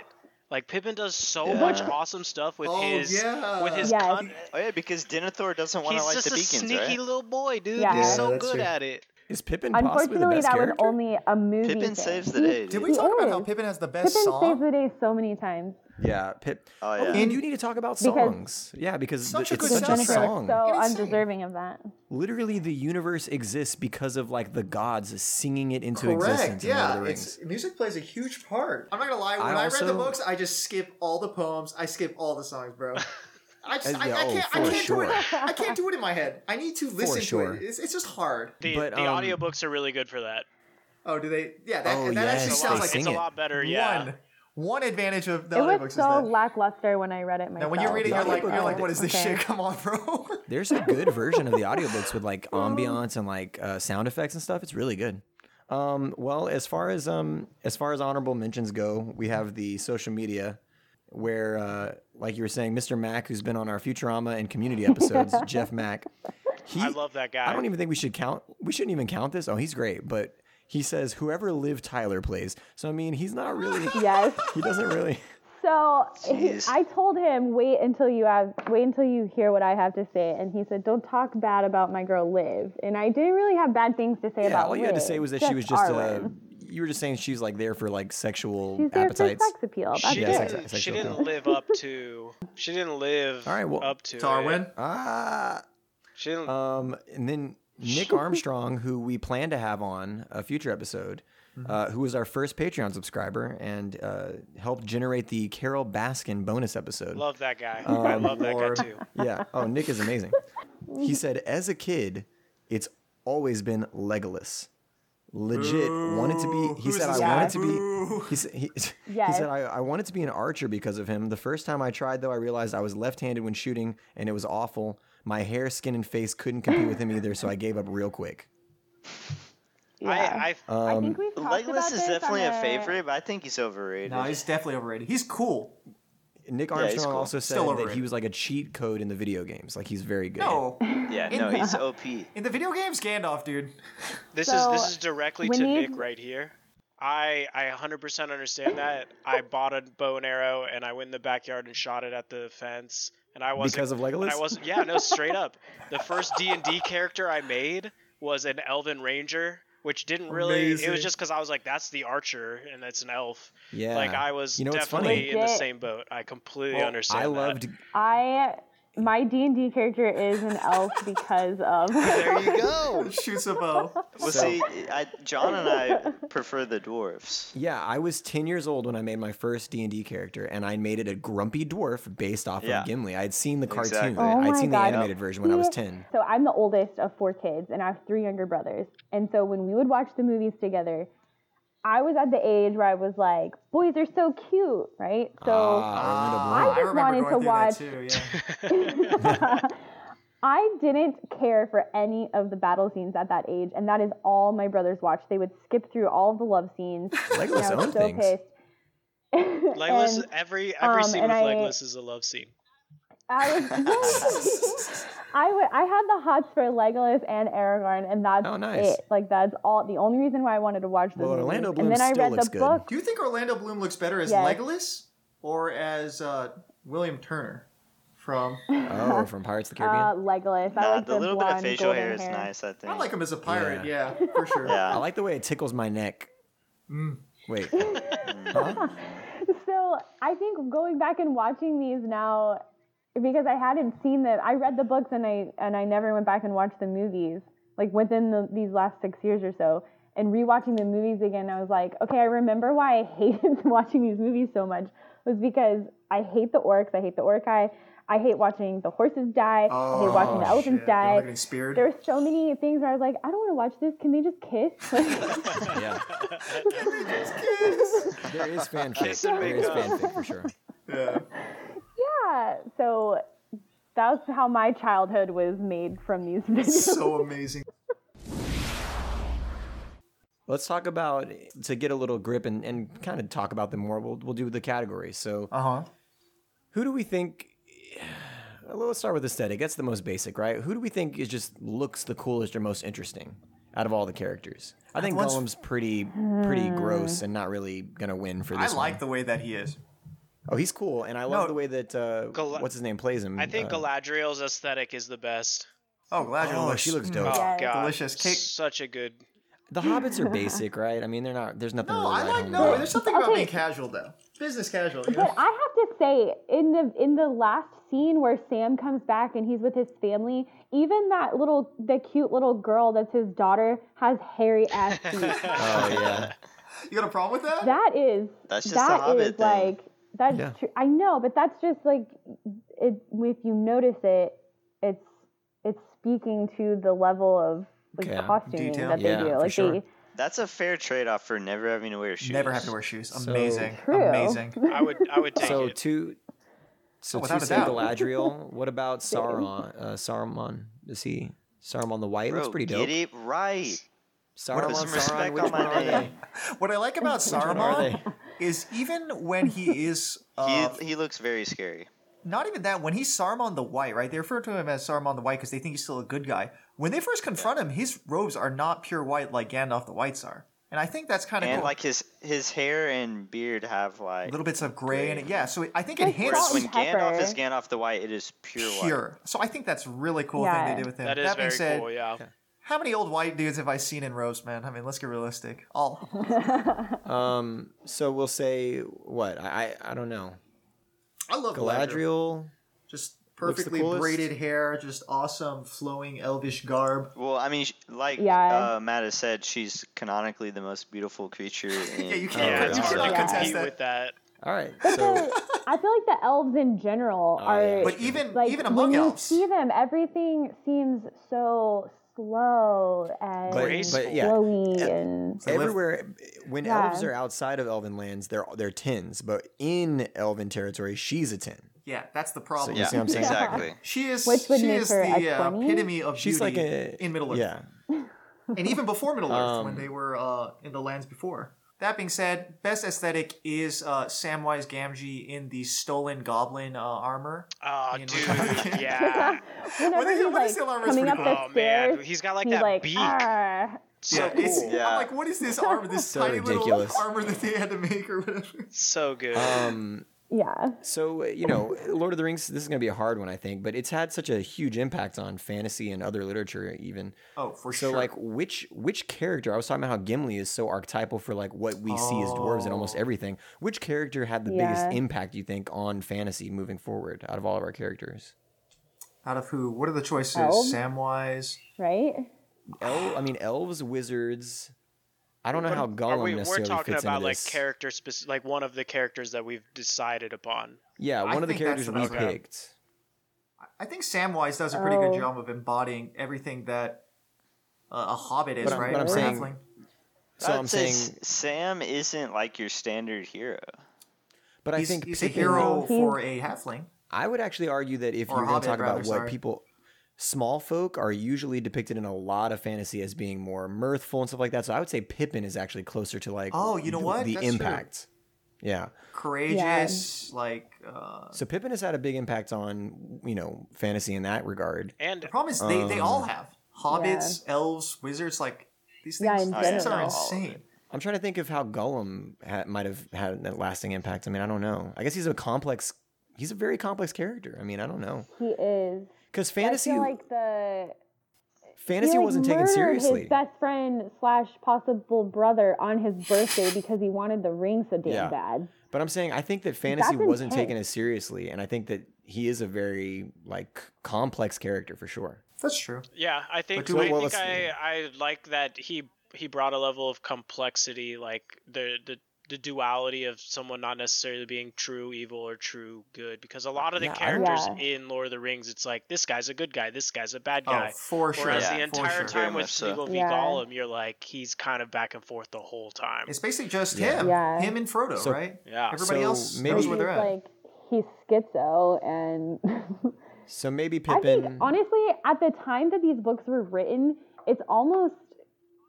Speaker 5: Like Pippin does so
Speaker 2: Yeah.
Speaker 5: much awesome stuff with
Speaker 1: Oh,
Speaker 5: his
Speaker 1: yeah.
Speaker 5: with his
Speaker 4: Yes.
Speaker 5: cunt-
Speaker 2: Oh yeah, because Denethor doesn't want
Speaker 5: He's
Speaker 2: to like
Speaker 5: just
Speaker 2: the
Speaker 5: a
Speaker 2: beacons,
Speaker 5: sneaky
Speaker 2: right?
Speaker 5: little boy, dude.
Speaker 4: Yeah.
Speaker 5: He's
Speaker 4: Yeah,
Speaker 5: so
Speaker 1: that's
Speaker 5: good
Speaker 1: true.
Speaker 5: at it.
Speaker 3: Is Pippin possibly the
Speaker 4: Unfortunately,
Speaker 3: best
Speaker 4: that
Speaker 3: character?
Speaker 4: was only a movie.
Speaker 2: Pippin
Speaker 4: thing.
Speaker 2: saves the
Speaker 4: He-
Speaker 2: day.
Speaker 1: Did
Speaker 2: dude.
Speaker 1: we
Speaker 4: He
Speaker 1: talk about how
Speaker 4: is.
Speaker 1: Pippin has the best
Speaker 4: Pippin
Speaker 1: song?
Speaker 4: saves the day so many times.
Speaker 3: yeah, Pip.
Speaker 2: Oh, yeah.
Speaker 3: Okay, you do need to talk about songs. yeah, because
Speaker 1: Such a
Speaker 3: the, it's
Speaker 1: good
Speaker 3: such a
Speaker 4: Jennifer
Speaker 3: song.
Speaker 4: is so
Speaker 1: It's insane.
Speaker 4: undeserving of that.
Speaker 3: Literally, the universe exists because of like the gods singing it into
Speaker 1: Correct.
Speaker 3: existence. in Lord of
Speaker 1: Yeah,
Speaker 3: the
Speaker 1: it's,
Speaker 3: Rings.
Speaker 1: music plays a huge part. I'm not gonna lie. When
Speaker 3: I
Speaker 1: I, read the
Speaker 3: also-
Speaker 1: books, I just skip all the poems. I skip all the songs, bro. I just, I,
Speaker 3: Yeah,
Speaker 1: I
Speaker 3: oh,
Speaker 1: can't, I
Speaker 3: for
Speaker 1: can't do it.
Speaker 3: sure.
Speaker 1: I can't do it in my head. I need to listen
Speaker 3: sure.
Speaker 1: to it. It's, it's just hard.
Speaker 5: The,
Speaker 3: But,
Speaker 5: the
Speaker 3: um,
Speaker 5: audiobooks are really good for that.
Speaker 1: Oh, do they? Yeah, that,
Speaker 3: Oh,
Speaker 1: and that
Speaker 3: yes,
Speaker 1: actually
Speaker 5: It's a
Speaker 1: sounds
Speaker 5: lot,
Speaker 1: like
Speaker 5: it's a
Speaker 3: singing.
Speaker 5: lot better,
Speaker 1: one,
Speaker 5: yeah.
Speaker 1: one advantage of the
Speaker 4: It
Speaker 1: audiobooks
Speaker 4: was
Speaker 1: is
Speaker 4: so
Speaker 1: that.
Speaker 4: lackluster when I read it myself.
Speaker 1: now, when you read it,
Speaker 3: The
Speaker 1: you're like,
Speaker 3: audiobook
Speaker 1: you're like,
Speaker 3: I
Speaker 1: what is this
Speaker 4: okay.
Speaker 1: shit? Come on, bro.
Speaker 3: There's a good version of the audiobooks with like ambiance and like uh, sound effects and stuff. It's really good. Um, well, as far as um, as far as honorable mentions go, we have the social media where, uh, like you were saying, Mr. Mack, who's been on our Futurama and Community episodes, Jeff Mack. He,
Speaker 5: I love that guy.
Speaker 3: I don't even think we should count. We shouldn't even count this. Oh, he's great, but he says whoever Liv Tyler plays. So I mean, he's not really.
Speaker 4: Yes.
Speaker 3: He doesn't really.
Speaker 4: So he,
Speaker 2: Jeez.
Speaker 4: I told him, wait until you have, wait until you hear what I have to say, and he said, don't talk bad about my girl Liv. And I didn't really have bad things to say
Speaker 3: Yeah,
Speaker 4: about.
Speaker 3: all you had to
Speaker 4: Liv,
Speaker 3: say was that she was just. Uh,
Speaker 4: Arwen.
Speaker 3: you were just saying she's like there for like sexual
Speaker 4: She's there for
Speaker 3: appetites.
Speaker 4: sex appeal. That's
Speaker 5: she
Speaker 3: Yeah,
Speaker 4: it.
Speaker 3: sex-
Speaker 5: didn't,
Speaker 3: sex
Speaker 5: she
Speaker 3: appeal.
Speaker 5: didn't live up to she didn't live
Speaker 3: All right, well-
Speaker 5: up to it.
Speaker 1: Darwin.
Speaker 3: Ah.
Speaker 5: She didn't
Speaker 3: Um, and then Nick Armstrong, who we plan to have on a future episode, uh, who was our first Patreon subscriber and uh, helped generate the Carol Baskin bonus episode.
Speaker 5: love that guy.
Speaker 3: um,
Speaker 5: I love
Speaker 1: Lord.
Speaker 5: that guy too.
Speaker 3: yeah. Oh, Nick is amazing. He said, as a kid, it's always been Legolas. Legit wanted to be. He
Speaker 1: Who's
Speaker 3: said, "I
Speaker 1: this
Speaker 4: guy?
Speaker 3: wanted to
Speaker 1: Boo.
Speaker 3: be." He said, he, he
Speaker 4: Yes.
Speaker 3: said I, "I wanted to be an archer because of him." The first time I tried, though, I realized I was left-handed when shooting, and it was awful. My hair, skin, and face couldn't compete with him either, so I gave up real quick.
Speaker 4: Yeah.
Speaker 5: I,
Speaker 3: Uh,
Speaker 5: I
Speaker 3: Um,
Speaker 4: I think we've talked about
Speaker 2: Legolas
Speaker 4: this
Speaker 2: is definitely
Speaker 4: on
Speaker 2: a favorite, but I think he's overrated.
Speaker 1: No, he's definitely overrated. He's cool.
Speaker 3: Nick
Speaker 2: he's
Speaker 3: Armstrong
Speaker 2: cool.
Speaker 3: also said
Speaker 1: Still
Speaker 3: that he
Speaker 1: overrated.
Speaker 3: was like a cheat code in the video games. Like he's very good.
Speaker 1: No,
Speaker 2: yeah, no, he's OP.
Speaker 1: in the video games, Gandalf, dude.
Speaker 5: this
Speaker 4: So,
Speaker 5: is this is directly
Speaker 4: we
Speaker 5: to
Speaker 4: need-
Speaker 5: Nick right here. I I 100% understand that. I bought a bow and arrow and I went in the backyard and shot it at the fence and I wasn't
Speaker 3: Because of Legolas?
Speaker 5: and I wasn't yeah, no straight up. The first D&D character I made was an elven ranger which didn't really. It
Speaker 1: Amazing.
Speaker 5: was just because I was like, that's the archer and that's an elf.
Speaker 3: Yeah.
Speaker 5: Like I was
Speaker 3: You know what's funny?
Speaker 5: definitely in the
Speaker 4: Legit.
Speaker 5: same boat. I completely
Speaker 3: Well, I
Speaker 5: understand. that.
Speaker 3: loved
Speaker 4: I my D and D character is an elf because of
Speaker 2: There you
Speaker 5: Oh.
Speaker 2: go.
Speaker 1: Shoots a bow.
Speaker 2: Well,
Speaker 3: So-
Speaker 2: see, I, John and I prefer the dwarves.
Speaker 3: Yeah, I was 10 years old when I made my first D&D character and I made it a grumpy dwarf based off
Speaker 2: Yeah.
Speaker 3: of Gimli. I'd seen the cartoon.
Speaker 2: Exactly. Oh
Speaker 3: I'd
Speaker 4: my
Speaker 3: seen
Speaker 4: God.
Speaker 3: the animated version when I was 10.
Speaker 4: So I'm the oldest of four kids, and I have three younger brothers. And so when we would watch the movies together, I was at the age where I was like, "Boys are so cute," right? So
Speaker 3: Ah,
Speaker 4: I just wanted to watch.
Speaker 1: too. Yeah.
Speaker 4: I didn't care for any of the battle scenes at that age, and that is all my brothers watched. They would skip through all of the love scenes. and
Speaker 3: Legolas
Speaker 4: I was
Speaker 3: owned
Speaker 4: so
Speaker 3: things.
Speaker 4: pissed.
Speaker 5: Legolas.
Speaker 4: And-
Speaker 5: every every
Speaker 4: um,
Speaker 5: scene
Speaker 4: and
Speaker 5: with
Speaker 4: I-
Speaker 5: Legolas is a love scene.
Speaker 4: I was yes. I would I had the hots for Legolas and Aragorn and that's
Speaker 3: Oh, nice.
Speaker 4: it. Like that's all the only reason why I wanted to watch the
Speaker 3: Well,
Speaker 4: movies.
Speaker 3: Orlando Bloom
Speaker 4: and then I
Speaker 3: still
Speaker 4: read
Speaker 3: looks
Speaker 4: the
Speaker 3: good.
Speaker 4: book.
Speaker 1: Do you think Orlando Bloom looks better as
Speaker 4: Yes.
Speaker 1: Legolas or as uh, William Turner from?
Speaker 3: Oh, from Pirates of the Caribbean.
Speaker 4: Uh, Legolas. I
Speaker 2: Nah,
Speaker 4: like
Speaker 2: the little bit
Speaker 4: blonde,
Speaker 2: of facial
Speaker 4: golden
Speaker 2: hair is
Speaker 4: hair.
Speaker 2: nice, I think.
Speaker 1: I like him as a pirate. Yeah, for sure.
Speaker 3: I
Speaker 2: Yeah.
Speaker 3: like the way it tickles my neck.
Speaker 2: Mm.
Speaker 3: Wait.
Speaker 4: So I think going back and watching these now because I hadn't seen them I read the books and I and I never went back and watched the movies, like within the, these last six years or so. And rewatching the movies again, I was like, okay, I remember why I hated watching these movies so much was because I hate the orcs, I hate the orcai, I hate watching the horses die, I hate watching the elephants
Speaker 1: Oh, Shit,
Speaker 4: die.
Speaker 1: they're all getting speared.
Speaker 4: There were so many things where I was like, I don't want to watch this. Can they just kiss? Like,
Speaker 3: yeah. there is fanfic.
Speaker 5: Kiss and
Speaker 3: There
Speaker 5: make
Speaker 3: is
Speaker 5: up.
Speaker 3: fanfic for sure.
Speaker 1: Yeah.
Speaker 4: yeah. So that's how my childhood was made from these videos.
Speaker 1: So amazing.
Speaker 3: Let's talk about to get a little grip and, and kind of talk about them more. We'll we'll do the categories. So
Speaker 1: Uh huh.
Speaker 3: who do we think well, let's start with aesthetic that's the most basic right who do we think is just looks the coolest or most interesting out of all the characters i think
Speaker 1: one's-
Speaker 3: golem's pretty pretty gross and not really gonna win for
Speaker 1: I
Speaker 3: this
Speaker 1: like
Speaker 3: one.
Speaker 1: the way that he is.
Speaker 3: oh he's cool and i love
Speaker 1: No.
Speaker 3: the way that uh,
Speaker 5: Gal-
Speaker 3: what's his name plays him
Speaker 5: I think
Speaker 3: uh,
Speaker 5: Galadriel's aesthetic is the best.
Speaker 1: Oh, Galadriel
Speaker 3: Oh,
Speaker 1: looks.
Speaker 3: she looks
Speaker 1: Mm.
Speaker 3: dope.
Speaker 5: Oh
Speaker 4: Yes.
Speaker 5: god,
Speaker 1: Delicious. Kate-
Speaker 5: Such a good.
Speaker 3: the hobbits are basic right i mean they're not there's nothing
Speaker 1: No,
Speaker 3: really
Speaker 1: I
Speaker 3: right
Speaker 1: like
Speaker 3: home
Speaker 1: no.
Speaker 3: about.
Speaker 1: There's something about
Speaker 4: Okay.
Speaker 1: being casual though. Business casual. You
Speaker 4: But
Speaker 1: know?
Speaker 4: I have to say, in the in the last scene where Sam comes back and he's with his family, even that little the cute little girl that's his daughter has hairy ass feet.
Speaker 3: oh yeah
Speaker 1: You got a problem with that?
Speaker 4: that is
Speaker 2: That's just
Speaker 4: that
Speaker 2: the Hobbit
Speaker 4: is
Speaker 2: thing.
Speaker 4: like that's
Speaker 3: Yeah.
Speaker 4: true. I know, but that's just like it if you notice it, it's it's speaking to the level of like
Speaker 3: Okay,
Speaker 4: costuming
Speaker 1: detail.
Speaker 4: that they
Speaker 3: Yeah,
Speaker 4: do.
Speaker 3: for
Speaker 4: Like
Speaker 3: sure.
Speaker 4: they
Speaker 2: That's a fair trade off for never having to wear shoes.
Speaker 1: Never have to wear shoes.
Speaker 3: So-
Speaker 1: Amazing.
Speaker 4: True.
Speaker 1: Amazing.
Speaker 5: I would I would take
Speaker 3: so
Speaker 5: it.
Speaker 3: two so
Speaker 1: Oh,
Speaker 3: two
Speaker 1: without a
Speaker 3: say
Speaker 1: doubt.
Speaker 3: galadriel what about sauron uh, saruman is he saruman the white
Speaker 2: Bro,
Speaker 3: looks pretty dope
Speaker 2: Get it right.
Speaker 3: Saruman,
Speaker 2: Put some
Speaker 3: Sauron,
Speaker 2: respect
Speaker 3: which
Speaker 2: on
Speaker 3: one
Speaker 2: my
Speaker 3: are they?
Speaker 2: name.
Speaker 1: What I like about
Speaker 3: one are
Speaker 1: Saruman is even when he is uh,
Speaker 2: He, he looks very scary.
Speaker 1: not even that when he's Saruman the White, right? They refer to him as Saruman the White because they think he's still a good guy. When they first confront him, his robes are not pure white like Gandalf the Whites are, and I think that's kind of
Speaker 2: And
Speaker 1: cool.
Speaker 2: like his his hair and beard have like.
Speaker 1: little bits of gray in it, yeah. So I think it
Speaker 4: Like
Speaker 1: hints
Speaker 4: salt
Speaker 2: Whereas
Speaker 4: and
Speaker 2: when Gandalf
Speaker 4: pepper.
Speaker 2: is Gandalf the White, it is pure,
Speaker 1: pure. So I think that's a really cool thing
Speaker 4: Yeah.
Speaker 1: they did with him.
Speaker 5: that is
Speaker 1: being
Speaker 5: very
Speaker 1: said,
Speaker 5: cool. Yeah.
Speaker 1: how many old white dudes have I seen in robes, man? I mean, let's get realistic. All
Speaker 3: Um, so we'll say what I I, I don't know.
Speaker 1: I love
Speaker 3: Galadriel.
Speaker 1: just
Speaker 3: Looks the
Speaker 1: perfectly
Speaker 3: coolest.
Speaker 1: braided hair, just awesome flowing elvish garb.
Speaker 2: white. Well, I mean, sh- like
Speaker 4: Yeah.
Speaker 2: uh, Matt has said, she's canonically the most beautiful creature. In,
Speaker 1: Yeah, you can't,
Speaker 5: Yeah, it's
Speaker 1: you
Speaker 5: hard
Speaker 1: cannot
Speaker 5: to
Speaker 4: yeah.
Speaker 1: contest
Speaker 5: compete
Speaker 1: that.
Speaker 5: with that.
Speaker 3: All right. So
Speaker 4: I feel like the elves in general
Speaker 3: Oh,
Speaker 4: are
Speaker 3: yeah.
Speaker 1: But even
Speaker 4: like
Speaker 1: even
Speaker 4: when
Speaker 1: among
Speaker 4: you
Speaker 1: elves,
Speaker 4: see them, everything seems so slow and
Speaker 3: But-
Speaker 5: Graceful.
Speaker 3: but yeah.
Speaker 4: flowy and
Speaker 1: live-
Speaker 3: everywhere when
Speaker 4: Yeah.
Speaker 3: elves are outside of elven lands, they're they're tens, but in elven territory, she's a ten.
Speaker 1: yeah, that's the
Speaker 3: So
Speaker 1: problem.
Speaker 3: you see what I'm saying?
Speaker 2: exactly.
Speaker 1: She is
Speaker 4: Which would
Speaker 1: she
Speaker 4: make
Speaker 1: is
Speaker 4: her
Speaker 1: the
Speaker 4: a
Speaker 1: uh,
Speaker 4: 20?
Speaker 1: epitome of
Speaker 3: She's
Speaker 1: beauty
Speaker 3: like a
Speaker 1: in Middle Earth,
Speaker 3: Yeah.
Speaker 1: and even before Middle Earth when
Speaker 3: Um,
Speaker 1: they were uh, in the lands before. That being said, best aesthetic is uh, Samwise Gamgee in the stolen goblin uh, armor.
Speaker 5: Oh,
Speaker 1: You know,
Speaker 5: dude, yeah.
Speaker 4: whenever
Speaker 1: they- when they
Speaker 4: he's
Speaker 1: say
Speaker 4: like
Speaker 1: Lara is
Speaker 4: coming
Speaker 1: pretty
Speaker 4: up
Speaker 1: cool.
Speaker 4: the
Speaker 5: Oh
Speaker 4: stairs,
Speaker 5: man, he's got like
Speaker 4: he's
Speaker 5: that
Speaker 4: like,
Speaker 5: beak.
Speaker 4: "Ah."
Speaker 5: So
Speaker 1: it's-
Speaker 5: cool.
Speaker 2: Yeah.
Speaker 1: I'm like, what is this armor? This
Speaker 3: So
Speaker 1: tiny
Speaker 3: ridiculous.
Speaker 1: little armor that they had to make or whatever.
Speaker 5: So good.
Speaker 3: Um,
Speaker 4: yeah.
Speaker 3: So, uh, you know, Lord of the Rings, this is going to be a hard one, I think, but it's had such a huge impact on fantasy and other literature, even.
Speaker 1: Oh, for
Speaker 3: so,
Speaker 1: sure.
Speaker 3: like, which which character? I was talking about how Gimli is so archetypal for like what we see as dwarves in
Speaker 1: Oh.
Speaker 3: almost everything. Which character had the
Speaker 4: Yeah.
Speaker 3: biggest impact, you think, on fantasy moving forward out of all of our characters?
Speaker 1: out of who? What are the choices?
Speaker 4: Elm?
Speaker 1: Samwise.
Speaker 4: Right?
Speaker 3: El, I mean, elves, wizards. I don't know how
Speaker 5: Are
Speaker 3: Gollum
Speaker 5: we, we're
Speaker 3: necessarily
Speaker 5: talking
Speaker 3: fits
Speaker 5: about
Speaker 3: into
Speaker 5: like
Speaker 3: this.
Speaker 5: character specific, like one of the characters that we've decided upon.
Speaker 3: yeah,
Speaker 1: I
Speaker 3: one of the
Speaker 1: think that's
Speaker 3: characters
Speaker 1: what I
Speaker 3: we
Speaker 1: was gonna-
Speaker 3: picked.
Speaker 1: I think Samwise does a pretty
Speaker 4: Oh.
Speaker 1: good job of embodying everything that uh, a hobbit is,
Speaker 3: But I'm-
Speaker 1: right?
Speaker 3: but I'm
Speaker 1: Or
Speaker 3: saying-
Speaker 1: halfling.
Speaker 3: So
Speaker 2: I'd
Speaker 3: I'm
Speaker 2: say
Speaker 3: saying,
Speaker 2: S- Sam isn't like your standard hero.
Speaker 3: but I
Speaker 1: he's,
Speaker 3: think
Speaker 1: he's a
Speaker 3: Pippin-
Speaker 1: hero
Speaker 4: No, he-
Speaker 1: for a halfling.
Speaker 3: I would actually argue that if
Speaker 1: Or
Speaker 3: you're going
Speaker 1: Hobbit,
Speaker 3: to talk about
Speaker 1: rather,
Speaker 3: what
Speaker 1: sorry.
Speaker 3: people, small folk are usually depicted in a lot of fantasy as being more mirthful and stuff like that. So I would say Pippin is actually closer to like,
Speaker 1: Oh, you know
Speaker 3: th-
Speaker 1: what?
Speaker 3: the
Speaker 1: That's true.
Speaker 3: impact. Yeah.
Speaker 1: Courageous, like. Uh,
Speaker 3: So Pippin has had a big impact on you know fantasy in that regard.
Speaker 5: And
Speaker 1: the problem is they, they
Speaker 3: Um,
Speaker 1: all have hobbits, elves, wizards. Like these
Speaker 4: Yeah,
Speaker 1: things,
Speaker 4: in
Speaker 1: these things are
Speaker 4: general.
Speaker 1: insane.
Speaker 3: I'm trying to think of how Gollum ha- might have had a lasting impact. I mean, I don't know. I guess he's a complex. He's a very complex character. I mean, I don't know
Speaker 4: He is.
Speaker 3: because fantasy
Speaker 4: I feel like the he,
Speaker 3: fantasy
Speaker 4: like,
Speaker 3: wasn't taken
Speaker 4: murdered
Speaker 3: seriously.
Speaker 4: His best friend slash possible brother on his birthday because he wanted the ring so damn
Speaker 3: Yeah.
Speaker 4: bad.
Speaker 3: But I'm saying I think that fantasy
Speaker 4: That's
Speaker 3: wasn't
Speaker 4: intense.
Speaker 3: taken as seriously, and I think that he is a very like c- complex character for sure.
Speaker 1: That's true.
Speaker 5: yeah, I
Speaker 1: But
Speaker 5: think,
Speaker 1: do
Speaker 5: I,
Speaker 1: it well,
Speaker 5: think I,
Speaker 3: let's-
Speaker 5: I like that he he brought a level of complexity, like the the the duality of someone not necessarily being true evil or true good because a lot of the
Speaker 3: Yeah, I don't-
Speaker 5: characters
Speaker 4: Yeah.
Speaker 5: in Lord of the Rings it's like this guy's a good guy this guy's a bad guy
Speaker 1: Oh, for sure. uh,
Speaker 5: Whereas
Speaker 2: Yeah,
Speaker 5: the
Speaker 1: for
Speaker 5: entire
Speaker 1: sure.
Speaker 5: time
Speaker 2: Very
Speaker 5: with
Speaker 2: much so.
Speaker 5: Smeagol v
Speaker 4: Yeah.
Speaker 5: Gollum, you're like he's kind of back and forth the whole time.
Speaker 1: It's basically just him,
Speaker 4: Yeah.
Speaker 1: him and Frodo,
Speaker 3: So-
Speaker 1: right?
Speaker 5: Yeah.
Speaker 1: Everybody
Speaker 3: So
Speaker 1: else
Speaker 3: maybe-
Speaker 1: knows
Speaker 4: He's
Speaker 1: where they're at.
Speaker 4: like he's schizo and
Speaker 3: So maybe
Speaker 4: I think
Speaker 3: Pippin.
Speaker 4: honestly, at the time that these books were written, it's almost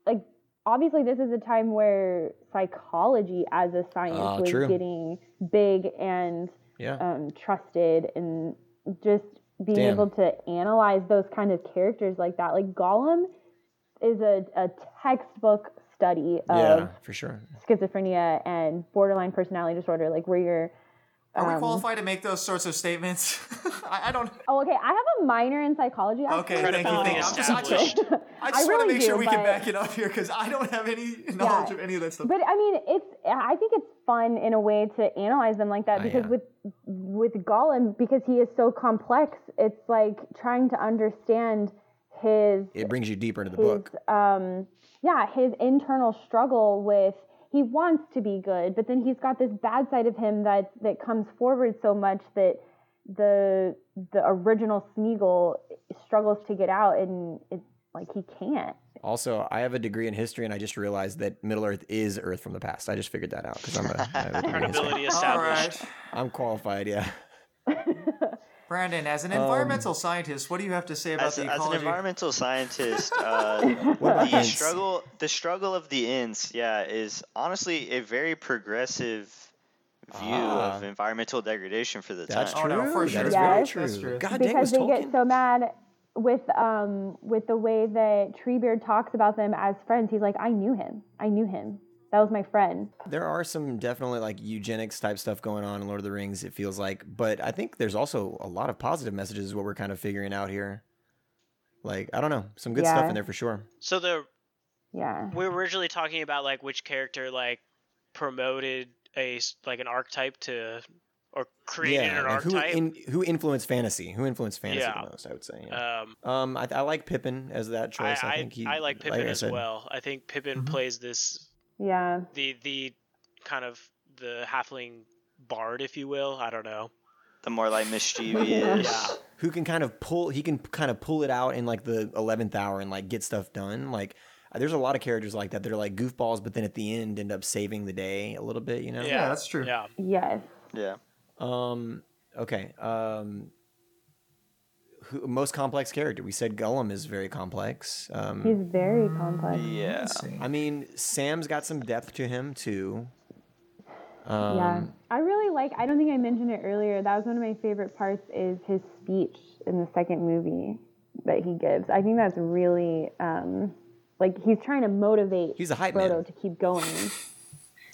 Speaker 4: like obviously this is a time where psychology as a science
Speaker 3: Ah,
Speaker 4: was
Speaker 3: true.
Speaker 4: getting big and
Speaker 3: yeah,
Speaker 4: um, trusted and just being
Speaker 3: Damn.
Speaker 4: able to analyze those kind of characters like that. Like Gollum is a, a textbook study of
Speaker 3: yeah, for sure.
Speaker 4: schizophrenia and borderline personality disorder, like where you're
Speaker 1: Are
Speaker 3: um,
Speaker 1: we qualified to make those sorts of statements? I, I don't.
Speaker 4: Oh, okay. I have a minor in psychology. I
Speaker 1: Okay,
Speaker 4: kinda
Speaker 1: thank you.
Speaker 4: thought-
Speaker 1: Thank you. I'm just, I just, I just want
Speaker 4: really
Speaker 1: to make sure
Speaker 4: do,
Speaker 1: we can
Speaker 4: but-
Speaker 1: back it up here because I don't have any knowledge of any of that stuff.
Speaker 4: But I mean, it's. I think it's fun in a way to analyze them like that because
Speaker 3: yeah.
Speaker 4: with with Gollum, because he is so complex, it's like trying to understand his
Speaker 3: It brings you deeper into the book.
Speaker 4: um, yeah, his internal struggle with he wants to be good, but then he's got this bad side of him that that comes forward so much that the the original Smeagol struggles to get out, and it's like he can't.
Speaker 3: Also, I have a degree in history, and I just realized that Middle Earth is Earth from the past. I just figured that out because I'm a, I have a degree in history.
Speaker 5: Credibility
Speaker 1: All
Speaker 5: established.
Speaker 1: right,
Speaker 3: I'm qualified. Yeah.
Speaker 1: Oh, Brandon, as
Speaker 3: Um,
Speaker 1: an environmental scientist, what do you have to say about
Speaker 2: As,
Speaker 1: the
Speaker 2: as an
Speaker 1: ecology?
Speaker 2: environmental scientist, uh,
Speaker 3: What about
Speaker 2: the
Speaker 3: Vince?
Speaker 2: struggle the struggle of the ends yeah is honestly a very progressive view
Speaker 3: Ah.
Speaker 2: of environmental degradation for the
Speaker 3: That's
Speaker 2: time
Speaker 3: true.
Speaker 1: Oh, no, for
Speaker 3: That
Speaker 1: sure.
Speaker 3: is
Speaker 4: Yes.
Speaker 3: very
Speaker 1: That's
Speaker 3: true.
Speaker 1: true.
Speaker 3: God dang,
Speaker 4: because
Speaker 3: was
Speaker 4: they
Speaker 3: Tolkien.
Speaker 4: get so mad with um with the way that Treebeard talks about them as friends. He's like, I knew him. I knew him. That was my friend.
Speaker 3: There are some definitely like eugenics type stuff going on in Lord of the Rings, it feels like. But I think there's also a lot of positive messages, is what we're kind of figuring out here. Like, I don't know, some good stuff
Speaker 4: Yeah.
Speaker 3: in there for sure.
Speaker 5: So the
Speaker 4: Yeah.
Speaker 5: we were originally talking about like which character like promoted a s- like an archetype to or created
Speaker 3: yeah,
Speaker 5: an
Speaker 3: like, who,
Speaker 5: archetype.
Speaker 3: in, who influenced fantasy? Who influenced fantasy
Speaker 5: Yeah.
Speaker 3: the most, I would say. Yeah.
Speaker 5: um,
Speaker 3: um, I, I like Pippin as that
Speaker 5: I,
Speaker 3: choice. I,
Speaker 5: I,
Speaker 3: think he,
Speaker 5: I like Pippin
Speaker 3: I
Speaker 5: as
Speaker 3: said,
Speaker 5: well. I think Pippin
Speaker 1: Mm-hmm.
Speaker 5: plays this
Speaker 4: Yeah.
Speaker 5: the the kind of the halfling bard, if you will. I don't know.
Speaker 2: the more like mischievous
Speaker 5: Yeah.
Speaker 3: Who can kind of pull, he can kind of pull it out in like the 11th hour and like get stuff done. Like, there's a lot of characters like that that are like goofballs, but then at the end end up saving the day a little bit, you know?
Speaker 1: Yeah, that's true.
Speaker 5: Yeah.
Speaker 4: Yes.
Speaker 2: yeah
Speaker 3: Um. Okay. Um. Who, most complex character? We said Gollum is very complex. Um.
Speaker 4: He's very complex.
Speaker 2: yeah
Speaker 3: I mean, Sam's got some depth to him too.
Speaker 4: yeah.
Speaker 3: Um,
Speaker 4: I really like I don't think I mentioned it earlier. That was one of my favorite parts is his speech in the second movie that he gives. I think that's really um like he's trying to motivate
Speaker 3: He's a hype man.
Speaker 4: Frodo to keep going.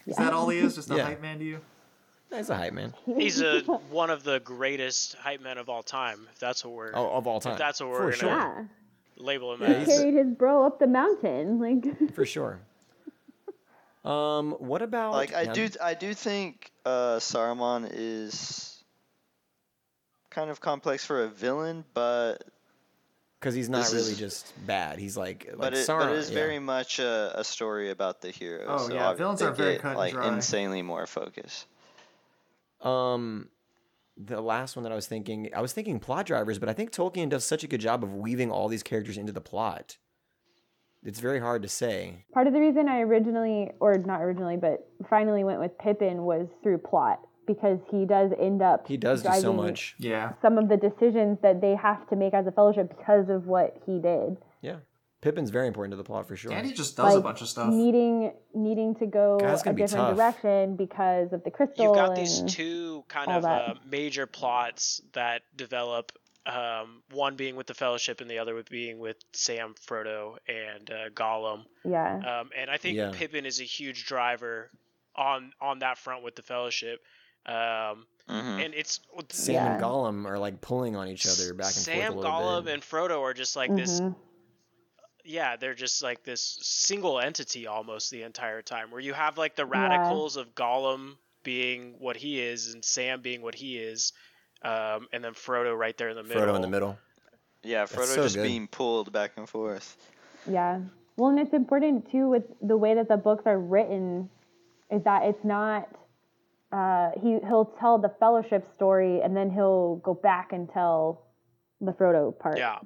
Speaker 1: Is that all he is? Just a
Speaker 3: Yeah.
Speaker 1: hype man to you?
Speaker 3: That's a hype man.
Speaker 5: He's a one of the greatest hype men of all time. If that's what we're
Speaker 3: Oh, of all time.
Speaker 5: if that's what we're
Speaker 3: for
Speaker 5: gonna
Speaker 3: sure.
Speaker 4: Yeah.
Speaker 5: label him
Speaker 4: He
Speaker 5: as.
Speaker 4: carried his bro up the mountain. Like
Speaker 3: For sure. Um, what about
Speaker 2: Like I
Speaker 3: now-
Speaker 2: do, I do think uh, Saruman is kind of complex for a villain, but
Speaker 3: because he's not
Speaker 2: This
Speaker 3: really
Speaker 2: is-
Speaker 3: just bad. He's like, like
Speaker 2: but, it,
Speaker 3: Sauron.
Speaker 2: but it is
Speaker 3: yeah.
Speaker 2: very much a, a story about the hero.
Speaker 1: Oh,
Speaker 2: so
Speaker 1: yeah,
Speaker 2: obvi-
Speaker 1: villains
Speaker 2: they
Speaker 1: are very
Speaker 2: get,
Speaker 1: cut and
Speaker 2: like
Speaker 1: dry.
Speaker 2: insanely more focus.
Speaker 3: Um, the last one that I was thinking, I was thinking plot drivers, but I think Tolkien does such a good job of weaving all these characters into the plot. It's very hard to say.
Speaker 4: part of the reason I originally, or not originally, but finally went with Pippin was through plot because he does end up
Speaker 3: He does do so
Speaker 4: driving
Speaker 3: much.
Speaker 1: Yeah.
Speaker 4: Some of the decisions that they have to make as a fellowship because of what he did.
Speaker 3: Yeah, Pippin's very important to the plot for sure.
Speaker 1: And he just does a
Speaker 4: Like,
Speaker 1: bunch of stuff. Oh,
Speaker 4: Needing needing to go
Speaker 3: God,
Speaker 4: a
Speaker 3: it's gonna
Speaker 4: different
Speaker 3: be tough.
Speaker 4: direction because of the crystal.
Speaker 5: You've got these
Speaker 4: and-
Speaker 5: two kind
Speaker 4: all
Speaker 5: of
Speaker 4: that.
Speaker 5: uh, major plots that develop. Um, one being with the Fellowship, and the other with being with Sam, Frodo, and uh, Gollum.
Speaker 4: Yeah.
Speaker 5: Um, and I think
Speaker 3: Yeah.
Speaker 5: Pippin is a huge driver on on that front with the Fellowship. Um,
Speaker 2: hmm
Speaker 5: and it's
Speaker 3: Mm. Sam and
Speaker 4: Yeah.
Speaker 3: Gollum are like pulling on each other back and
Speaker 5: Sam,
Speaker 3: forth a little
Speaker 5: Gollum,
Speaker 3: bit.
Speaker 5: and Frodo are just like this.
Speaker 4: Mhm.
Speaker 5: Yeah, they're just like this single entity almost the entire time. Where you have like the radicals of Gollum being what he is, and Sam being what he is, um, and then Frodo right there in the middle.
Speaker 3: Frodo in the middle.
Speaker 2: Yeah,
Speaker 3: That's
Speaker 2: Frodo
Speaker 3: so
Speaker 2: just
Speaker 3: good.
Speaker 2: being pulled back and forth.
Speaker 4: Yeah. Well, and it's important too with the way that the books are written, is that it's not. Uh, he he'll tell the fellowship story and then he'll go back and tell the Frodo part.
Speaker 5: Yeah,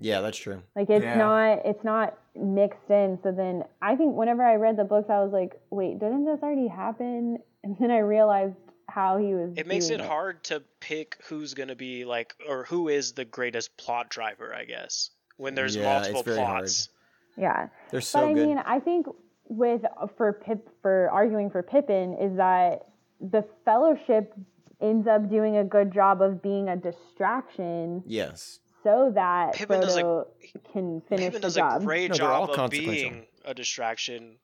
Speaker 3: Yeah, that's true.
Speaker 4: Like it's
Speaker 1: Yeah.
Speaker 4: not it's not mixed in. So then I think whenever I read the books, I was like, wait, didn't this already happen? And then I realized how he was.
Speaker 5: it makes
Speaker 4: doing
Speaker 5: it hard to pick who's gonna be like or who is the greatest plot driver. I guess when there's
Speaker 3: Yeah, it's
Speaker 5: multiple
Speaker 3: very hard.
Speaker 5: plots.
Speaker 4: Yeah.
Speaker 3: They're so
Speaker 4: but I
Speaker 3: good.
Speaker 4: mean, I think with uh, for Pip for arguing for Pippin is that the Fellowship ends up doing a good job of being a distraction
Speaker 3: yes.
Speaker 4: so that
Speaker 5: Pippin does a-
Speaker 4: Frodo can finish
Speaker 5: Pippin
Speaker 4: the
Speaker 5: does
Speaker 4: job.
Speaker 5: a great
Speaker 3: No, they're all
Speaker 5: job of
Speaker 3: consequential.
Speaker 5: being a distraction.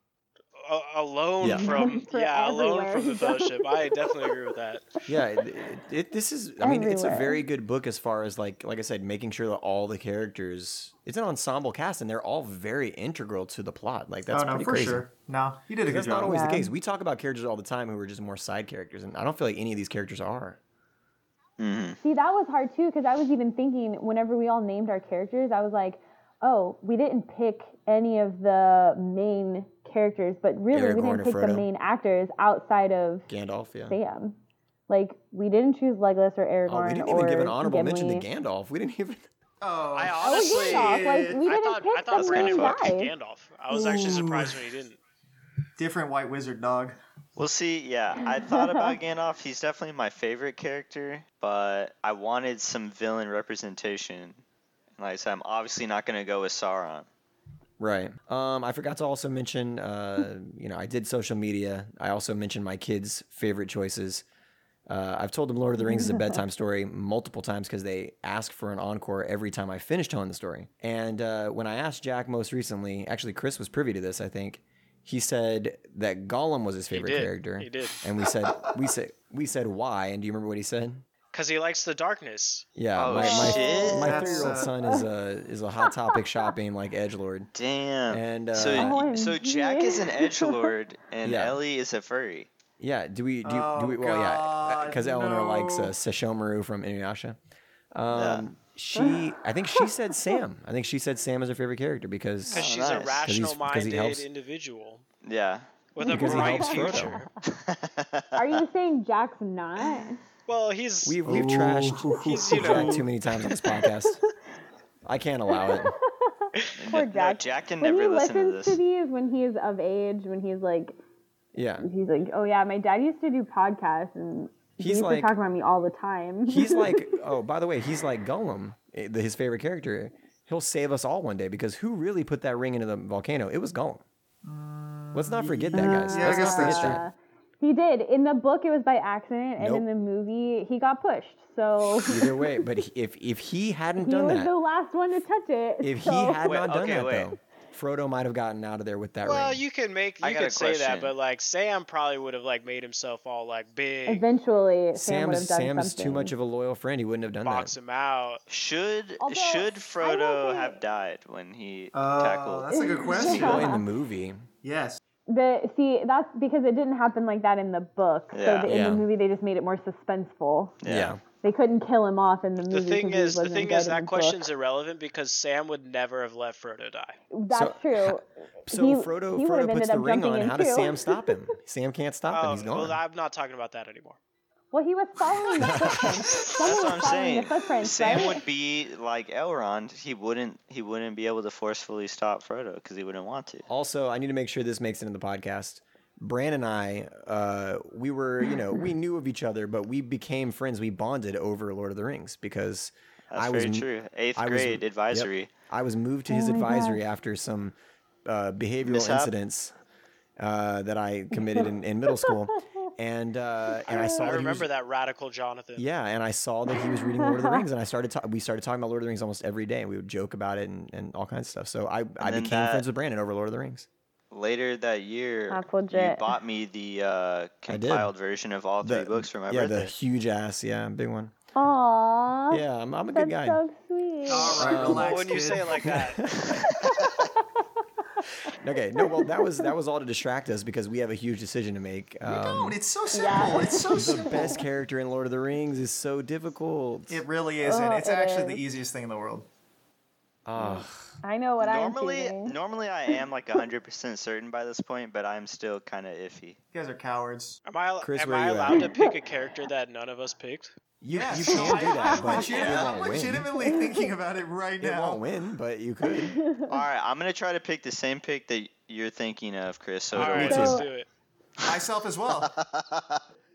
Speaker 5: A- alone
Speaker 3: Yeah.
Speaker 5: from
Speaker 4: For
Speaker 5: yeah, alone
Speaker 4: everywhere.
Speaker 5: from the fellowship. I definitely agree with that.
Speaker 3: Yeah, it, it, this is. I mean, it's a
Speaker 4: Everywhere.
Speaker 3: very good book as far as like, like I said, making sure that all the characters. It's an ensemble cast, and they're all very integral to the plot. Like that's
Speaker 1: oh, no,
Speaker 3: pretty
Speaker 1: for
Speaker 3: crazy.
Speaker 1: sure. No, he did a good
Speaker 3: That's not
Speaker 1: job.
Speaker 3: always the
Speaker 4: Yeah.
Speaker 3: case. We talk about characters all the time who are just more side characters, and I don't feel like any of these characters are.
Speaker 2: hmm
Speaker 4: See, that was hard too because I was even thinking whenever we all named our characters, I was like, oh, we didn't pick any of the main characters, but really we
Speaker 3: Aragorn or
Speaker 4: didn't pick the
Speaker 3: Frodo.
Speaker 4: main actors outside of
Speaker 3: Gandalf, yeah.
Speaker 4: Sam. Like we didn't choose Legolas or Aragorn
Speaker 3: Oh, we didn't
Speaker 4: or
Speaker 3: even give an honorable
Speaker 4: Gimli.
Speaker 3: mention to Gandalf. We didn't even.
Speaker 1: Oh,
Speaker 5: I
Speaker 4: Oh,
Speaker 5: honestly-
Speaker 4: Gandalf! Like we
Speaker 5: I
Speaker 4: didn't
Speaker 5: thought
Speaker 4: pick
Speaker 5: I thought
Speaker 4: the
Speaker 5: Brandon
Speaker 4: main
Speaker 2: Frodo
Speaker 5: Falk was
Speaker 4: guys.
Speaker 5: Gandalf. I was actually
Speaker 1: Ooh.
Speaker 5: surprised when he didn't.
Speaker 1: different white wizard dog.
Speaker 2: We'll see. Yeah, I thought about Gandalf. He's definitely my favorite character, but I wanted some villain representation. And like I said, I'm obviously not going to go with Sauron.
Speaker 3: Right. Um, I forgot to also mention, uh, you know, I did social media. I also mentioned my kids' favorite choices. Uh, I've told them Lord of the Rings is a bedtime story multiple times because they ask for an encore every time I finish telling the story. And uh, when I asked Jack most recently, actually, Chris was privy to this, I think. He said that Gollum was his favorite
Speaker 5: did.
Speaker 3: character.
Speaker 5: He did.
Speaker 3: And we said, we said, we said why. And do you remember what he said?
Speaker 5: Because he likes the darkness.
Speaker 3: Yeah,
Speaker 2: Oh,
Speaker 3: Uh, my, my,
Speaker 2: shit.
Speaker 3: my
Speaker 1: That's,
Speaker 3: three-year-old
Speaker 1: uh,
Speaker 3: son is a is a hot topic shopping like edge lord.
Speaker 2: Damn.
Speaker 3: And,
Speaker 2: so,
Speaker 4: uh,
Speaker 2: so Jack is an edge lord, and
Speaker 3: Yeah.
Speaker 2: Ellie is a furry.
Speaker 3: Yeah. Do we? Do, do
Speaker 1: Oh,
Speaker 3: we? Well, yeah.
Speaker 1: God,
Speaker 3: Because Eleanor
Speaker 1: no.
Speaker 3: likes uh, Sashomaru from Inuyasha. Um, She, I think she said Sam. I think she said Sam is her favorite character because
Speaker 5: Because she's
Speaker 2: nice. 'Cause
Speaker 5: a
Speaker 2: he's-
Speaker 3: 'cause he
Speaker 5: rational-minded
Speaker 3: helps-
Speaker 5: individual
Speaker 2: Yeah.
Speaker 5: with a
Speaker 3: Because he
Speaker 5: bright
Speaker 3: helps Frodo.
Speaker 5: future.
Speaker 4: Are you saying Jack's not?
Speaker 5: Well, he's
Speaker 3: we we've
Speaker 1: Ooh.
Speaker 3: trashed
Speaker 5: He's, you
Speaker 3: Jack
Speaker 5: know-
Speaker 3: too many times on this podcast. I can't allow it.
Speaker 4: Poor
Speaker 2: No,
Speaker 4: Jack.
Speaker 2: Jack can
Speaker 4: When
Speaker 2: never
Speaker 4: he
Speaker 2: listen to
Speaker 4: listens
Speaker 2: this.
Speaker 4: to these, when he's of age, when he's like
Speaker 3: Yeah.
Speaker 4: he's like, oh yeah, my dad used to do podcasts and he
Speaker 3: He's
Speaker 4: used
Speaker 3: like-
Speaker 4: to talk about me all the time.
Speaker 3: He's like, oh, by the way, he's like Gollum, eh, the- his favorite character. He'll save us all one day because who really put that ring into the volcano? It was Gollum. Let's not forget that, guys.
Speaker 1: Mm, yeah, I
Speaker 3: Let's
Speaker 1: guess
Speaker 3: not
Speaker 1: that's
Speaker 3: forget
Speaker 1: true.
Speaker 3: that.
Speaker 4: he did. In the book, it was by accident, and
Speaker 3: Nope.
Speaker 4: in the movie, he got pushed. So he
Speaker 3: Either way, but he- if if he hadn't done
Speaker 4: was
Speaker 3: that,
Speaker 4: the last one to touch it.
Speaker 3: If
Speaker 4: so-
Speaker 3: he had
Speaker 2: Wait,
Speaker 3: not done
Speaker 2: okay,
Speaker 3: that
Speaker 2: wait.
Speaker 3: though, Frodo might have gotten out of there with that
Speaker 5: Well,
Speaker 3: ring.
Speaker 5: you can make
Speaker 2: I
Speaker 5: you
Speaker 2: got
Speaker 5: can
Speaker 2: a
Speaker 5: say that,
Speaker 2: question.
Speaker 5: but like Sam probably would have like made himself all like big,
Speaker 4: Eventually, Sam would
Speaker 3: Sam's
Speaker 4: have done
Speaker 3: Sam's
Speaker 4: something.
Speaker 3: too much of a loyal friend. He wouldn't have done
Speaker 5: box
Speaker 3: that.
Speaker 5: him out.
Speaker 2: Should
Speaker 4: Although,
Speaker 2: should
Speaker 4: I
Speaker 2: Frodo
Speaker 4: wasn't-
Speaker 2: have died when he
Speaker 9: Uh,
Speaker 2: tackled?
Speaker 9: that's a good
Speaker 3: Boy
Speaker 9: question.
Speaker 3: in the movie.
Speaker 9: yes.
Speaker 4: The see that's because it didn't happen like that in the book.
Speaker 2: Yeah.
Speaker 4: So the,
Speaker 3: Yeah.
Speaker 4: in the movie, they just made it more suspenseful.
Speaker 2: Yeah.
Speaker 4: They couldn't kill him off in the movie.
Speaker 5: The thing
Speaker 4: 'cause he
Speaker 5: is, the
Speaker 4: wasn't
Speaker 5: thing
Speaker 4: dead
Speaker 5: is
Speaker 4: in
Speaker 5: that
Speaker 4: the
Speaker 5: question's irrelevant because Sam would never have let Frodo die.
Speaker 4: book. That's
Speaker 3: So-
Speaker 4: true.
Speaker 3: So
Speaker 4: He-
Speaker 3: Frodo
Speaker 4: he would have
Speaker 3: Frodo puts
Speaker 4: ended
Speaker 3: the
Speaker 4: up
Speaker 3: ring
Speaker 4: jumping
Speaker 3: on.
Speaker 4: in
Speaker 3: How does
Speaker 4: too.
Speaker 3: Sam stop him? Sam can't stop him.
Speaker 5: Oh,
Speaker 3: He's gone.
Speaker 5: well, I'm not talking about that anymore.
Speaker 4: Well, he was following the footprints. Someone
Speaker 2: That's
Speaker 4: was
Speaker 2: what I'm
Speaker 4: following
Speaker 2: saying.
Speaker 4: the footprints,
Speaker 2: Sam
Speaker 4: right?
Speaker 2: would be like Elrond. He wouldn't. He wouldn't be able to forcefully stop Frodo because he wouldn't want to.
Speaker 3: Also, I need to make sure this makes it in the podcast. Bran and I, uh, we were, you know, we knew of each other, but we became friends. We bonded over Lord of the Rings because
Speaker 2: That's
Speaker 3: I was
Speaker 2: very
Speaker 3: m-
Speaker 2: true. Eighth
Speaker 3: I was-
Speaker 2: grade
Speaker 3: yep.
Speaker 2: advisory.
Speaker 3: I was moved to his
Speaker 4: Oh my
Speaker 3: advisory after some uh, behavioral
Speaker 2: Mishap?
Speaker 3: incidents uh, that I committed in, in middle school, and uh, and I saw that he
Speaker 5: I
Speaker 3: was-
Speaker 5: remember that radical Jonathan.
Speaker 3: yeah, and I saw that he was reading Lord of the Rings, and I started ta- we started talking about Lord of the Rings almost every day, and we would joke about it and, and all kinds of stuff. So I, I
Speaker 2: then
Speaker 3: became
Speaker 2: that-
Speaker 3: friends with Brandon over Lord of the Rings.
Speaker 2: Later that year,
Speaker 4: That's
Speaker 2: you
Speaker 4: legit.
Speaker 2: bought me the uh,
Speaker 3: did.
Speaker 2: compiled version of all three
Speaker 3: The-
Speaker 2: books for my
Speaker 3: yeah, the
Speaker 2: birthday.
Speaker 3: huge ass, yeah, big one.
Speaker 4: Aww.
Speaker 3: Yeah, I'm, I'm a
Speaker 4: Oh, That's
Speaker 3: good guy.
Speaker 4: so sweet.
Speaker 9: All right,
Speaker 5: Well,
Speaker 9: relax,
Speaker 5: when you
Speaker 9: kid.
Speaker 5: say it like that,
Speaker 3: okay, no, well, that was that was all to distract us because we have a huge decision to make. Um,
Speaker 9: Dude, it's so simple. It's so
Speaker 3: the
Speaker 9: simple.
Speaker 3: best character in Lord of the Rings is so difficult.
Speaker 1: It really isn't.
Speaker 4: Oh,
Speaker 1: it's
Speaker 4: it
Speaker 1: actually
Speaker 4: is.
Speaker 1: the easiest thing in the world.
Speaker 3: Ugh.
Speaker 4: I know what
Speaker 2: normally,
Speaker 4: I'm choosing.
Speaker 2: normally I am like hundred percent certain by this point, but I'm still kind of iffy.
Speaker 1: You guys are cowards.
Speaker 5: am I,
Speaker 3: Chris,
Speaker 5: am
Speaker 3: where
Speaker 5: I
Speaker 3: you at?
Speaker 5: allowed to pick a character that none of us picked?
Speaker 3: you,
Speaker 1: Yes.
Speaker 3: you can do that, but it
Speaker 1: Legit- I'm
Speaker 3: won't win.
Speaker 1: legitimately thinking about it right
Speaker 3: It
Speaker 1: now.
Speaker 3: won't win, but you could.
Speaker 2: All right, I'm gonna try to pick the same pick that you're thinking of, Chris. So
Speaker 3: Uh,
Speaker 5: All
Speaker 2: it'll
Speaker 5: right,
Speaker 2: work.
Speaker 5: let's
Speaker 4: So-
Speaker 5: do it.
Speaker 1: Myself as well.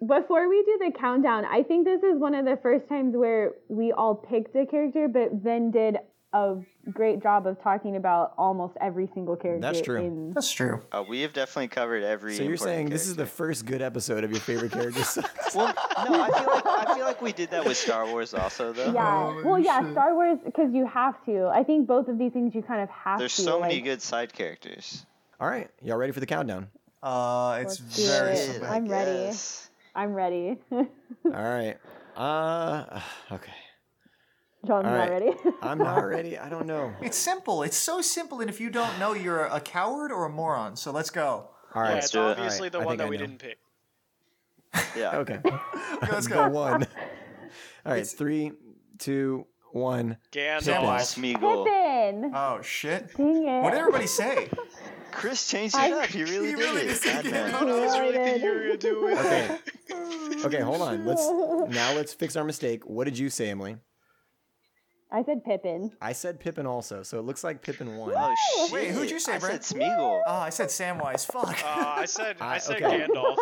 Speaker 4: Before we do the countdown, I think this is one of the first times where we all picked a character, but then did a great job of talking about almost every single character.
Speaker 3: That's true.
Speaker 4: In,
Speaker 1: That's true.
Speaker 2: Uh, we have definitely covered every.
Speaker 3: So you're
Speaker 2: important
Speaker 3: saying this is the
Speaker 2: character.
Speaker 3: first good episode of your favorite characters?
Speaker 2: Well, no, I feel like I feel like we did that with Star Wars also though.
Speaker 4: yeah. well, yeah, Star Wars, because you have to. I think both of these things you kind of have
Speaker 2: There's
Speaker 4: to.
Speaker 2: so many
Speaker 4: like,
Speaker 2: good side characters.
Speaker 3: All right, y'all ready for the countdown?
Speaker 1: Uh, it's
Speaker 4: Let's do
Speaker 1: very
Speaker 4: it.
Speaker 1: simple.
Speaker 4: I'm ready. I'm ready.
Speaker 3: All right. Uh, okay.
Speaker 4: John's
Speaker 3: All
Speaker 4: not
Speaker 3: right.
Speaker 4: ready.
Speaker 3: I'm not ready. I don't know.
Speaker 1: It's simple. It's so simple, and if you don't know, you're a coward or a moron. So let's go.
Speaker 3: All right.
Speaker 5: Yeah,
Speaker 2: Let's
Speaker 5: it's
Speaker 2: do it.
Speaker 5: obviously
Speaker 3: Alright,
Speaker 5: the
Speaker 3: I
Speaker 5: one
Speaker 3: think I
Speaker 5: that we
Speaker 3: know.
Speaker 5: didn't pick.
Speaker 2: Yeah.
Speaker 3: Okay.
Speaker 1: Let's
Speaker 3: The
Speaker 1: go.
Speaker 3: one. All right. Three, two, one.
Speaker 5: Gandalf.
Speaker 2: Smeagol.
Speaker 4: Pippin!
Speaker 1: Oh shit!
Speaker 4: Dang it.
Speaker 1: What did everybody say?
Speaker 2: Chris changed it up. He really
Speaker 1: He
Speaker 2: did
Speaker 1: really
Speaker 2: it.
Speaker 1: did it.
Speaker 2: Madman.
Speaker 1: Hold on.
Speaker 5: That's really
Speaker 4: Excited.
Speaker 5: the Yuri do it.
Speaker 3: Okay. Okay. Hold on. Let's now let's fix our mistake. What did you say, Emily?
Speaker 4: I said Pippin.
Speaker 3: I said Pippin also, so it looks like Pippin won.
Speaker 2: Oh shit!
Speaker 1: Wait, who'd you say,
Speaker 2: I
Speaker 1: Brent?
Speaker 2: said Smeagol.
Speaker 1: Oh, I said Samwise. Fuck.
Speaker 5: Uh, I said I,
Speaker 3: I-
Speaker 5: said
Speaker 3: okay.
Speaker 5: Gandalf.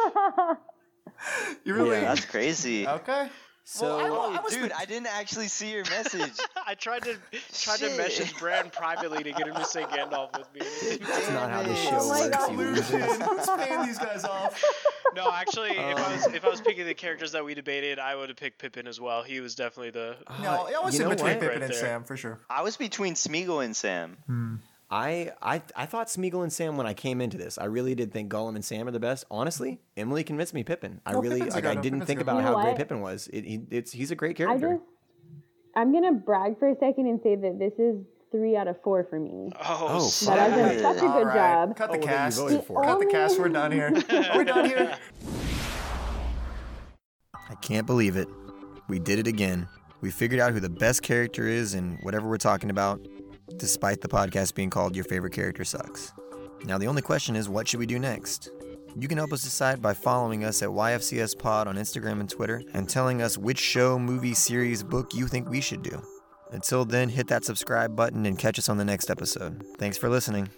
Speaker 1: you really?
Speaker 2: That's crazy.
Speaker 1: Okay.
Speaker 3: so
Speaker 1: Well, I
Speaker 2: Oh,
Speaker 1: was
Speaker 2: dude,
Speaker 1: the-
Speaker 2: I didn't actually see your message.
Speaker 5: I tried to tried to
Speaker 2: Shit.
Speaker 5: message Brand privately to get him to say Gandalf with me.
Speaker 3: that's not how the show
Speaker 4: Oh my
Speaker 3: works.
Speaker 4: God.
Speaker 3: you
Speaker 1: Lucian,
Speaker 3: losers.
Speaker 1: who's paying these guys off?
Speaker 5: No, actually, if I
Speaker 3: Oh.
Speaker 5: was if I was picking the characters that we debated, I would have picked Pippin as well. He was definitely the.
Speaker 3: Oh.
Speaker 1: No, it was
Speaker 3: you
Speaker 1: in
Speaker 3: know
Speaker 1: between
Speaker 3: what?
Speaker 1: Pippin
Speaker 5: Right
Speaker 1: and
Speaker 5: there.
Speaker 1: Sam for sure.
Speaker 2: I was between Smeagol and Sam.
Speaker 3: I, I I thought Smeagol and Sam when I came into this. I really did think Gollum and Sam are the best. Honestly, Emily convinced me Pippin. I
Speaker 1: No,
Speaker 3: really
Speaker 1: Pippin's a
Speaker 3: like,
Speaker 1: good
Speaker 3: I
Speaker 1: one.
Speaker 3: didn't
Speaker 1: Pippin's a
Speaker 3: think
Speaker 1: good
Speaker 3: about
Speaker 1: one.
Speaker 3: how
Speaker 4: You know
Speaker 3: great
Speaker 4: what?
Speaker 3: Pippin was. It, he, it's he's a great
Speaker 4: I
Speaker 3: character.
Speaker 4: just, I'm gonna brag for a second and say that this is three out of four for me.
Speaker 5: Oh,
Speaker 3: Oh,
Speaker 5: s-
Speaker 4: That I've done
Speaker 2: Shit.
Speaker 4: such a
Speaker 1: All
Speaker 4: good
Speaker 1: right,
Speaker 4: job.
Speaker 1: Cut the
Speaker 3: well, then you
Speaker 1: cast.
Speaker 3: voted
Speaker 1: Cut
Speaker 3: Good for it.
Speaker 4: The
Speaker 1: the cast. We're
Speaker 4: only-
Speaker 1: done here. We're done here.
Speaker 3: I can't believe it. We did it again. We figured out who the best character is in whatever we're talking about, despite the podcast being called Your Favorite Character Sucks. Now, the only question is what should we do next? You can help us decide by following us at YFCS Pod on Instagram and Twitter and telling us which show, movie, series, book you think we should do. Until then, hit that subscribe button and catch us on the next episode. Thanks for listening.